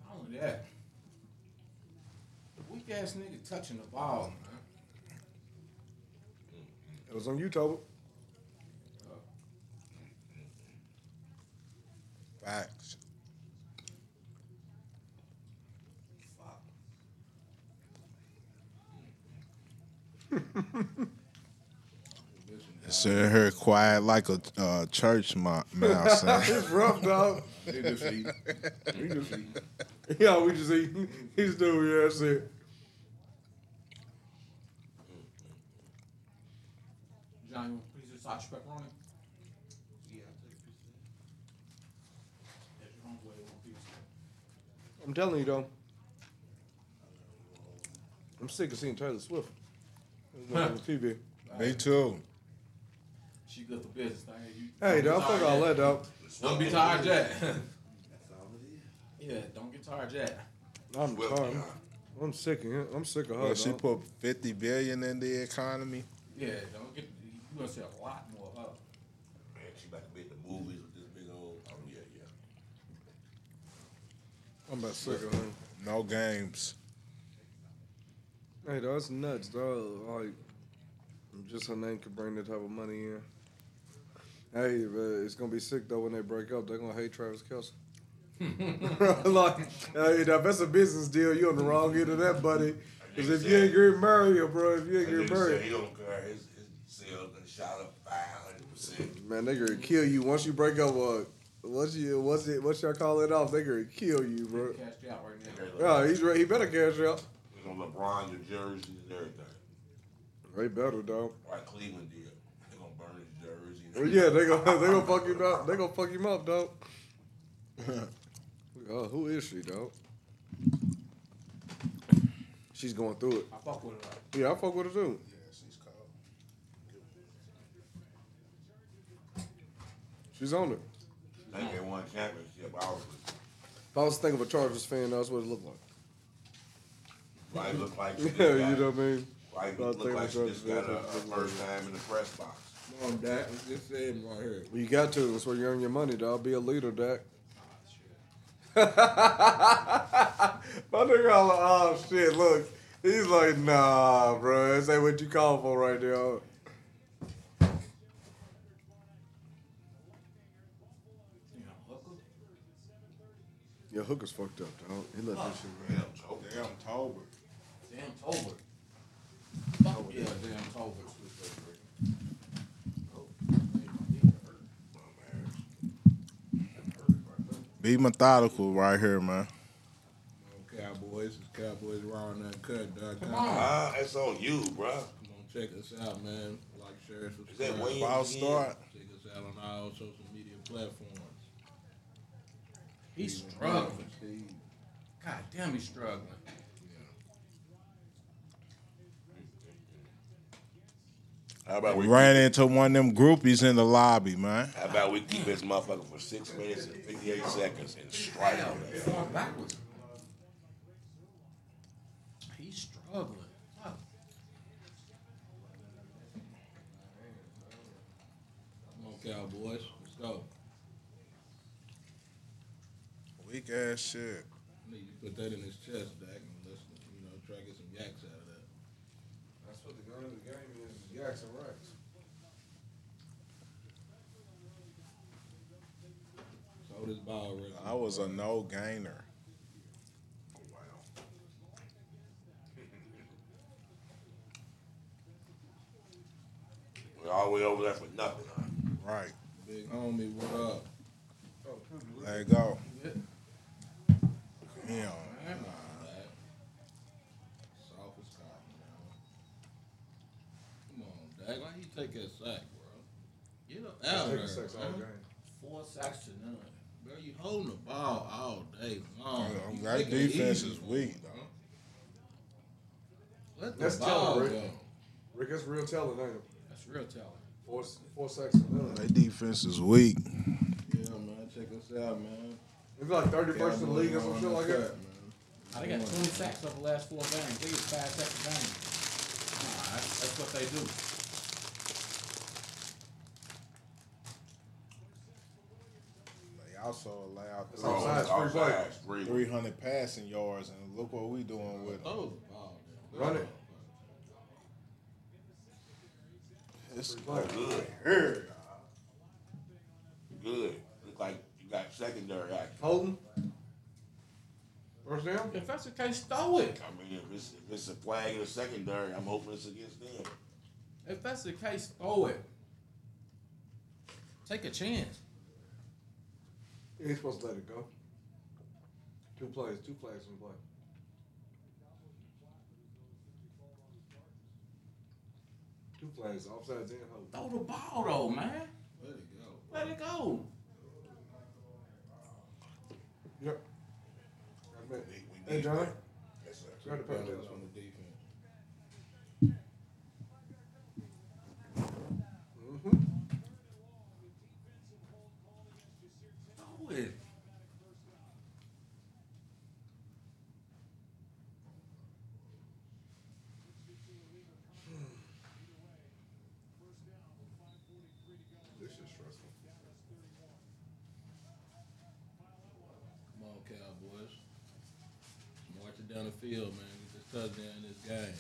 Speaker 3: Not only that, the weak ass nigga touching the ball, man.
Speaker 5: It was on you, Tobin.
Speaker 1: Facts. Sitting here quiet like a uh, church mo- mouse. son.
Speaker 5: It's rough, dog.
Speaker 6: He just eat. He just eat.
Speaker 5: yeah, we just eating. He's doing yeah, that's it.
Speaker 3: John, you want a piece of sausage pepperoni? Yeah, I'll take a piece
Speaker 5: I'm telling you though. I'm sick of seeing Taylor Swift. There's nothing on TV.
Speaker 1: Me too.
Speaker 3: She good for business. I hear you.
Speaker 5: Hey,
Speaker 3: Don't
Speaker 5: dog,
Speaker 3: be
Speaker 5: fuck
Speaker 3: tired
Speaker 5: all
Speaker 3: yet.
Speaker 5: that, dog.
Speaker 3: Don't be tired yet. yeah, don't get tired yet.
Speaker 5: I'm
Speaker 4: Well,
Speaker 5: tired.
Speaker 4: God.
Speaker 5: I'm sick of him. I'm sick of her.
Speaker 1: Well, she
Speaker 5: dog.
Speaker 1: put fifty billion in the economy.
Speaker 3: Yeah, don't get. You gonna see a lot more uh, of her.
Speaker 4: Man, she about to be in the movies with this big old. Oh yeah, yeah.
Speaker 5: I'm about sick of him.
Speaker 1: No games.
Speaker 5: Hey, dog, it's nuts, dog. Like, just her name could bring that type of money in. Hey, but it's gonna be sick though when they break up. They're gonna hate Travis Kelsey. like, hey, now, Uh, if that's a business deal, you on the wrong end of that, buddy. Because if you ain't Green Mario, bro, if you ain't Green
Speaker 4: And nigga said
Speaker 5: Mario,
Speaker 4: he don't care. His his sales done shot up five hundred percent.
Speaker 5: man, they gonna kill you once you break up. Uh, once you, what's it? What y'all call it off? They gonna kill you, bro.
Speaker 3: Cash you out right now.
Speaker 5: Yeah, he's re- he better cash out.
Speaker 4: You know, LeBron, your jerseys and everything.
Speaker 5: They better, dog.
Speaker 4: Like Cleveland did. They're gonna burn his jersey.
Speaker 5: Well, Oh, yeah, they gonna they gonna fuck him up. They gonna fuck him up, dog. uh, who is she, dog? She's going through it.
Speaker 3: I fuck with her.
Speaker 5: Yeah, I fuck with her too.
Speaker 4: she's cold.
Speaker 5: She's on it.
Speaker 4: I think they won a championship. I was
Speaker 5: If I was thinking of a Chargers fan, that's what it looked like.
Speaker 4: like, look like she just
Speaker 5: Yeah,
Speaker 4: got,
Speaker 5: you know what I mean.
Speaker 4: like,
Speaker 5: I
Speaker 4: look
Speaker 5: think
Speaker 4: like
Speaker 5: the
Speaker 4: she just
Speaker 5: Chargers
Speaker 4: got a, a
Speaker 5: look like-
Speaker 4: first time in the press box.
Speaker 6: Come on, Dak. We just said him right here.
Speaker 5: Well, you got to. That's where you earn your money, dog. Be a leader, Dak. My nigga, all like, oh shit, look. He's like, nah, bro. This ain't what you call for right there.
Speaker 3: You know, hooker.
Speaker 5: Your hooker's fucked up, dog. He left this shit, man.
Speaker 4: Damn, Joe.
Speaker 1: Damn, Tober.
Speaker 3: Damn Tober. Fuck yeah, damn Tober.
Speaker 1: Be methodical right here, man.
Speaker 6: Cowboys, it's Cowboys Raw and Uncut. dot com.
Speaker 3: Come on.
Speaker 4: Ah, that's on you, bruh.
Speaker 6: Come on, check us out, man. Like, share,
Speaker 4: Is that
Speaker 6: subscribe.
Speaker 4: Williams
Speaker 1: False
Speaker 4: again?
Speaker 1: start.
Speaker 6: Check us out on all social media platforms.
Speaker 3: He's struggling. God damn, he's struggling.
Speaker 4: How about we?
Speaker 1: Ran into one of them groupies in the lobby, man.
Speaker 4: How about we keep this motherfucker for six minutes and fifty-eight seconds and strike
Speaker 3: Hell,
Speaker 4: him?
Speaker 3: far backwards. He's struggling. Fuck.
Speaker 6: Cowboys. Let's go.
Speaker 1: Weak ass shit.
Speaker 6: Need you to put that in his chest, Dak, and let's you know try to get some yaks out of that.
Speaker 5: That's what the gun of the game is, is yaks and racks.
Speaker 6: So this ball real
Speaker 1: I was a no gainer.
Speaker 4: We're all the way over there for nothing. Huh?
Speaker 1: Right.
Speaker 6: big homie. What up?
Speaker 1: Let it go. Damn.
Speaker 6: Dak. Soft as cotton, man. Come on, Dak. Why he take that sack, bro? Get up
Speaker 5: Take
Speaker 6: out of
Speaker 5: the
Speaker 6: there,
Speaker 5: sex all
Speaker 6: man.
Speaker 5: game.
Speaker 3: Four sacks to none.
Speaker 6: Bro, you holding the ball all day long.
Speaker 1: Yeah,
Speaker 6: You
Speaker 1: that
Speaker 6: take it
Speaker 1: defense
Speaker 6: easy,
Speaker 1: is weak,
Speaker 6: bro. Let the
Speaker 5: That's
Speaker 6: ball
Speaker 5: telling,
Speaker 6: go.
Speaker 5: Rick. Rick, that's real telling, ain't it?
Speaker 3: That's real talent.
Speaker 5: Four, four sacks and none.
Speaker 1: That defense is weak.
Speaker 6: Yeah, man. Check us out, man.
Speaker 5: It's like 31st in the league or some shit like that.
Speaker 3: They got 20 sacks over the last four games. They get five sacks a game. Nah, that's, that's what they do.
Speaker 1: They also allowed
Speaker 5: It's outside, it's free play.
Speaker 4: Outside, free.
Speaker 1: 300 passing yards, and look what we doing with them.
Speaker 3: Oh,
Speaker 6: Throw the ball. man.
Speaker 5: Run it.
Speaker 1: It's
Speaker 4: Good.
Speaker 1: here.
Speaker 4: Good. Look like you got secondary action.
Speaker 5: Holding. First down.
Speaker 3: If that's the case, throw it.
Speaker 4: I mean, if it's, if it's a flag in the secondary, I'm hoping it's against them.
Speaker 3: If that's the case, throw it. Take a chance.
Speaker 5: Yeah, he's supposed to let it go. Two plays, two plays in play. Two plays, offsides and hold.
Speaker 3: Throw the ball, though, man.
Speaker 6: Let it go.
Speaker 3: Let it go.
Speaker 5: Yep. I mean,
Speaker 4: we
Speaker 5: Hey,
Speaker 4: need
Speaker 5: Johnny.
Speaker 4: that. Yes, sir.
Speaker 5: Grab the
Speaker 6: Balance
Speaker 5: paper.
Speaker 6: on the defense.
Speaker 5: Mm-hmm.
Speaker 3: Throw it.
Speaker 5: This is stressful.
Speaker 6: Come on, Cowboys. March it down the field, man. Get this touchdown in this game.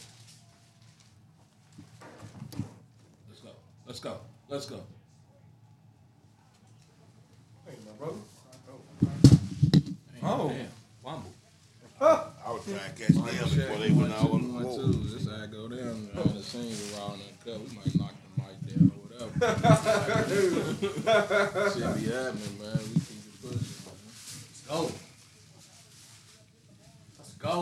Speaker 6: Let's go. Let's go. Let's go.
Speaker 5: Hey, my brother.
Speaker 3: Man,
Speaker 5: Oh.
Speaker 3: man. Womble.
Speaker 4: I was trying to catch them before they went out on the
Speaker 6: One,
Speaker 4: floor.
Speaker 6: two. This how I go down. Man. The single round and cut. We might knock the mic down or whatever. Shit be happening, man. We keep it pushing, man.
Speaker 3: Let's go. Let's go.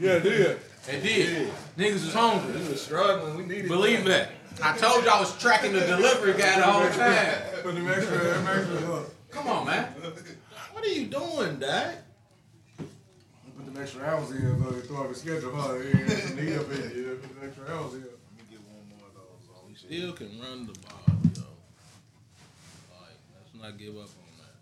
Speaker 5: Yeah, I did.
Speaker 3: They did. Niggas was hungry.
Speaker 6: We was struggling. We needed.
Speaker 3: Believe that. I told you I was tracking the delivery guy the whole time.
Speaker 5: Put him extra, him extra up.
Speaker 3: Come on, man.
Speaker 6: What are you doing, Dak?
Speaker 5: Put them extra hours in, though. Throw out the schedule, huh? Yeah, it's a need up in you. Put the extra hours in.
Speaker 6: Still can run the ball, yo. Like, let's not give up on that.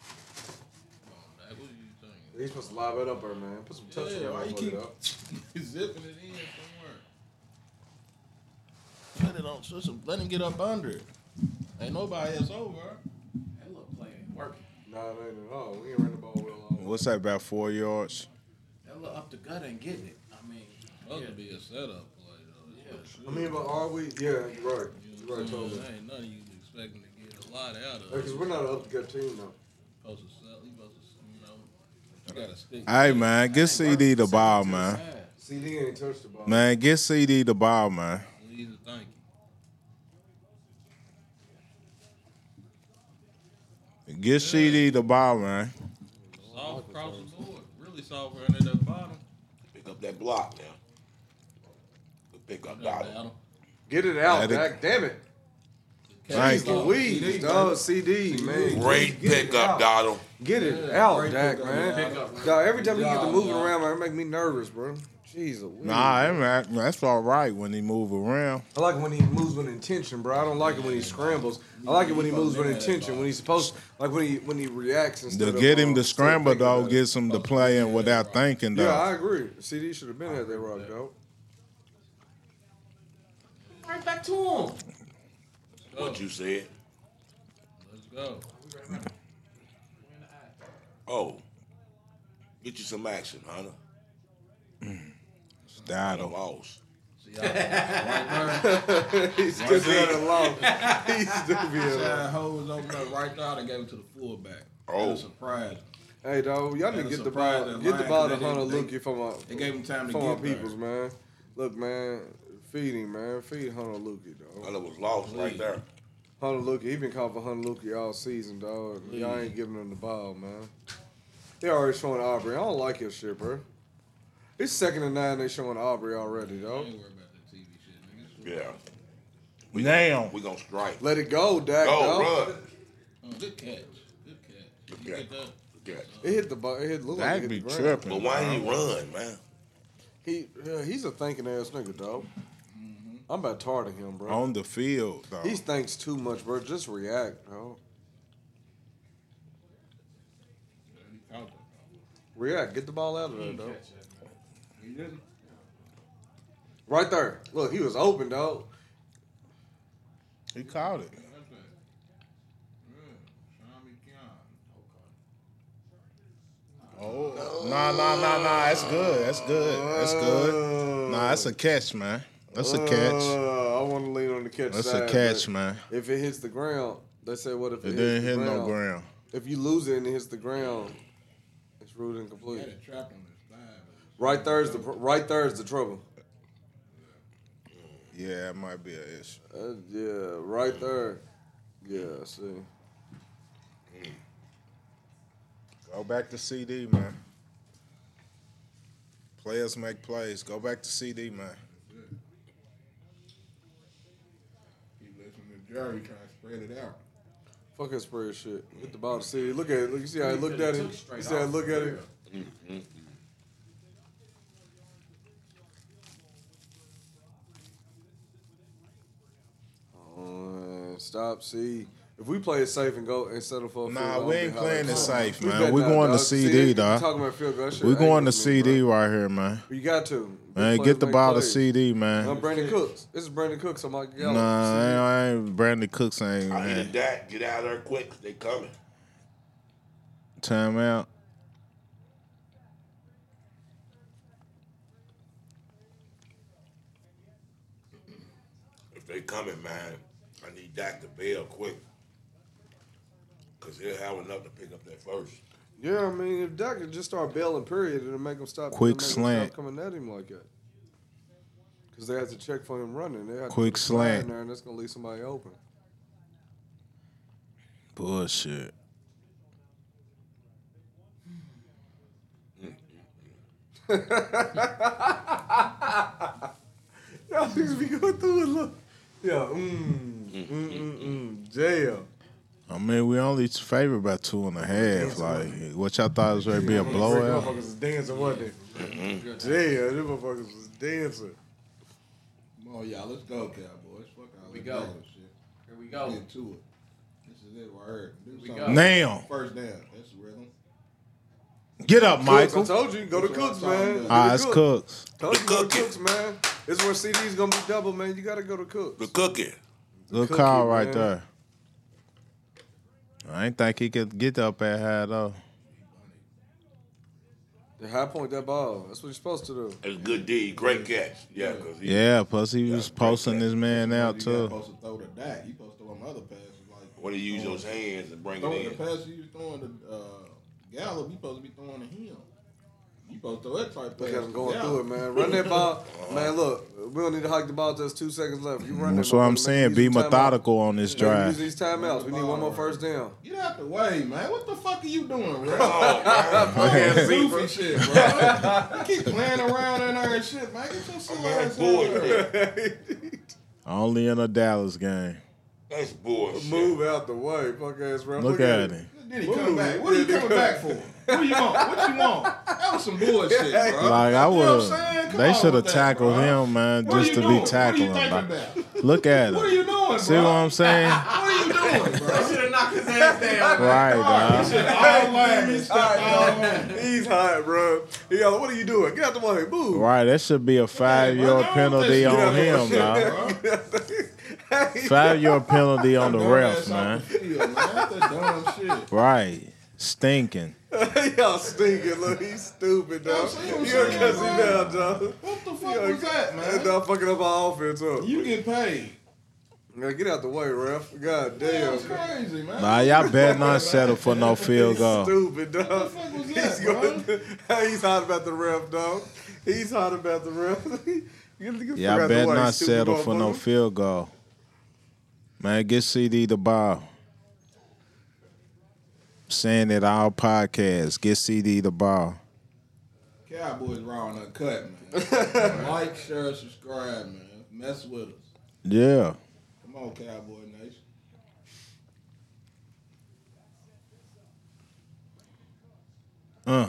Speaker 6: Come on, Dak, what you thinking?
Speaker 5: He's supposed to live it up, there, man. Put some touch
Speaker 6: Yeah,
Speaker 5: on
Speaker 6: why you
Speaker 5: it,
Speaker 6: keep
Speaker 5: though.
Speaker 6: zipping it in somewhere? Put it on, switch him, let him get up under it. Ain't nobody else over.
Speaker 3: That little play ain't working.
Speaker 5: Nah, it ain't at all. We ain't running the ball well. all over.
Speaker 1: What's that, about four yards?
Speaker 3: That little up the gut ain't getting it. I mean,
Speaker 6: Supposed to
Speaker 3: yeah.
Speaker 6: be a setup play, though. That's what it should
Speaker 5: I mean, but are we? Yeah, you're right.
Speaker 6: You know
Speaker 5: You're
Speaker 6: what I'm
Speaker 5: right, totally.
Speaker 6: saying? I ain't nothing you was expecting to get a lot out of.
Speaker 5: Because
Speaker 6: you
Speaker 5: we're not an up to gut team, though.
Speaker 6: supposed to sell. You supposed to, you know, you gotta stick.
Speaker 1: Hey, man, get CD the ball, man.
Speaker 5: CD ain't touched the ball.
Speaker 1: Man, get CD the ball, man.
Speaker 6: Please and thank you.
Speaker 1: Get CD the ball, man.
Speaker 6: Soft across the board. Really soft around at the bottom.
Speaker 4: Pick up that block now. Pick up
Speaker 6: Got
Speaker 4: that.
Speaker 6: Adam.
Speaker 5: Get it out,
Speaker 1: Let it-
Speaker 5: Dak. Damn it.
Speaker 1: Thank you.
Speaker 5: Weed, dog, CD, man.
Speaker 4: Great pickup, Donald.
Speaker 5: Get it out, Dak,
Speaker 6: pickup,
Speaker 5: man.
Speaker 6: man.
Speaker 5: Dog, every time you get to
Speaker 6: Dog,
Speaker 5: moving
Speaker 6: man.
Speaker 5: around, man, it make me nervous, bro. Jeez, a weed.
Speaker 1: Nah, I mean, that- that's all right when he move around.
Speaker 5: I like it when he moves with intention, bro. I don't like it when he scrambles. I like it when he moves with intention, when he's supposed, like when he when he reacts uh, and
Speaker 1: To
Speaker 5: stuff.
Speaker 1: get him to scramble though, gets him to playing without thinking
Speaker 5: Yeah, I
Speaker 1: though.
Speaker 5: agree. CD should have been at that rock, dog.
Speaker 3: Right back to him.
Speaker 4: What you said?
Speaker 7: Let's go.
Speaker 4: Oh, get you some action, Hunter. I
Speaker 1: Dotto.
Speaker 4: lost.
Speaker 5: He's still being alone. He's still being alone.
Speaker 6: Shine holes open up right there. They gave it to the fullback.
Speaker 4: Oh.
Speaker 6: That's a surprise.
Speaker 5: Hey, dog, y'all need to
Speaker 6: Had a
Speaker 5: get the
Speaker 6: surprise
Speaker 5: ball,
Speaker 6: in
Speaker 5: get the
Speaker 6: line,
Speaker 5: ball
Speaker 6: 'cause
Speaker 5: to
Speaker 6: they
Speaker 5: Hunter
Speaker 6: didn't- they-
Speaker 5: Lucky for my
Speaker 6: They gave him time to
Speaker 5: for my
Speaker 6: get there.
Speaker 5: peoples, man. Look, man, feed him, man. Feed Hunter Lucky, dog.
Speaker 4: Hunter was lost right there.
Speaker 5: Hunter Lucky, he been calling for Hunter Lucky all season, dog. Y'all ain't giving him the ball, man. They already showing Aubrey. I don't like his shit, bro. It's second and nine. They showing Aubrey already, dog.
Speaker 6: Don't worry about that TV shit, nigga.
Speaker 4: Yeah.
Speaker 1: Damn.
Speaker 4: We gonna strike.
Speaker 5: Let it go, Dak.
Speaker 4: Go,
Speaker 5: dog.
Speaker 4: run.
Speaker 6: Mm, Good catch. Good catch.
Speaker 4: Good
Speaker 6: You
Speaker 4: catch.
Speaker 6: get that? Uh,
Speaker 4: Good.
Speaker 5: It hit the ball. It hit. Look like it
Speaker 1: That'd
Speaker 5: hit
Speaker 1: be
Speaker 5: the ground.
Speaker 1: tripping.
Speaker 4: But why did he run, man?
Speaker 5: He yeah, he's a thinking ass nigga, dog.
Speaker 6: Mm-hmm.
Speaker 5: I'm about tired of him, bro.
Speaker 1: On the field though.
Speaker 5: He thinks too much, bro. Just react, bro.
Speaker 6: He caught it.
Speaker 5: React. Get the ball out of there, dog.
Speaker 6: He didn't.
Speaker 5: Right there. Look, he was open, dog.
Speaker 1: He caught it.
Speaker 6: That's it. Yeah. Sean McKeon.
Speaker 1: Oh. Nah, nah, nah, nah. That's good. That's good. That's good. Nah, that's a catch, man. That's a catch.
Speaker 5: Uh, I want to lean on the catch.
Speaker 1: That's a
Speaker 5: side,
Speaker 1: catch,
Speaker 5: but
Speaker 1: man.
Speaker 5: If it hits the ground, they say what if
Speaker 1: It
Speaker 5: it, hits
Speaker 1: didn't hit
Speaker 5: the ground?
Speaker 1: no ground.
Speaker 5: If you lose it and it hits the ground, it's ruled incomplete.
Speaker 6: He had a trap on his thigh. but
Speaker 5: Right there is the pr- right there is the trouble.
Speaker 1: Yeah, it might be an issue.
Speaker 5: Uh, yeah, right there. Yeah, I see.
Speaker 1: Go back to CD, man. Players make plays. Go back to CD, man.
Speaker 6: He listened to Jerry trying to spread it out.
Speaker 5: Fuck his prayer shit. Hit the ball to see. Look at it. Look, you see how he looked at it. You see how he looked at it. Uh, Stop. See, if we play it safe and go and settle for a field
Speaker 1: Nah,
Speaker 5: goal,
Speaker 1: we
Speaker 5: it'll
Speaker 1: ain't
Speaker 5: be high.
Speaker 1: playing it safe,
Speaker 5: We
Speaker 1: man.
Speaker 5: better
Speaker 1: We
Speaker 5: not,
Speaker 1: going to
Speaker 5: dog. See,
Speaker 1: CD,
Speaker 5: you Talking
Speaker 1: dog.
Speaker 5: about field goal, that shit
Speaker 1: We
Speaker 5: ain't
Speaker 1: going to
Speaker 5: with me,
Speaker 1: CD right here, man.
Speaker 5: bro. You got to.
Speaker 1: Man,
Speaker 5: Good
Speaker 1: get the
Speaker 5: players
Speaker 1: ball
Speaker 5: make
Speaker 1: to
Speaker 5: plays.
Speaker 1: CD,
Speaker 5: I'm
Speaker 1: man.
Speaker 5: Brandon Cooks. This is Brandon Cooks. I'm Mike Gallup.
Speaker 1: Nah, I ain't, I ain't Brandon Cooks ain't,
Speaker 4: I
Speaker 1: man.
Speaker 4: needed that. Get out of there quick. They coming.
Speaker 1: Timeout.
Speaker 4: If they coming, man, I need Dak to bail quick. Cause he'll have enough to pick up that first.
Speaker 5: Yeah, I mean, if Dak could just start bailing, period, it'll make him stop.
Speaker 1: Quick
Speaker 5: it'll make 'em
Speaker 1: slant.
Speaker 5: stop coming at him like that. Because they have to check for him running. They have to
Speaker 1: Quick
Speaker 5: put a fly in
Speaker 1: slant.
Speaker 5: there, and that's gonna leave somebody open.
Speaker 1: Bullshit.
Speaker 5: Y'all niggas be going through it. Look, yeah, mm, mm, mm, mm, jail.
Speaker 1: I mean, we only favored by two and a half. Like, what y'all thought was going to be a
Speaker 5: These
Speaker 1: blowout?
Speaker 5: motherfuckers was dancing, wasn't they? Jail. Them motherfuckers was dancing.
Speaker 6: Come on, y'all. Let's go, Cowboys. Fuck all
Speaker 7: We
Speaker 6: that
Speaker 7: go.
Speaker 6: Dallas shit.
Speaker 7: Here we go.
Speaker 6: Get to it. This is it right here. Do
Speaker 7: We
Speaker 6: something.
Speaker 7: go.
Speaker 1: Now,
Speaker 6: First down. That's the rhythm.
Speaker 1: get up, Michael.
Speaker 5: Cooks, I told you, go to Cooks, man. Go to
Speaker 1: Ah, it's
Speaker 5: Cooks.
Speaker 1: Cooks.
Speaker 5: Told you, go to Cooks, man. This is where CD's gonna be double, man. You gotta go to Cooks.
Speaker 4: The cooking.
Speaker 1: Good
Speaker 5: Cookie,
Speaker 1: call right
Speaker 5: man.
Speaker 1: there. I ain't think he could get up at high though.
Speaker 5: The high point that ball. That's what you're supposed to do.
Speaker 4: It's good D. Great catch. Yeah, cause he
Speaker 1: Yeah, plus he was
Speaker 4: great
Speaker 1: posting
Speaker 4: catch.
Speaker 1: his man out
Speaker 6: you You
Speaker 1: too.
Speaker 6: supposed to throw to Dak. You supposed to throw him other passes like.
Speaker 4: when he use those hands and bring
Speaker 6: Throwing the
Speaker 4: it in.
Speaker 6: pass you was throwing to uh, Gallup, you supposed to be throwing to him. You supposed to throw that type of
Speaker 5: Look
Speaker 6: pass.
Speaker 5: at him
Speaker 6: to
Speaker 5: going
Speaker 6: Gallup.
Speaker 5: through it, man. Run that ball, man. Look, we don't need to hike the ball. Just two seconds left. You run.
Speaker 1: That's
Speaker 5: that
Speaker 1: what
Speaker 5: motherfucker,
Speaker 1: I'm
Speaker 5: make
Speaker 1: saying.
Speaker 5: use
Speaker 1: Be
Speaker 5: of timeout.
Speaker 1: methodical on this
Speaker 5: Make Use
Speaker 1: drive.
Speaker 5: these timeouts. We need one more first down.
Speaker 6: Get out the way, man. What the fuck are you doing, bro?
Speaker 4: Oh, man.
Speaker 6: Goofy shit, bro. you keep playing around in there and shit, man. Get your silly
Speaker 4: Man,
Speaker 6: ass out of there.
Speaker 4: bullshit.
Speaker 1: Only in a Dallas game.
Speaker 4: That's bullshit.
Speaker 5: Move out the way, fuck ass bro.
Speaker 1: Look at him.
Speaker 6: Then he come back. What are you
Speaker 5: Yeah,
Speaker 6: coming back for? What you want? What you want? That was some bullshit, bro.
Speaker 1: Like I
Speaker 6: You know what I'm
Speaker 1: would,
Speaker 6: saying? Come
Speaker 1: they
Speaker 6: on
Speaker 1: should have
Speaker 6: with that,
Speaker 1: tackled
Speaker 6: bro.
Speaker 1: him, man,
Speaker 6: What are
Speaker 1: just
Speaker 6: you
Speaker 1: to
Speaker 6: doing?
Speaker 1: be tackling.
Speaker 6: What are you
Speaker 1: Like,
Speaker 6: thinking about?
Speaker 1: look at
Speaker 6: What are
Speaker 1: him.
Speaker 6: you doing, bro?
Speaker 1: See what I'm saying?
Speaker 6: What are you doing, bro?
Speaker 3: Should have knocked his ass down.
Speaker 1: right, dog.
Speaker 6: All lanes.
Speaker 5: He's high, bro. He yelling, what are you doing? Get out the way, move.
Speaker 1: Right, that should be a five year
Speaker 6: what's wrong with
Speaker 1: penalty
Speaker 6: this
Speaker 1: on
Speaker 6: guy?
Speaker 1: him, dog. Five year penalty on the ref, man.
Speaker 6: That's dumb shit.
Speaker 1: Right, stinking.
Speaker 5: Y'all stinking, look, he's stupid, dog.
Speaker 6: see what
Speaker 5: You
Speaker 6: I'm
Speaker 5: know,
Speaker 6: saying,
Speaker 5: cuss him
Speaker 6: bro?
Speaker 5: down, dog.
Speaker 6: What the fuck was
Speaker 5: That
Speaker 6: that, man?
Speaker 5: dog fucking up our offense up.
Speaker 6: You get paid.
Speaker 5: Man, get out the way, ref. God
Speaker 6: That
Speaker 5: damn.
Speaker 6: was crazy, man.
Speaker 1: Nah, y'all better not settle for no field
Speaker 5: He's
Speaker 1: goal.
Speaker 5: stupid, dog.
Speaker 6: fuck was
Speaker 5: He's
Speaker 6: that,
Speaker 5: going. he's hot about the ref, dog. He's hot about the ref.
Speaker 1: Y'all better not settle for no field goal. Man, get CD the ball. Saying it all podcasts. Get CD the ball.
Speaker 6: Cowboys Raw and Uncut, man. like, share, subscribe, man. Mess with us.
Speaker 1: Yeah.
Speaker 6: Come on, Cowboy Nation.
Speaker 1: Uh.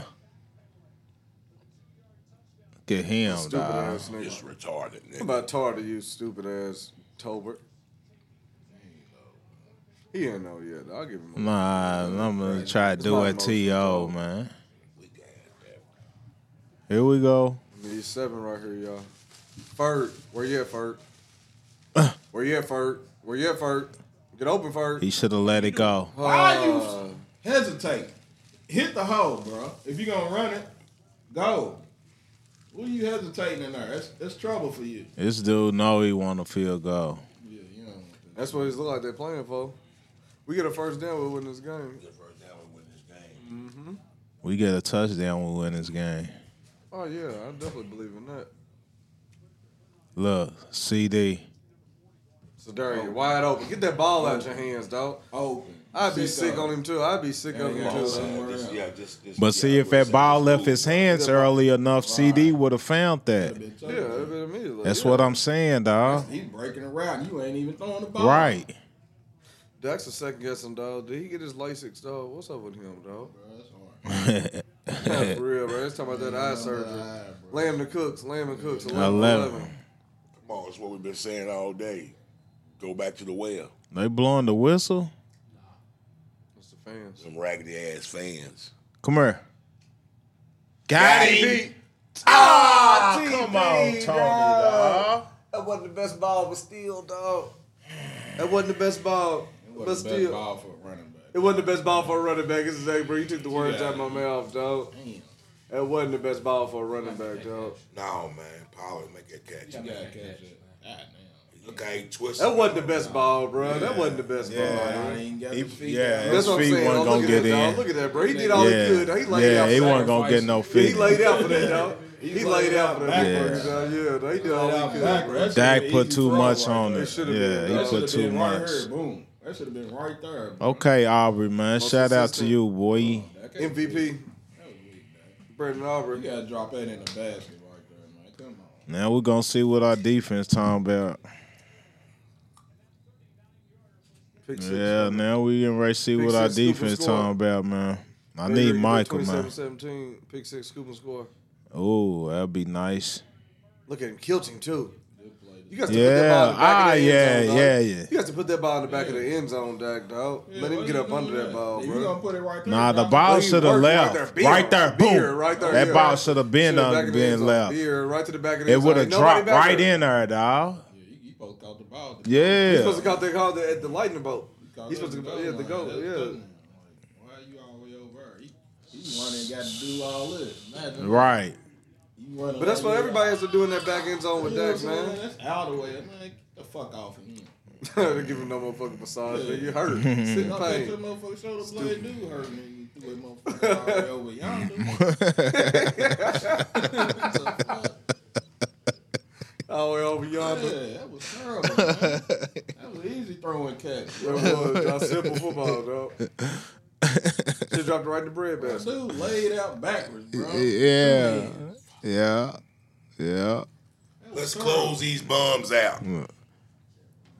Speaker 1: Get him,
Speaker 5: Stupid
Speaker 1: dog.
Speaker 5: ass nigga.
Speaker 4: It's retarded,
Speaker 5: I'm
Speaker 4: nigga.
Speaker 5: about tired of you, stupid ass Tolbert. He ain't know yet. I'll give him a
Speaker 1: Nah, I'm gonna try to
Speaker 5: my
Speaker 1: do it
Speaker 5: emotion,
Speaker 1: to yo, man. Here we go.
Speaker 5: He's seven right here, y'all. Furt, where you at, Furt? Where you at, Furt? Where you at, Furt? Get open, Furt.
Speaker 1: He should have let it go.
Speaker 6: Why
Speaker 5: Uh,
Speaker 6: you hesitate? Hit the hole, bro. If you're gonna run it, go. What are you hesitating in there? That's, that's trouble for you.
Speaker 1: This dude know he want a field goal.
Speaker 6: Yeah, you know.
Speaker 5: That's what he's look like. They're playing for. We get a first down. We win this game.
Speaker 1: We get a touchdown, we win this game.
Speaker 5: Oh yeah, I definitely believe in that.
Speaker 1: Look, CD.
Speaker 5: So there you wide open. Get that ball out your hands, dog.
Speaker 6: Open.
Speaker 5: I'd be sick on him too. I'd be sick of him
Speaker 6: Yeah,
Speaker 5: too.
Speaker 6: yeah.
Speaker 5: son.
Speaker 6: somewhere
Speaker 4: Just-
Speaker 6: else.
Speaker 4: yeah, just- just-
Speaker 1: But
Speaker 4: yeah,
Speaker 1: see,
Speaker 4: I
Speaker 1: if
Speaker 4: would
Speaker 1: that
Speaker 4: say
Speaker 1: ball
Speaker 4: just
Speaker 1: left
Speaker 4: move.
Speaker 1: his hands early enough, CD would have found that.
Speaker 6: Been tough.
Speaker 5: Yeah, it'd be immediately.
Speaker 1: That's
Speaker 5: yeah.
Speaker 1: what I'm saying, dog.
Speaker 6: He's breaking around. You ain't even throwing the ball.
Speaker 1: Right.
Speaker 5: Dax is second guessing, dog. Did he get his Lasix, dog? What's up with him, dog?
Speaker 6: Bro, that's hard.
Speaker 5: Not for real, bro. Let's talk about that eye surgery.
Speaker 6: Eye, bro.
Speaker 5: Lamb to Cooks, Lamb and Cooks, 11.
Speaker 1: 11.
Speaker 4: Come on, it's what we've been saying all day. Go back to the well.
Speaker 1: They blowing the whistle.
Speaker 5: It's the fans.
Speaker 4: Some raggedy ass fans.
Speaker 1: Come here. Got
Speaker 4: him.
Speaker 1: him.
Speaker 5: TP,
Speaker 1: Come on, Tony,
Speaker 5: dog.
Speaker 1: dog.
Speaker 5: That wasn't the best ball, but still, dog. That wasn't the best ball, but
Speaker 6: What the best
Speaker 5: still.
Speaker 6: ball for a running back.
Speaker 5: It wasn't the best ball for a running back. It's today, bro. You took the words out of my mouth, dog.
Speaker 6: Damn.
Speaker 5: That wasn't the best ball for a running back, dog.
Speaker 4: No, man. Pollard make that catch.
Speaker 6: You gotta catch it. God
Speaker 4: Look how he twisted.
Speaker 5: That wasn't the best ball, bro. That wasn't the best ball.
Speaker 6: damn.
Speaker 5: bro.
Speaker 6: I ain't got
Speaker 1: He-
Speaker 6: his feet
Speaker 1: yeah,
Speaker 6: down.
Speaker 1: his
Speaker 5: That's what I'm
Speaker 1: feet
Speaker 5: saying.
Speaker 1: wasn't
Speaker 5: Oh,
Speaker 1: gonna
Speaker 5: look at
Speaker 1: get
Speaker 5: that, dog.
Speaker 1: in.
Speaker 5: Look at that, bro. He did
Speaker 1: Yeah,
Speaker 5: all he could. He laid
Speaker 1: yeah,
Speaker 5: out.
Speaker 1: he
Speaker 5: for
Speaker 1: wasn't
Speaker 5: that.
Speaker 1: gonna get no
Speaker 5: He
Speaker 1: feet.
Speaker 5: laid out for that, dog. He laid out for that.
Speaker 1: backwards.
Speaker 5: Yeah, yeah they did all he could, bro.
Speaker 6: Backwards.
Speaker 1: Dak put too much on
Speaker 5: It
Speaker 1: it.
Speaker 5: should've been
Speaker 1: Yeah,
Speaker 5: done.
Speaker 1: he
Speaker 6: That should
Speaker 1: put
Speaker 6: have
Speaker 1: too
Speaker 6: been right
Speaker 1: much. Oh.
Speaker 6: here. Boom. That should have been right there. bro.
Speaker 1: Okay, Aubrey, man.
Speaker 5: Most
Speaker 1: Shout out to
Speaker 5: consistent.
Speaker 1: you, boy.
Speaker 6: That can't be-
Speaker 5: MVP,
Speaker 6: that was weak, man.
Speaker 5: Brandon
Speaker 6: You
Speaker 5: Aubrey.
Speaker 6: gotta drop that in the basket right there, man. Come on.
Speaker 1: Now we're gonna see what our defense talking about.
Speaker 5: Pick six.
Speaker 1: Yeah, now we getting ready to see
Speaker 5: Pick
Speaker 1: what our
Speaker 5: six, scoop, and
Speaker 1: defense
Speaker 5: score.
Speaker 1: talking about, man. I
Speaker 5: Here you
Speaker 1: need
Speaker 5: go,
Speaker 1: Michael, man.
Speaker 5: 27-17, pick six, scoop and score.
Speaker 1: Oh, that'd be nice.
Speaker 5: Look at him, killed him too. You got to put that ball
Speaker 1: Yeah,
Speaker 5: in the back
Speaker 1: ah,
Speaker 5: of
Speaker 1: yeah,
Speaker 5: the end zone, dog.
Speaker 1: yeah, yeah.
Speaker 5: You got to put that ball in the back of the end zone, dog. dog. Let him get up under that ball,
Speaker 6: You gonna
Speaker 5: bro.
Speaker 6: put it right there?
Speaker 1: Nah, the
Speaker 6: drop it.
Speaker 1: ball
Speaker 5: Well, he
Speaker 1: should have
Speaker 5: worked
Speaker 1: left.
Speaker 5: there.
Speaker 1: Right there,
Speaker 5: Beer,
Speaker 1: boom.
Speaker 5: beer, right there,
Speaker 1: that
Speaker 5: yeah.
Speaker 1: ball should have been
Speaker 5: Shoulda
Speaker 1: done,
Speaker 5: back of the end
Speaker 1: been
Speaker 5: zone.
Speaker 1: left.
Speaker 5: Beer, right to the back of the
Speaker 1: It
Speaker 5: end zone.
Speaker 1: would have
Speaker 5: Ain't nobody
Speaker 1: dropped
Speaker 5: back
Speaker 1: right
Speaker 5: there.
Speaker 1: in there, dog.
Speaker 6: Yeah, You you supposed to caught the ball.
Speaker 5: He's supposed
Speaker 1: Yeah,
Speaker 5: to call that call the, at the lightning bolt.
Speaker 6: Caught
Speaker 5: He's
Speaker 6: that
Speaker 5: supposed to
Speaker 6: goal
Speaker 5: yeah, the
Speaker 6: line.
Speaker 5: goal,
Speaker 6: That's
Speaker 5: yeah.
Speaker 6: good, man. Like, Why you all the way over? there? He, he running, got to do all this. Imagine
Speaker 1: right.
Speaker 6: You running
Speaker 5: But that's
Speaker 6: like
Speaker 5: what
Speaker 6: that.
Speaker 5: everybody has to do in that back end zone
Speaker 6: You
Speaker 5: with
Speaker 6: know what I'm
Speaker 5: Dax,
Speaker 6: saying?
Speaker 5: man. Mm,
Speaker 6: That's out of the way. Man, get the fuck off of him.
Speaker 5: they give him no motherfucking massage. nigga. You hurt. Sit in
Speaker 6: Y'all think your
Speaker 5: pain.
Speaker 6: motherfucking shoulder blade do hurt me. You threw it motherfucker all the way over yonder. What the fuck?
Speaker 5: All the way over yonder.
Speaker 6: Yeah, that was terrible, man. That was easy throwing catch.
Speaker 5: That was y'all simple football, dog. Just dropped it right in the bread basket.
Speaker 6: Dude laid out backwards, bro.
Speaker 1: Yeah, yeah, yeah.
Speaker 4: Let's close these bums out.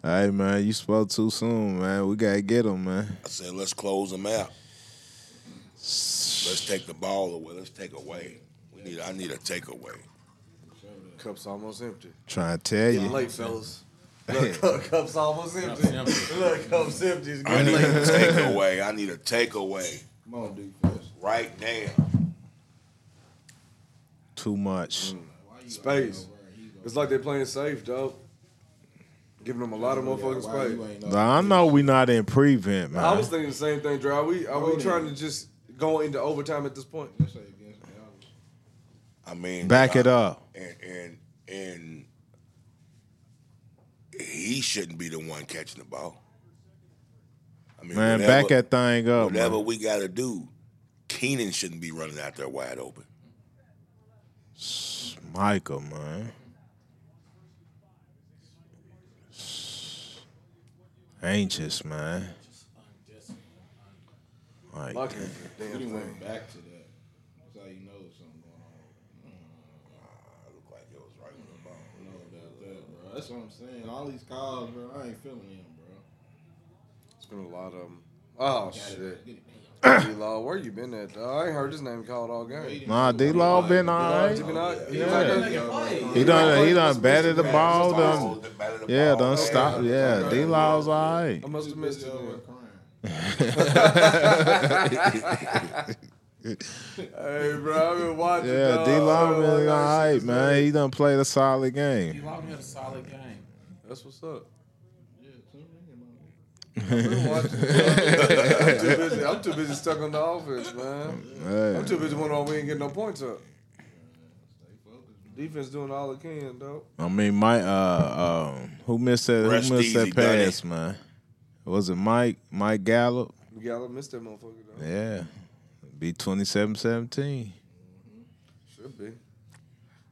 Speaker 1: Hey man, you spoke too soon, man. We gotta get him, man.
Speaker 4: I said, let's close them out. Let's take the ball away. Let's take away. We need. I need a takeaway.
Speaker 5: Cup's almost empty.
Speaker 1: Trying to tell
Speaker 5: Getting
Speaker 1: you.
Speaker 5: late, fellas. Look, cup- cup's almost empty. Look, cup's empty. It's
Speaker 4: I
Speaker 5: getting
Speaker 4: need
Speaker 5: late.
Speaker 4: a takeaway. I need a takeaway
Speaker 6: Come on, defense.
Speaker 4: right now.
Speaker 1: Too much.
Speaker 5: Space. It's like they're playing safe, dog. Giving them a lot of motherfucking
Speaker 6: Why you
Speaker 5: space.
Speaker 6: ain't
Speaker 1: Nah, I know we not in prevent,
Speaker 5: I
Speaker 1: man.
Speaker 5: was thinking the same thing, Dry. Are we are we
Speaker 6: Hold
Speaker 5: trying
Speaker 6: it.
Speaker 5: to just go into overtime at this point?
Speaker 6: Let's say against the Cowboys.
Speaker 4: I mean,
Speaker 1: Back
Speaker 4: I-
Speaker 1: it up.
Speaker 4: and and and he shouldn't be the one catching the ball. I mean,
Speaker 1: Man,
Speaker 4: whatever-
Speaker 1: back that thing up. man.
Speaker 4: whatever we got to do. Keenan shouldn't be running out there wide open.
Speaker 1: Micah, man. Anxious, man. Like,
Speaker 5: Fuck it.
Speaker 6: We done
Speaker 5: Damn
Speaker 6: went
Speaker 5: thing.
Speaker 6: back to that. That's how you know there's something going on.
Speaker 4: I look like it was right on the ball.
Speaker 6: I know about that, bro. That's what I'm saying. All these calls, bro, I ain't feeling them, bro.
Speaker 5: It's been a lot of them. Oh shit. D-Law, where you been at? Dog? I ain't heard his name called all game.
Speaker 1: nah, D Law been all
Speaker 5: He been
Speaker 1: right.
Speaker 5: out- he
Speaker 1: Yeah.
Speaker 5: was out there-
Speaker 1: He done, he done batted the
Speaker 4: Man,
Speaker 1: ball.
Speaker 4: it's all
Speaker 1: Done,
Speaker 4: the battle of the
Speaker 1: yeah,
Speaker 4: ball.
Speaker 1: done stop. Yeah, D Law's all right.
Speaker 5: I must have missed it.
Speaker 6: Yo,
Speaker 5: then.
Speaker 6: we're crying.
Speaker 5: Hey, bro, I've been watching.
Speaker 1: Yeah,
Speaker 5: dog.
Speaker 1: D Law
Speaker 5: I don't
Speaker 1: been
Speaker 5: know
Speaker 1: all
Speaker 5: how
Speaker 1: right,
Speaker 5: shit
Speaker 1: man. He done played a solid game.
Speaker 7: He locked me at a solid game.
Speaker 5: is. That's what's up.
Speaker 6: Yeah, tune in, man.
Speaker 5: Been watching, dog. I'm too busy. I'm too busy stuck on the offense, man.
Speaker 1: Hey,
Speaker 5: I'm too busy wondering why we ain't getting no points up. Defense doing all it can, dog.
Speaker 1: I mean, my uh, um, who missed that?
Speaker 4: Rest
Speaker 1: Who missed
Speaker 4: easy,
Speaker 1: that pass, man? Was it Mike? Mike Gallup?
Speaker 5: Gallup missed that motherfucker, dog.
Speaker 1: Yeah, be twenty seven seventeen.
Speaker 5: Should be.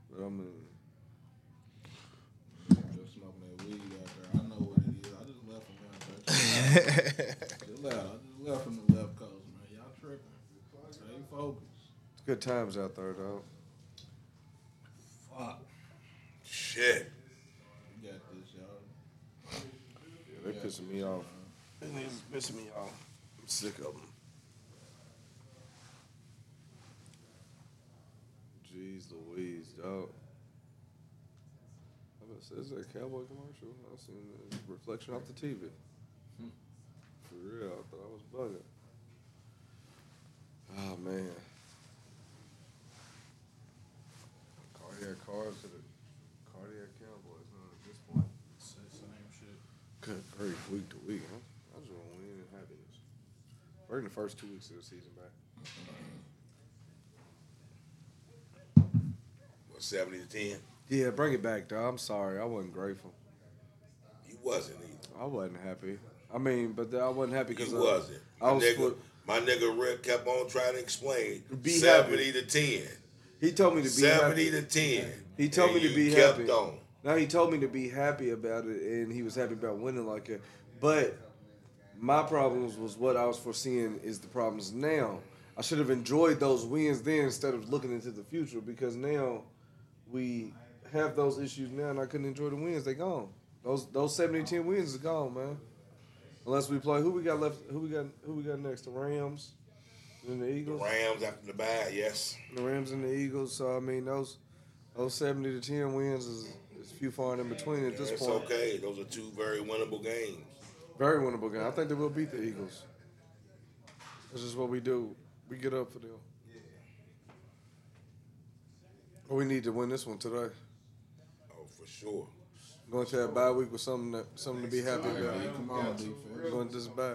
Speaker 5: But I mean,
Speaker 6: Just smoking that weed out there. I know what it is. I just left him out there. Just left. I just left from the left coast, man. Y'all tripping. Stay focused.
Speaker 5: it's good times out there, dog.
Speaker 4: Shit.
Speaker 6: You got this, y'all.
Speaker 5: Yeah, they pissing me off. They niggas pissing me off. I'm sick of them. Jeez Louise, dog. I was is that cowboy commercial? I seen the reflection off the TV. Hmm. For real, I thought I was bugging. Oh man. Cardiac cars to the cardiac cowboys, man, at this point. Good grief, week to week, huh? I just want to win and happiness. We're in the first two weeks of the season back.
Speaker 4: What, 70 to 10?
Speaker 5: Yeah, bring it back, dog. I'm sorry. I wasn't grateful.
Speaker 4: You wasn't either.
Speaker 5: I wasn't happy. I mean, but then I wasn't happy because uh,
Speaker 4: You wasn't.
Speaker 5: I
Speaker 4: My
Speaker 5: was
Speaker 4: nigga,
Speaker 5: fl-
Speaker 4: my nigga Rick kept on trying to explain
Speaker 5: Be
Speaker 4: 70 to 10.
Speaker 5: he told me to be
Speaker 4: 70
Speaker 5: happy.
Speaker 4: to 10.
Speaker 5: He told
Speaker 4: And
Speaker 5: me to
Speaker 4: you
Speaker 5: be
Speaker 4: kept
Speaker 5: happy.
Speaker 4: on.
Speaker 5: Now he told me to be happy about it, and he was happy about winning like that. But my problems was what I was foreseeing is the problems now. I should have enjoyed those wins then instead of looking into the future because now we have those issues now, and I couldn't enjoy the wins. They gone. Those those 70 10 wins is gone, man. Unless we play who we got left, who we got who we got next? The Rams, and the
Speaker 4: The
Speaker 5: Eagles.
Speaker 4: Rams after the bye, yes.
Speaker 5: The Rams and the Eagles. So I mean, those those seventy to ten wins is, is few far and in between at this
Speaker 4: It's
Speaker 5: point.
Speaker 4: okay. Those are two very winnable games.
Speaker 5: Very winnable game. I think they will beat the Eagles. This is what we do. We get up for them. But we need to win this one today.
Speaker 4: Oh, for sure.
Speaker 5: Going to that bye week with something that, something to be happy about.
Speaker 6: Come on, defense.
Speaker 5: Going to this bye.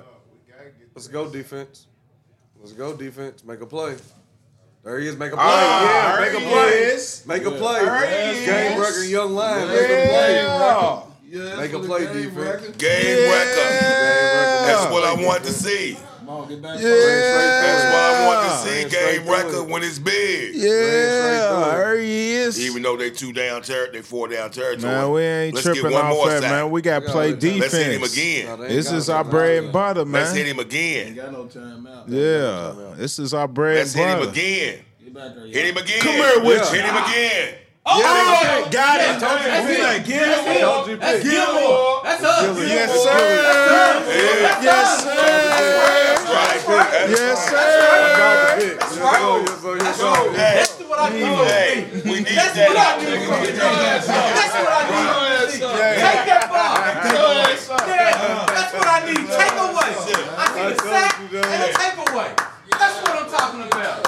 Speaker 5: Let's go defense. Let's go defense. Make a play. There he is. Make a play. yeah, make a play. Make a play. Game record, young lion. Make a play.
Speaker 6: Yeah,
Speaker 5: Make a play,
Speaker 6: that's what the game
Speaker 5: defense.
Speaker 6: record.
Speaker 4: Game record. That's what I want to see.
Speaker 6: Come on, get back.
Speaker 4: That's what I want to see.
Speaker 5: Man, straight
Speaker 4: Game
Speaker 5: through it.
Speaker 4: record when it's big.
Speaker 1: Yeah, there he is.
Speaker 4: Even though they two down territory, they four down territory.
Speaker 1: Man, we ain't
Speaker 4: Let's
Speaker 1: tripping
Speaker 4: get one
Speaker 1: off
Speaker 4: more
Speaker 1: that,
Speaker 4: sack.
Speaker 1: man. We got to
Speaker 5: Yeah,
Speaker 1: play
Speaker 5: let's hit him
Speaker 1: defense.
Speaker 4: Let's hit him
Speaker 5: No, they
Speaker 4: again.
Speaker 5: ain't
Speaker 1: This
Speaker 5: got
Speaker 1: is
Speaker 5: it.
Speaker 1: our bread and butter,
Speaker 4: Let's hit
Speaker 1: man.
Speaker 4: him again.
Speaker 6: Ain't got no timeout.
Speaker 1: Yeah, this is our bread
Speaker 4: Let's
Speaker 1: and
Speaker 4: hit him
Speaker 1: butter.
Speaker 4: again.
Speaker 6: Get back there.
Speaker 4: Hit him again.
Speaker 1: Come here, Witch.
Speaker 4: Hit him again.
Speaker 3: Oh,
Speaker 1: Yeah,
Speaker 3: yeah,
Speaker 1: got it.
Speaker 3: that's
Speaker 1: We
Speaker 3: it.
Speaker 1: like, get
Speaker 3: That's
Speaker 1: it.
Speaker 3: it.
Speaker 5: Don't you
Speaker 3: That's
Speaker 5: pick.
Speaker 3: Gilmore. That's us.
Speaker 1: Yes, sir. Yes, sir.
Speaker 4: Right, good.
Speaker 1: Yes, sir.
Speaker 5: Yes, sir, yes, sir, yes, sir.
Speaker 3: That's what I do.
Speaker 4: Hey, we need
Speaker 3: That's
Speaker 4: that.
Speaker 3: what I do. That's what I do. Take that ball. Yeah, that's what I need. Take away. I see the sack and the take away. That's what I'm talking about.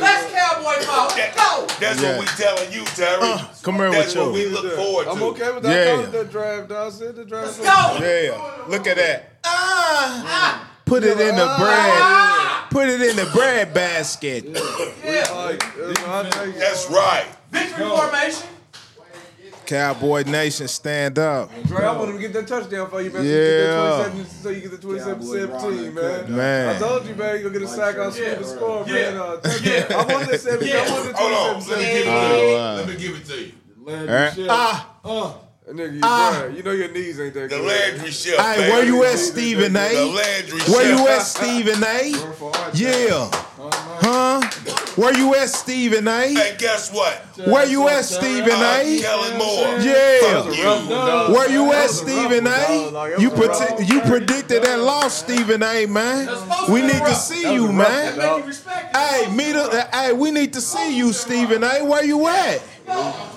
Speaker 3: Let's cowboy ball. Let's go.
Speaker 4: That's
Speaker 1: Yeah.
Speaker 4: what we telling you, Terry.
Speaker 1: Come here
Speaker 4: That's
Speaker 1: with
Speaker 4: what we
Speaker 1: you.
Speaker 4: look forward to.
Speaker 5: I'm okay with that.
Speaker 1: Yeah.
Speaker 5: I called that drive, dog. I said the drive. uh,
Speaker 3: Let's go. Ah.
Speaker 1: Yeah, look at that. Put it in the bread. Put it in the bread basket.
Speaker 3: Yeah.
Speaker 5: Like, that's what I take.
Speaker 4: That's right.
Speaker 3: Victory formation.
Speaker 1: Cowboy Nation, stand up.
Speaker 5: Dre, I want him to get that touchdown for you, man.
Speaker 1: Yeah.
Speaker 5: So you get that 27, so you get the 27 17,
Speaker 6: Cowboy Ron,
Speaker 5: man.
Speaker 1: Man.
Speaker 5: I told you, man, you're going to get a sack on
Speaker 3: Yeah.
Speaker 5: yeah. the score,
Speaker 3: Yeah.
Speaker 5: man. Uh, touchdown. I want that 17. I want that
Speaker 4: Hold on.
Speaker 5: 27 17.
Speaker 1: Oh, wow.
Speaker 2: Let me give it to you.
Speaker 6: Landry
Speaker 1: Alright.
Speaker 6: Shep.
Speaker 1: Ah,
Speaker 5: Nigga, you, Dre, you know your knees ain't that
Speaker 4: The
Speaker 5: good.
Speaker 4: Landry Chef.
Speaker 1: Hey,
Speaker 4: baby.
Speaker 1: where you at, Stephen
Speaker 4: The
Speaker 1: A?
Speaker 4: Landry Chef.
Speaker 1: Where you at, Stephen A?
Speaker 6: for our
Speaker 1: Yeah. Huh? Where you at, Stephen A?
Speaker 4: And guess what?
Speaker 1: Where you at, Stephen
Speaker 4: I'm
Speaker 1: A?
Speaker 4: Kellen Moore.
Speaker 1: Yeah.
Speaker 4: Fuck you. Uh,
Speaker 1: Where you at,
Speaker 5: was a
Speaker 1: Stephen A?
Speaker 5: ruffle, dog. That
Speaker 1: You
Speaker 5: was a
Speaker 1: predi- you predicted that loss, Stephen A, man.
Speaker 3: supposed
Speaker 1: We
Speaker 3: to be
Speaker 1: need
Speaker 3: rough.
Speaker 1: to see
Speaker 5: That was
Speaker 1: you,
Speaker 5: a
Speaker 1: man.
Speaker 3: Make
Speaker 5: ruffle,
Speaker 3: you respect it.
Speaker 1: Hey, meet up. uh, Hey, we need to see you, Stephen A. Where you at?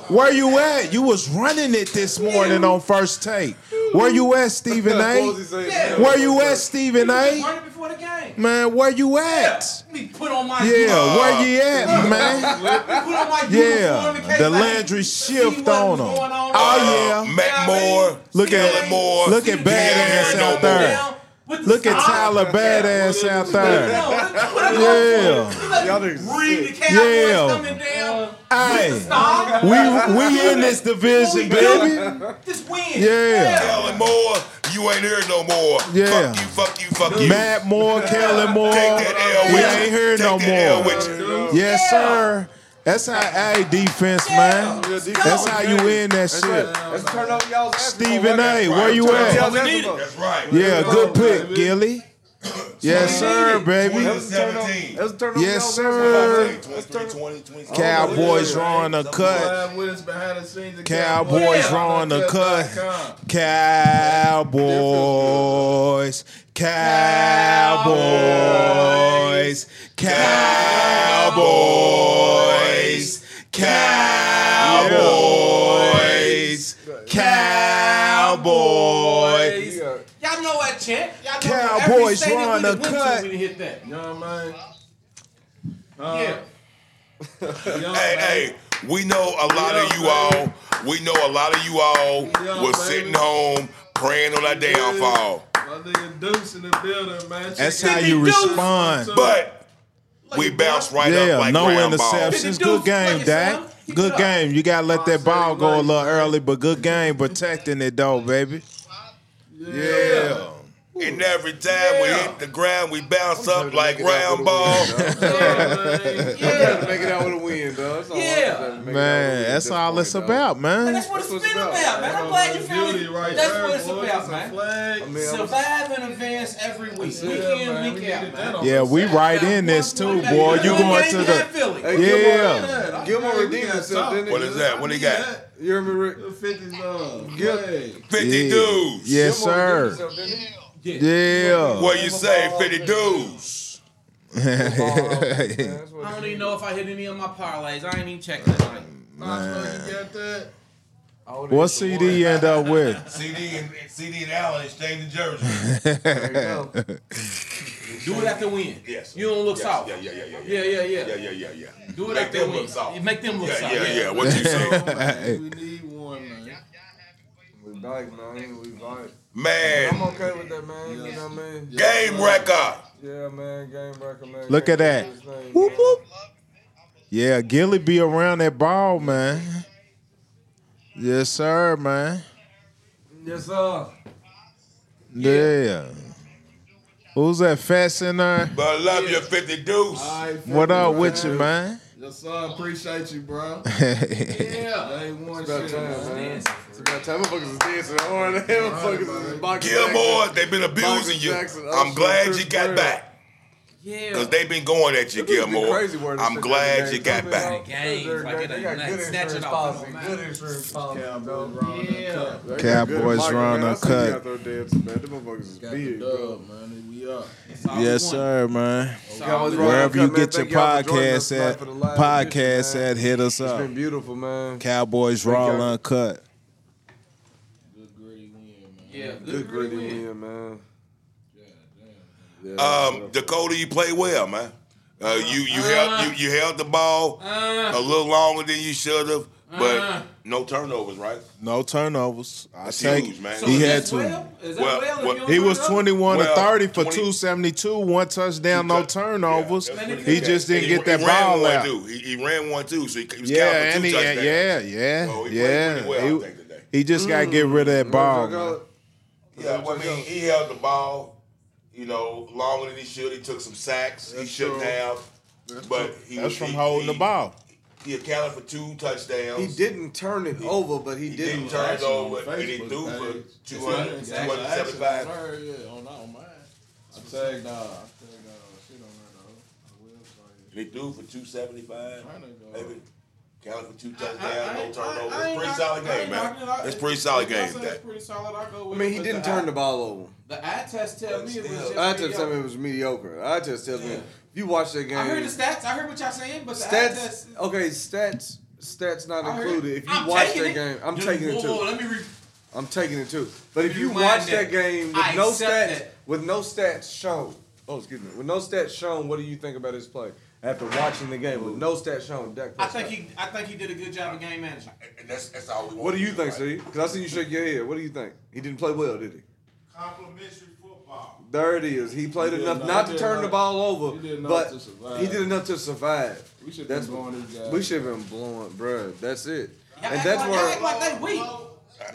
Speaker 1: Where you at? You was running it this morning on first take. Where you at, Stephen
Speaker 5: What was
Speaker 1: A?
Speaker 5: he saying?
Speaker 3: Yeah.
Speaker 1: Where you at, Stephen A?
Speaker 3: Run it before the game.
Speaker 1: Man, where you
Speaker 3: Yeah.
Speaker 1: at?
Speaker 3: Let me put on my
Speaker 1: Yeah, where you at, man?
Speaker 3: Let me put on my uniform in
Speaker 1: Yeah,
Speaker 3: case
Speaker 1: the
Speaker 3: I-
Speaker 1: Landry shift
Speaker 3: what
Speaker 1: on
Speaker 3: was
Speaker 1: him.
Speaker 3: going on.
Speaker 1: Oh yeah.
Speaker 4: Matt Moore.
Speaker 1: Look
Speaker 4: Kellen
Speaker 1: at
Speaker 4: Moore.
Speaker 1: look at
Speaker 4: He ain't
Speaker 1: badass
Speaker 4: here no
Speaker 1: out there.
Speaker 3: Down with the
Speaker 1: Look at
Speaker 3: style.
Speaker 1: Tyler badass out there.
Speaker 3: No, let- let-
Speaker 1: Yeah,
Speaker 3: let-
Speaker 5: Y'all niggas
Speaker 3: Read the
Speaker 5: sick.
Speaker 3: Cowboys
Speaker 1: Yeah.
Speaker 3: coming down.
Speaker 1: hey,
Speaker 3: Stop.
Speaker 1: we we in this division, baby.
Speaker 3: Just win.
Speaker 1: Yeah.
Speaker 4: Kellen Moore. You ain't here no more.
Speaker 1: Yeah.
Speaker 4: Fuck you, fuck you, fuck you.
Speaker 1: Matt Moore, Kelly Moore.
Speaker 4: Take that L
Speaker 1: We
Speaker 4: with you.
Speaker 1: ain't here
Speaker 4: Take
Speaker 1: no
Speaker 4: that L with
Speaker 1: more.
Speaker 4: you.
Speaker 1: Yes, sir. That's how a defense, man.
Speaker 5: Yeah, defense
Speaker 1: That's how you win that
Speaker 5: That's right.
Speaker 1: shit.
Speaker 5: That's turn over y'all's effort.
Speaker 1: Stephen A, where you
Speaker 5: Turn
Speaker 1: at?
Speaker 5: y'all's effort.
Speaker 4: That's right.
Speaker 1: Yeah, good pick, Gilly. Yes, sir, baby.
Speaker 5: That's a turn over-
Speaker 4: 17.
Speaker 5: that's a turn over
Speaker 1: Yes,
Speaker 5: y'all's effort.
Speaker 1: sir.
Speaker 4: 23, 20, 26.
Speaker 1: Cowboys drawing a cut.
Speaker 6: Live with us behind the scenes at
Speaker 1: Cowboys drawing the
Speaker 6: Cowboys.com.
Speaker 1: cut. Cowboys. Cowboys. Cowboys. Cowboys. Cowboys.
Speaker 5: Yeah.
Speaker 3: Y'all know that chant. Y'all know
Speaker 1: Cowboys
Speaker 3: every stadium
Speaker 1: run a
Speaker 3: we done went to,
Speaker 1: cut.
Speaker 3: We done hit that.
Speaker 6: You know what Uh, I mean?
Speaker 3: Yeah.
Speaker 4: Hey, hey, we know a lot of you all. We know a lot of you all was sitting home praying on our downfall.
Speaker 6: My nigga Deuce in the building, man.
Speaker 1: That's
Speaker 6: Check
Speaker 1: how
Speaker 6: it
Speaker 1: you respond.
Speaker 4: But we bounced right
Speaker 1: Yeah,
Speaker 4: up like
Speaker 1: no
Speaker 4: ground balls.
Speaker 1: interceptions.
Speaker 3: Did the
Speaker 1: Good
Speaker 3: Dukes
Speaker 1: game,
Speaker 3: play
Speaker 1: Dak.
Speaker 3: some? Keep it
Speaker 1: Good
Speaker 3: up.
Speaker 1: game. You gotta let that ball go a little early, but good game protecting it though, baby. Yeah.
Speaker 4: And every time we hit the ground, we bounce up like round ball.
Speaker 5: Yeah. Make it out with a win, dog. That's all I
Speaker 3: Yeah.
Speaker 5: have to say. Make it out with a
Speaker 1: Man,
Speaker 5: win
Speaker 1: that's
Speaker 5: at
Speaker 1: all
Speaker 5: this
Speaker 1: it's
Speaker 5: point,
Speaker 1: about,
Speaker 3: And
Speaker 1: man.
Speaker 3: that's what it's
Speaker 5: That's
Speaker 3: been
Speaker 5: what it's
Speaker 3: about,
Speaker 5: about.
Speaker 3: man. I'm
Speaker 6: out.
Speaker 3: glad you found
Speaker 6: Beauty
Speaker 3: it.
Speaker 6: right
Speaker 3: That's
Speaker 6: there,
Speaker 3: what it's
Speaker 6: boy.
Speaker 3: about,
Speaker 6: a
Speaker 3: man.
Speaker 6: flag.
Speaker 5: dog. Man, I'm-
Speaker 3: Survive and advance every week, week
Speaker 6: Yeah, man,
Speaker 3: in,
Speaker 6: we
Speaker 3: week out,
Speaker 6: needed
Speaker 3: man.
Speaker 6: that on
Speaker 1: Yeah,
Speaker 6: the
Speaker 1: we
Speaker 6: side.
Speaker 1: right in this too, boy. You going to the
Speaker 5: Hey,
Speaker 3: the?
Speaker 5: Gilmore-
Speaker 1: Yeah.
Speaker 6: Yeah,
Speaker 5: Gilmore
Speaker 6: okay, we
Speaker 5: redeemed
Speaker 6: got
Speaker 5: himself,
Speaker 6: something.
Speaker 5: didn't he?
Speaker 4: What is that? What he got?
Speaker 5: You hear me, Rick?
Speaker 6: The 50s love.
Speaker 5: Gil-
Speaker 6: Hey,
Speaker 4: 50
Speaker 1: Yeah.
Speaker 4: dudes.
Speaker 1: Yes,
Speaker 5: Gilmore redeemed
Speaker 1: sir.
Speaker 5: himself, didn't he?
Speaker 1: Yeah.
Speaker 4: What you say, 50 dudes?
Speaker 5: Man, that's what-
Speaker 3: I don't even know if I hit any of my parlays. I ain't even checked tonight.
Speaker 6: Knoxville, you got that?
Speaker 5: I would've
Speaker 1: What
Speaker 5: hit the
Speaker 1: CD you end up with?
Speaker 4: CD and, CD and Allen exchanged the jersey.
Speaker 5: one. There you go.
Speaker 3: Do it after win.
Speaker 4: Yes.
Speaker 3: You don't look
Speaker 4: Yes,
Speaker 3: soft.
Speaker 4: Yeah, yeah, yeah, yeah, yeah.
Speaker 3: Yeah, yeah, yeah.
Speaker 4: Yeah, yeah, yeah, yeah.
Speaker 3: Do it
Speaker 4: Make
Speaker 3: after
Speaker 4: them
Speaker 3: win.
Speaker 4: look soft.
Speaker 3: Make them look
Speaker 4: Yeah,
Speaker 3: soft.
Speaker 4: yeah, yeah. What you say?
Speaker 6: We need one, man.
Speaker 5: We back, man. We back. I'm
Speaker 4: Man,
Speaker 5: okay with that, man. You know what I mean?
Speaker 4: game record.
Speaker 5: Yeah, man. Game record, man.
Speaker 1: Look at that.
Speaker 5: His name,
Speaker 1: Whoop
Speaker 5: man.
Speaker 1: whoop. Yeah, Gilly be around that ball, man. Yes, sir, man.
Speaker 5: Yes, sir.
Speaker 1: Yeah. Who's that fast in there?
Speaker 4: But I love you, 50 dudes.
Speaker 6: All right,
Speaker 1: What
Speaker 6: Philly,
Speaker 1: up
Speaker 6: man.
Speaker 1: with you, man?
Speaker 6: Yes, sir. Appreciate you, bro.
Speaker 3: Yeah.
Speaker 6: Day one
Speaker 5: It's about
Speaker 6: shit,
Speaker 5: time, man.
Speaker 6: man.
Speaker 5: It's about time. Motherfuckers is dancing. All right, motherfuckers is boxing.
Speaker 4: Gilmore, they've been abusing you.
Speaker 5: Jackson,
Speaker 4: I'm
Speaker 5: Usher,
Speaker 4: glad
Speaker 5: Chris
Speaker 4: you got
Speaker 5: Brown.
Speaker 4: back.
Speaker 3: Yeah.
Speaker 4: Because they've been going at you,
Speaker 5: It used to be
Speaker 4: Gilmore.
Speaker 5: crazy where this
Speaker 4: I'm
Speaker 5: shit
Speaker 4: glad
Speaker 5: got
Speaker 4: you got
Speaker 5: banned.
Speaker 4: back.
Speaker 3: Gangs,
Speaker 5: They're-
Speaker 3: like, it
Speaker 5: they
Speaker 3: ain't
Speaker 5: got
Speaker 3: nothing.
Speaker 5: good
Speaker 3: Snatch it
Speaker 5: insurance
Speaker 3: off
Speaker 5: policy,
Speaker 3: them, man.
Speaker 5: good insurance policy.
Speaker 6: Cowboys
Speaker 3: Yeah.
Speaker 5: They got
Speaker 10: Cowboys
Speaker 5: good mic,
Speaker 10: run
Speaker 5: man. I seen
Speaker 10: uncut.
Speaker 5: you out there dancing, man. Them motherfuckers is
Speaker 6: Got the
Speaker 5: big, bro.
Speaker 6: dub, man. We up.
Speaker 3: That's all we
Speaker 10: Yes,
Speaker 3: want.
Speaker 10: sir, man.
Speaker 3: That's all
Speaker 5: Cowboys
Speaker 3: we
Speaker 5: run
Speaker 3: want.
Speaker 10: Wherever you
Speaker 5: uncut, man.
Speaker 10: get your
Speaker 5: Thank y'all for joining us
Speaker 10: podcast
Speaker 5: tonight
Speaker 10: at,
Speaker 5: for the live
Speaker 10: podcast
Speaker 5: edition, man.
Speaker 10: at, hit us
Speaker 5: It's
Speaker 10: up.
Speaker 5: been beautiful, man.
Speaker 10: Cowboys
Speaker 5: Thank
Speaker 10: Raw
Speaker 5: y'all.
Speaker 10: Uncut.
Speaker 6: Good gritty win, man.
Speaker 3: Yeah.
Speaker 5: Good gritty
Speaker 3: win.
Speaker 5: win, man.
Speaker 4: Um, Dakota, you play well, man. Uh, you you held you, you held the ball a little longer than you should have, but
Speaker 3: Uh.
Speaker 4: no turnovers, right?
Speaker 10: No turnovers. I
Speaker 4: That's
Speaker 10: take
Speaker 4: huge, man.
Speaker 3: So
Speaker 10: he
Speaker 3: is
Speaker 10: had
Speaker 3: that
Speaker 10: to.
Speaker 3: Well? Is that well
Speaker 4: Well,
Speaker 3: if
Speaker 4: well,
Speaker 3: you don't
Speaker 10: He was
Speaker 3: turn it up?
Speaker 10: 21
Speaker 4: Well,
Speaker 10: to 30 for
Speaker 4: 20
Speaker 10: 272, one touchdown, no
Speaker 4: Yeah,
Speaker 10: turnovers.
Speaker 4: that's what
Speaker 10: he
Speaker 4: did.
Speaker 10: just didn't
Speaker 4: He-
Speaker 10: get that
Speaker 4: he ran
Speaker 10: ball
Speaker 4: one,
Speaker 10: out.
Speaker 4: Too. He, he ran one too, so he, he was
Speaker 10: Yeah,
Speaker 4: counting
Speaker 10: and
Speaker 4: for
Speaker 10: he,
Speaker 4: two touchdowns.
Speaker 10: yeah, yeah,
Speaker 4: So he
Speaker 10: yeah.
Speaker 4: played pretty well,
Speaker 10: He-
Speaker 4: I think, today.
Speaker 10: he, just got to get rid of that
Speaker 1: Mm.
Speaker 10: ball. man.
Speaker 4: Yeah, well, I mean, he held the ball, you know, longer than he should. He took some sacks. he
Speaker 5: That's
Speaker 4: shouldn't
Speaker 5: true.
Speaker 4: have. but he
Speaker 10: That's
Speaker 4: was
Speaker 10: from
Speaker 4: he-
Speaker 10: holding
Speaker 4: he-
Speaker 10: the ball.
Speaker 4: He accounted for two touchdowns.
Speaker 5: He didn't turn it over, but he,
Speaker 4: He
Speaker 5: didn't,
Speaker 4: didn't turn it
Speaker 6: Actually, on
Speaker 4: over, and he
Speaker 6: Facebook
Speaker 4: threw for
Speaker 6: page.
Speaker 4: 200,
Speaker 6: Actually, actually,
Speaker 4: 275.
Speaker 6: on her, yeah, on- on mine. I tagged, uh, I tagged, uh, shit on her, though. Her website.
Speaker 4: And he threw for 275.
Speaker 6: Trying to go.
Speaker 4: Maybe counted for two
Speaker 3: I- I-
Speaker 4: touchdowns, no
Speaker 3: I- I ain't
Speaker 4: turnovers. It's pretty
Speaker 3: knock-
Speaker 4: solid
Speaker 3: I ain't
Speaker 4: game, man.
Speaker 3: knocking it out.
Speaker 4: It's pretty solid
Speaker 3: If y'all
Speaker 4: game
Speaker 3: say
Speaker 4: today.
Speaker 3: It's pretty solid. I go
Speaker 5: I
Speaker 3: with
Speaker 5: mean,
Speaker 3: it,
Speaker 5: he
Speaker 3: but
Speaker 5: didn't
Speaker 3: the
Speaker 5: turn
Speaker 3: eye-
Speaker 5: the ball over.
Speaker 3: The eye test tell me it was
Speaker 4: still.
Speaker 3: just.
Speaker 5: I
Speaker 3: pretty
Speaker 5: just me
Speaker 3: up.
Speaker 5: it was mediocre. I just tell me
Speaker 3: Yeah.
Speaker 5: if you watch that game.
Speaker 3: I heard the stats. I heard what y'all saying, but the eye test.
Speaker 5: stats. Okay, stats. Stats not
Speaker 3: I heard-
Speaker 5: included. If you
Speaker 3: I'm
Speaker 5: watch
Speaker 3: taking
Speaker 5: that
Speaker 3: it.
Speaker 5: game, I'm
Speaker 3: Just-
Speaker 5: taking it
Speaker 3: whoa, whoa,
Speaker 5: too.
Speaker 3: Let me re-
Speaker 5: I'm taking it too. But if
Speaker 3: You
Speaker 5: you
Speaker 3: mind
Speaker 5: watch
Speaker 3: that.
Speaker 5: that game with
Speaker 3: I
Speaker 5: no stats,
Speaker 3: accept that.
Speaker 5: with no stats shown. Oh, excuse me. With no stats shown, what do you think about his play after watching the game? With no stats shown, Dak
Speaker 3: I
Speaker 5: Prescott.
Speaker 3: think he. I think he did a good job of game management.
Speaker 4: And that's, that's all we want.
Speaker 5: What do you think,
Speaker 4: right?
Speaker 5: Steve? Because I see you shake your head. What do you think? He didn't play well, did he?
Speaker 11: Complimentary football.
Speaker 5: There it is. He played
Speaker 6: He did
Speaker 5: enough
Speaker 6: enough.
Speaker 5: not
Speaker 6: He
Speaker 5: to
Speaker 6: did
Speaker 5: turn the
Speaker 6: enough.
Speaker 5: ball over,
Speaker 6: He did enough
Speaker 5: but
Speaker 6: to survive.
Speaker 5: he did enough to survive.
Speaker 6: We should
Speaker 5: That's
Speaker 6: been blowing these guys.
Speaker 5: we should have been blowing, bruh. That's it.
Speaker 3: Y'all
Speaker 5: and
Speaker 3: act
Speaker 5: that's
Speaker 3: like, y'all act
Speaker 5: where
Speaker 3: like they weak.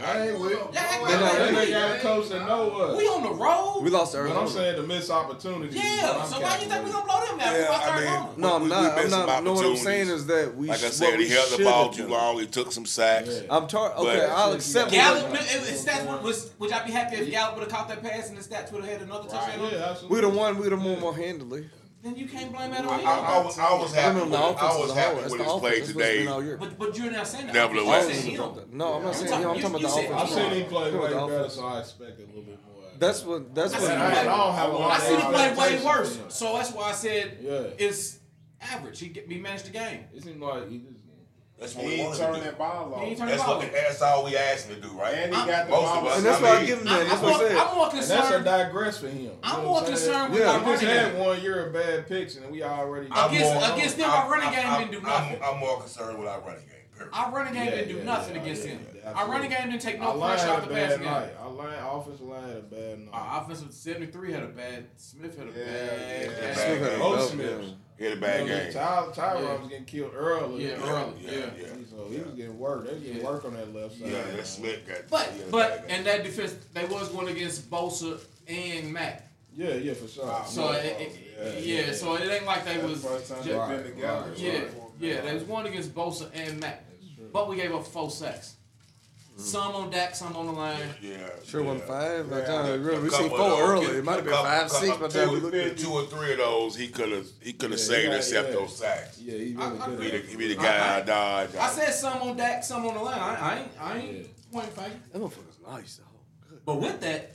Speaker 6: I ain't with it.
Speaker 3: Y'all act
Speaker 6: They
Speaker 3: like
Speaker 6: got-
Speaker 3: they
Speaker 6: they
Speaker 3: weak.
Speaker 6: got a coach that know us.
Speaker 3: We on the road.
Speaker 5: we lost to
Speaker 6: But I'm
Speaker 5: Arizona.
Speaker 6: saying the missed opportunities. is what
Speaker 3: yeah.
Speaker 6: I'm
Speaker 3: So why you think we
Speaker 6: calculating.
Speaker 3: gonna blow them now?
Speaker 4: Yeah,
Speaker 3: we lost
Speaker 4: I
Speaker 3: our
Speaker 4: mean,
Speaker 3: home.
Speaker 5: No,
Speaker 4: We-
Speaker 5: I'm
Speaker 4: we
Speaker 5: not. I'm
Speaker 4: missed
Speaker 5: not.
Speaker 4: some
Speaker 5: No, what I'm
Speaker 4: opportunities.
Speaker 5: saying is that we.
Speaker 4: Like I
Speaker 5: what
Speaker 4: said,
Speaker 5: we
Speaker 4: he held the
Speaker 5: should
Speaker 4: ball
Speaker 5: have
Speaker 4: too
Speaker 5: done.
Speaker 4: long. He took some sacks.
Speaker 6: Yeah.
Speaker 5: I'm tar- okay.
Speaker 4: But-
Speaker 5: I'll accept.
Speaker 3: Gallup,
Speaker 5: that.
Speaker 3: if, if stats was, would y'all be happy if Gallup would have caught that pass and the stats would have had another touchdown? on
Speaker 6: Right,
Speaker 3: it?
Speaker 6: yeah, absolutely.
Speaker 5: We'd have won. We'd have won more handily.
Speaker 3: Then you can't blame that
Speaker 4: I,
Speaker 3: on me.
Speaker 4: I, was, I was happy
Speaker 5: No,
Speaker 4: with
Speaker 5: no,
Speaker 4: it.
Speaker 5: the
Speaker 4: I
Speaker 5: offense
Speaker 4: was
Speaker 5: is the whole.
Speaker 4: happy
Speaker 5: That's
Speaker 4: with
Speaker 5: the
Speaker 4: his
Speaker 5: offense.
Speaker 4: play
Speaker 5: That's what's been all
Speaker 4: today.
Speaker 5: year.
Speaker 3: But but you're not saying that. You
Speaker 4: Nevertheless.
Speaker 3: said him.
Speaker 5: No, I'm not saying him. I'm talking about the
Speaker 3: You said-
Speaker 5: offense.
Speaker 6: I've seen him play
Speaker 5: Come on,
Speaker 6: way
Speaker 5: dog.
Speaker 6: better, so I expect a little bit more. out of
Speaker 5: That's
Speaker 6: him.
Speaker 5: what. That's
Speaker 3: I
Speaker 5: what.
Speaker 3: said,
Speaker 6: I
Speaker 5: matters.
Speaker 6: don't have a lot
Speaker 3: I
Speaker 6: of
Speaker 3: seen him play way
Speaker 6: expectations
Speaker 3: worse.
Speaker 6: from him.
Speaker 3: So that's why I said
Speaker 6: Yeah.
Speaker 3: it's average. He, get, he managed the game.
Speaker 6: It seemed like he just.
Speaker 4: That's what we
Speaker 1: He
Speaker 4: wanted
Speaker 1: turned
Speaker 4: to do.
Speaker 1: that ball
Speaker 3: He ain't
Speaker 1: off.
Speaker 3: turned the
Speaker 4: That's,
Speaker 3: ball.
Speaker 4: what,
Speaker 3: over.
Speaker 4: that's all we asked him to do, right?
Speaker 1: And he got the
Speaker 4: Most of
Speaker 1: ball.
Speaker 4: us.
Speaker 5: And that's
Speaker 4: I
Speaker 5: why I
Speaker 4: mean,
Speaker 5: give him
Speaker 3: I,
Speaker 5: that.
Speaker 3: am
Speaker 5: That's what
Speaker 3: more,
Speaker 5: I
Speaker 3: I'm
Speaker 5: said.
Speaker 3: more
Speaker 6: And that's a
Speaker 3: concerned.
Speaker 6: digress for him. You
Speaker 3: I'm
Speaker 6: know
Speaker 3: more
Speaker 6: what
Speaker 3: concerned with
Speaker 5: Yeah,
Speaker 6: Saying?
Speaker 3: our
Speaker 6: We just
Speaker 3: running
Speaker 6: had
Speaker 3: game.
Speaker 6: one year of bad picks, and we already.
Speaker 4: I'm
Speaker 3: Against-
Speaker 4: more-
Speaker 3: against them,
Speaker 4: I'm-
Speaker 3: our running
Speaker 4: I'm-
Speaker 3: game
Speaker 4: I'm-
Speaker 3: didn't do
Speaker 4: I'm-
Speaker 3: nothing.
Speaker 4: I'm more concerned with our running game. period.
Speaker 3: Our running game
Speaker 6: Yeah,
Speaker 3: didn't do
Speaker 6: yeah,
Speaker 3: nothing
Speaker 6: yeah,
Speaker 3: against
Speaker 6: yeah,
Speaker 3: him.
Speaker 6: yeah,
Speaker 3: our running
Speaker 6: absolutely.
Speaker 3: game didn't take
Speaker 6: uh, I
Speaker 3: no
Speaker 6: line
Speaker 3: pressure
Speaker 6: had
Speaker 3: off
Speaker 6: a
Speaker 3: the passing
Speaker 6: bad
Speaker 3: game.
Speaker 6: night. I line offensive line had a bad night.
Speaker 3: Our offensive 73 had a bad. Smith had a
Speaker 1: Yeah,
Speaker 3: bad.
Speaker 1: yeah.
Speaker 3: game.
Speaker 4: Smith had
Speaker 6: Both
Speaker 5: Oh,
Speaker 6: Smiths.
Speaker 5: yeah.
Speaker 4: He had a
Speaker 6: You
Speaker 4: bad
Speaker 6: know,
Speaker 4: game.
Speaker 6: Ty, Tyron
Speaker 3: Yeah.
Speaker 6: was getting killed early.
Speaker 3: Yeah, early. Yeah.
Speaker 4: yeah. yeah.
Speaker 6: So he was getting work. They was getting
Speaker 3: Yeah.
Speaker 6: work on that left side.
Speaker 4: Yeah, that slip got.
Speaker 3: But
Speaker 4: yeah,
Speaker 3: but
Speaker 4: that-
Speaker 3: and that defense they was going against Bosa and Mac.
Speaker 6: Yeah, yeah, for sure.
Speaker 3: So it, it, yeah, so it ain't like they was.
Speaker 1: First time
Speaker 3: ju-
Speaker 1: they've
Speaker 6: Right,
Speaker 1: been together.
Speaker 6: right,
Speaker 3: yeah, yeah, they was one against Bosa and Mac, but we gave up four sacks. Some on Dak, some on the line.
Speaker 4: yeah.
Speaker 5: Sure,
Speaker 4: yeah.
Speaker 5: one five. By the
Speaker 1: Yeah.
Speaker 5: time we really-
Speaker 4: A
Speaker 5: we
Speaker 4: couple
Speaker 5: seen
Speaker 4: of
Speaker 5: four
Speaker 4: those,
Speaker 5: early.
Speaker 4: yeah,
Speaker 5: It might have been
Speaker 4: couple-
Speaker 5: five, six. By the time we
Speaker 4: Two,
Speaker 5: looked at
Speaker 4: two or three of those, he could have he could have
Speaker 6: Yeah,
Speaker 4: saved
Speaker 6: yeah,
Speaker 4: and stepped
Speaker 6: yeah.
Speaker 4: those sacks.
Speaker 6: Yeah, he
Speaker 3: I-
Speaker 6: really
Speaker 3: I-
Speaker 6: good.
Speaker 4: He
Speaker 6: at
Speaker 4: the,
Speaker 6: it.
Speaker 4: he be the guy I died.
Speaker 3: I said some on Dak, some on the line. I, I ain't, I ain't
Speaker 6: Yeah.
Speaker 3: point fighting.
Speaker 5: that motherfucker's nice. though. Good.
Speaker 3: But with that,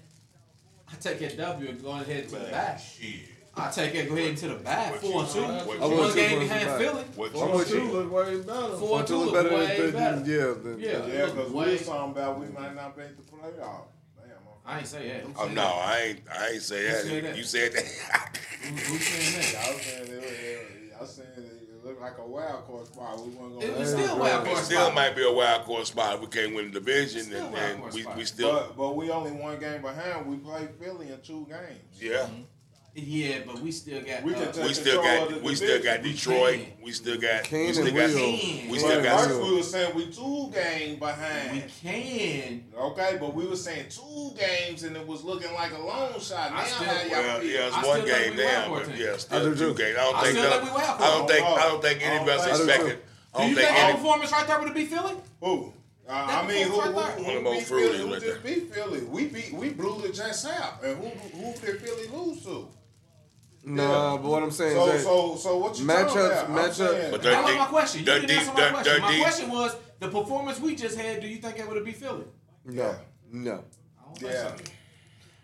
Speaker 3: I take that W and go ahead to the
Speaker 4: Man,
Speaker 3: back.
Speaker 4: shit.
Speaker 3: I take that go ahead to the back.
Speaker 4: What you-
Speaker 3: Four and two.
Speaker 4: what you-
Speaker 3: One
Speaker 5: want
Speaker 3: game
Speaker 5: two,
Speaker 3: behind
Speaker 5: one
Speaker 3: Philly.
Speaker 4: What
Speaker 6: Four
Speaker 4: you
Speaker 6: and two
Speaker 4: said.
Speaker 6: look way better.
Speaker 3: Four and two
Speaker 5: Look
Speaker 3: look
Speaker 5: better than-
Speaker 3: way
Speaker 5: than-
Speaker 3: better.
Speaker 5: yeah. than-
Speaker 3: Yeah.
Speaker 1: Yeah, because we
Speaker 3: Way-
Speaker 1: was talking about we might not make the playoff. Damn,
Speaker 3: I ain't say that. Who
Speaker 4: Oh
Speaker 3: said
Speaker 4: no,
Speaker 3: that?
Speaker 4: I ain't I ain't say
Speaker 3: You
Speaker 4: that.
Speaker 3: said that.
Speaker 4: You said that.
Speaker 3: Who, who saying that?
Speaker 1: I was saying it, was- I was saying it looked like a wild card spot. We weren't going
Speaker 3: It was still wild
Speaker 4: It
Speaker 3: card
Speaker 4: still
Speaker 3: spot.
Speaker 4: might be a wild card spot. if We can't win the division,
Speaker 3: Still
Speaker 4: and,
Speaker 3: wild
Speaker 4: and
Speaker 3: card
Speaker 4: we
Speaker 3: spot.
Speaker 4: we still
Speaker 1: But but we only one game behind. We played Philly in two games.
Speaker 4: yeah.
Speaker 3: Yeah, but we still got.
Speaker 1: We can
Speaker 3: uh,
Speaker 1: take
Speaker 4: We still
Speaker 1: control of
Speaker 4: got
Speaker 1: the
Speaker 4: we still got
Speaker 1: division.
Speaker 4: Detroit. We still got we
Speaker 5: Kane
Speaker 4: still
Speaker 5: and
Speaker 4: got
Speaker 5: Will.
Speaker 4: we
Speaker 1: But
Speaker 4: still got
Speaker 1: first we were saying we two game behind.
Speaker 3: we can.
Speaker 1: Okay, but we were saying two games and it was looking like a long shot. Now
Speaker 3: I still-
Speaker 1: how y'all
Speaker 4: Well,
Speaker 1: feel?
Speaker 4: yeah,
Speaker 3: I
Speaker 4: it's
Speaker 3: still
Speaker 4: one
Speaker 3: think
Speaker 4: game
Speaker 3: we wild
Speaker 4: down,
Speaker 3: card
Speaker 4: but
Speaker 3: team.
Speaker 4: yeah,
Speaker 5: I
Speaker 4: still
Speaker 5: do
Speaker 4: two
Speaker 5: too.
Speaker 4: games. I
Speaker 3: I
Speaker 4: don't think
Speaker 3: still
Speaker 4: none-
Speaker 3: think we wild
Speaker 4: I don't
Speaker 3: card.
Speaker 4: think
Speaker 1: I
Speaker 4: I
Speaker 1: don't
Speaker 4: don't think any of
Speaker 1: think-
Speaker 4: us
Speaker 5: I do too.
Speaker 4: expected. I
Speaker 3: Do
Speaker 4: don't
Speaker 3: you think
Speaker 4: think
Speaker 3: that
Speaker 4: any.
Speaker 3: performance right there would have beat Philly?
Speaker 1: Who? Uh,
Speaker 3: That
Speaker 1: I mean, who,
Speaker 3: performance
Speaker 1: who, who, who,
Speaker 3: right
Speaker 4: there. One
Speaker 1: beat
Speaker 4: of them old
Speaker 1: Philly? Who
Speaker 4: fruity
Speaker 1: just
Speaker 4: right
Speaker 1: beat Philly? We beat, we blew the Jets out, and who, who did Philly lose to?
Speaker 5: Nah, but what I'm saying
Speaker 1: So
Speaker 5: is that
Speaker 1: so so what you
Speaker 5: Matchups-
Speaker 1: talking about? I'm
Speaker 5: matchups-
Speaker 1: saying-
Speaker 4: But
Speaker 3: That was my question. You
Speaker 4: That
Speaker 3: didn't
Speaker 4: deep-
Speaker 3: answer my
Speaker 4: that-
Speaker 3: question.
Speaker 4: that
Speaker 3: My
Speaker 4: deep-
Speaker 3: question was the performance we just had. Do you think it would have been Philly?
Speaker 5: no, no.
Speaker 1: yeah,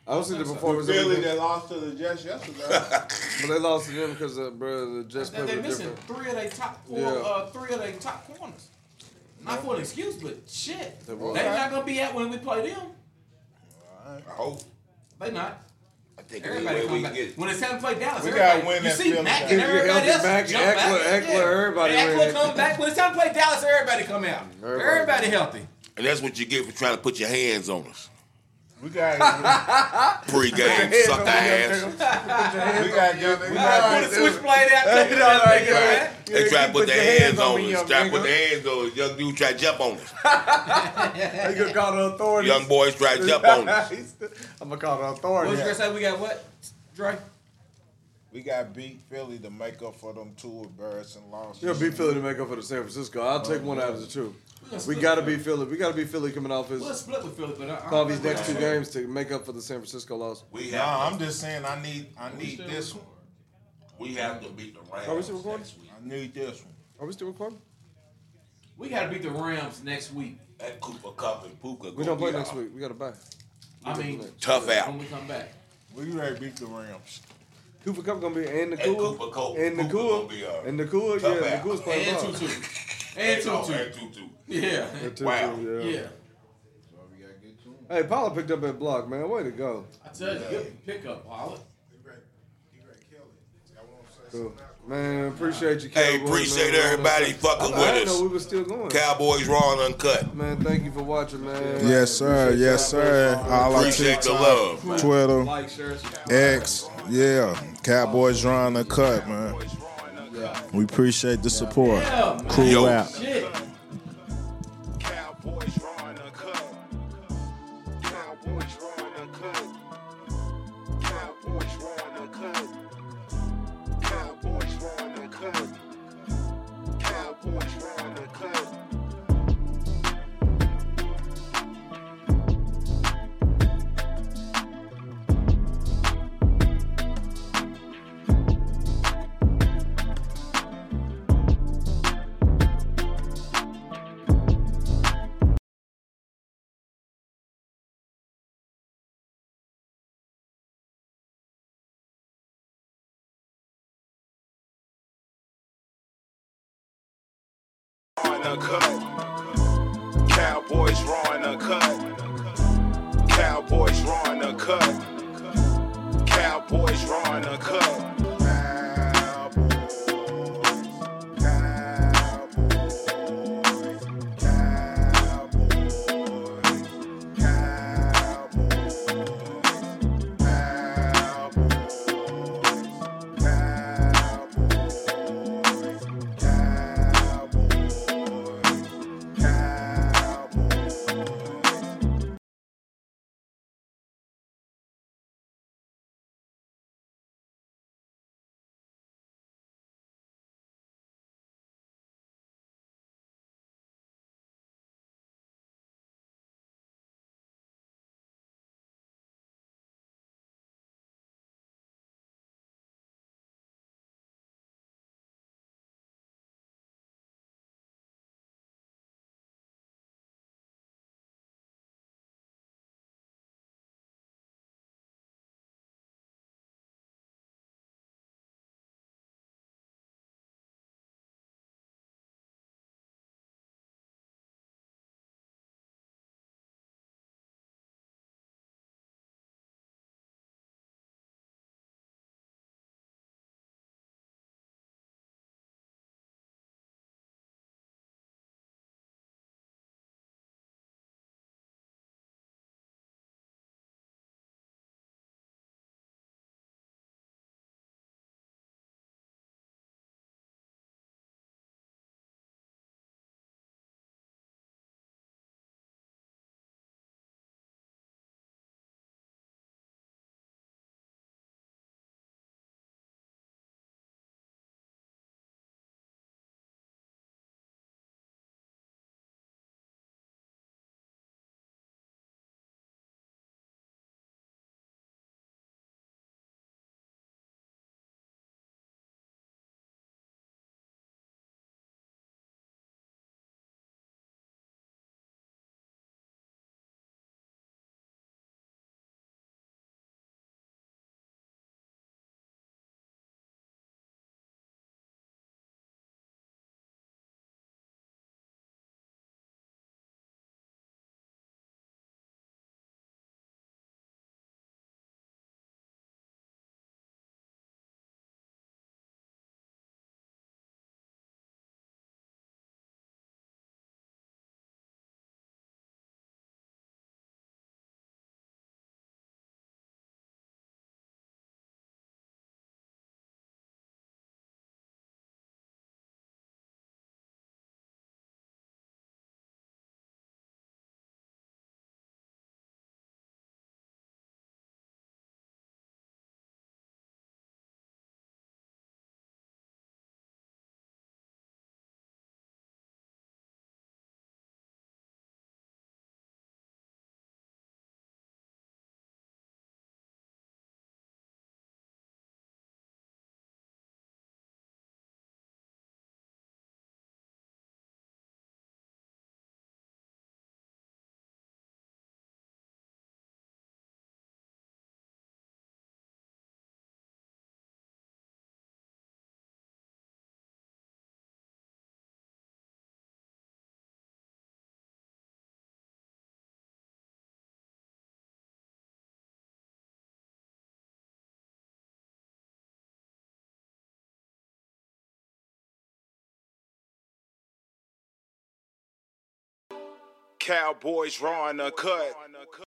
Speaker 5: I don't see the performance. that we
Speaker 1: Philly
Speaker 5: did,
Speaker 1: that lost to the Jets yesterday.
Speaker 5: but they lost to them because uh, bro, the Jets
Speaker 3: That
Speaker 5: played
Speaker 3: they're
Speaker 5: were
Speaker 3: missing
Speaker 5: different.
Speaker 3: three of their top, four,
Speaker 5: Yeah.
Speaker 3: uh, three of their top corners. Not for an excuse, but shit,
Speaker 5: They
Speaker 3: they're
Speaker 5: were.
Speaker 3: not gonna be at when we play them.
Speaker 4: I hope.
Speaker 3: They not.
Speaker 4: I think the
Speaker 3: Everybody
Speaker 4: way
Speaker 3: come
Speaker 4: we
Speaker 3: back.
Speaker 4: can get.
Speaker 3: When it's time to play Dallas,
Speaker 1: We
Speaker 3: everybody,
Speaker 1: gotta win
Speaker 3: you
Speaker 1: that
Speaker 3: see
Speaker 1: field
Speaker 3: Mack
Speaker 1: back.
Speaker 3: and
Speaker 5: If you're
Speaker 3: everybody
Speaker 5: healthy,
Speaker 3: else
Speaker 5: Mack,
Speaker 3: jump
Speaker 5: Eckler,
Speaker 3: back.
Speaker 5: Eckler, everybody
Speaker 3: When
Speaker 5: ready.
Speaker 3: Eckler come back. When it's time to play Dallas, everybody come out. Everybody,
Speaker 5: Everybody.
Speaker 3: healthy.
Speaker 4: And that's what you get for trying to put your hands on us.
Speaker 1: we got
Speaker 4: Pre-game, suck ass.
Speaker 1: we got get we
Speaker 3: Put
Speaker 1: got
Speaker 3: a switchblade out. clip it on that nigga, man.
Speaker 4: They try to put their hands on
Speaker 5: me,
Speaker 4: us.
Speaker 5: young
Speaker 4: Try to put
Speaker 5: nigga.
Speaker 4: their hands on us. Young dude try to jump on us.
Speaker 5: They could call the authorities.
Speaker 4: Young boys try to jump on us.
Speaker 5: I'm gonna call the
Speaker 3: What was you
Speaker 5: authorities.
Speaker 3: gonna say? We got what? Dre.
Speaker 1: we got beat Philly to make up for them two embarrassing losses.
Speaker 5: You'll beat Philly to make up for the San Francisco. I'll take one out of the two. We gotta beat Philly. We gotta beat Philly coming off his
Speaker 3: We'll split with Philly, but uh, I, I
Speaker 5: off these next two games to make up for the San Francisco loss.
Speaker 4: We
Speaker 1: No,
Speaker 4: have,
Speaker 1: I'm just saying I need I need this one.
Speaker 4: we have to beat the Rams
Speaker 5: Are we still recording?
Speaker 4: next week.
Speaker 1: I need this one.
Speaker 5: Are we still recording?
Speaker 3: We gotta beat the Rams next week.
Speaker 4: That Cooper Cup and Puka.
Speaker 5: We don't play next week. We gotta buy.
Speaker 3: I mean,
Speaker 4: Tough
Speaker 3: when
Speaker 4: out.
Speaker 3: we come back.
Speaker 1: We ready beat the Rams.
Speaker 5: Cooper Cup gonna be and the
Speaker 4: And Cooper
Speaker 5: cool
Speaker 4: Cup-
Speaker 5: and the
Speaker 4: Cooper
Speaker 5: cool
Speaker 4: gonna be, uh,
Speaker 5: and the cool.
Speaker 4: tough
Speaker 5: Yeah, the
Speaker 4: out.
Speaker 5: cool's playing.
Speaker 3: And
Speaker 5: well.
Speaker 3: two two. And two two.
Speaker 4: And two-two.
Speaker 3: Yeah.
Speaker 5: Two-two,
Speaker 4: Wow.
Speaker 3: Yeah.
Speaker 6: So we gotta get to him.
Speaker 5: Hey, Paula picked up that block, man. Way to go.
Speaker 3: I tell you, good pickup, Wallace.
Speaker 5: Cool. Man, appreciate you.
Speaker 4: Hey,
Speaker 5: Cowboys,
Speaker 4: appreciate
Speaker 5: man.
Speaker 4: everybody fucking
Speaker 5: I didn't
Speaker 4: with
Speaker 5: know
Speaker 4: us.
Speaker 5: we were still going.
Speaker 4: Cowboys Raw and Uncut.
Speaker 5: Man, thank you for watching, man.
Speaker 1: Yes, sir.
Speaker 5: Appreciate
Speaker 1: Yes,
Speaker 5: y'all.
Speaker 1: sir. All our
Speaker 4: Appreciate the love.
Speaker 1: TikTok, Twitter,
Speaker 5: Like, share, subscribe.
Speaker 1: X, yeah. Cowboys drawing the cut, man. We appreciate the support.
Speaker 3: Yeah, man.
Speaker 1: Crew
Speaker 4: Yo.
Speaker 1: out.
Speaker 3: Shit.
Speaker 2: Cowboys Raw and Uncut. Cowboys Raw and Uncut. Cowboys Raw and Uncut. Cowboys Raw and Uncut. Cowboys Raw and Uncut. Raw and Uncut. Cowboys Raw and Uncut. Cowboys Raw and Uncut. Cowboys Raw and Uncut. Cowboys, Cowboys, Cowboys, Cowboys, Cowboys, Cowboys.
Speaker 4: Cowboys Raw and Uncut.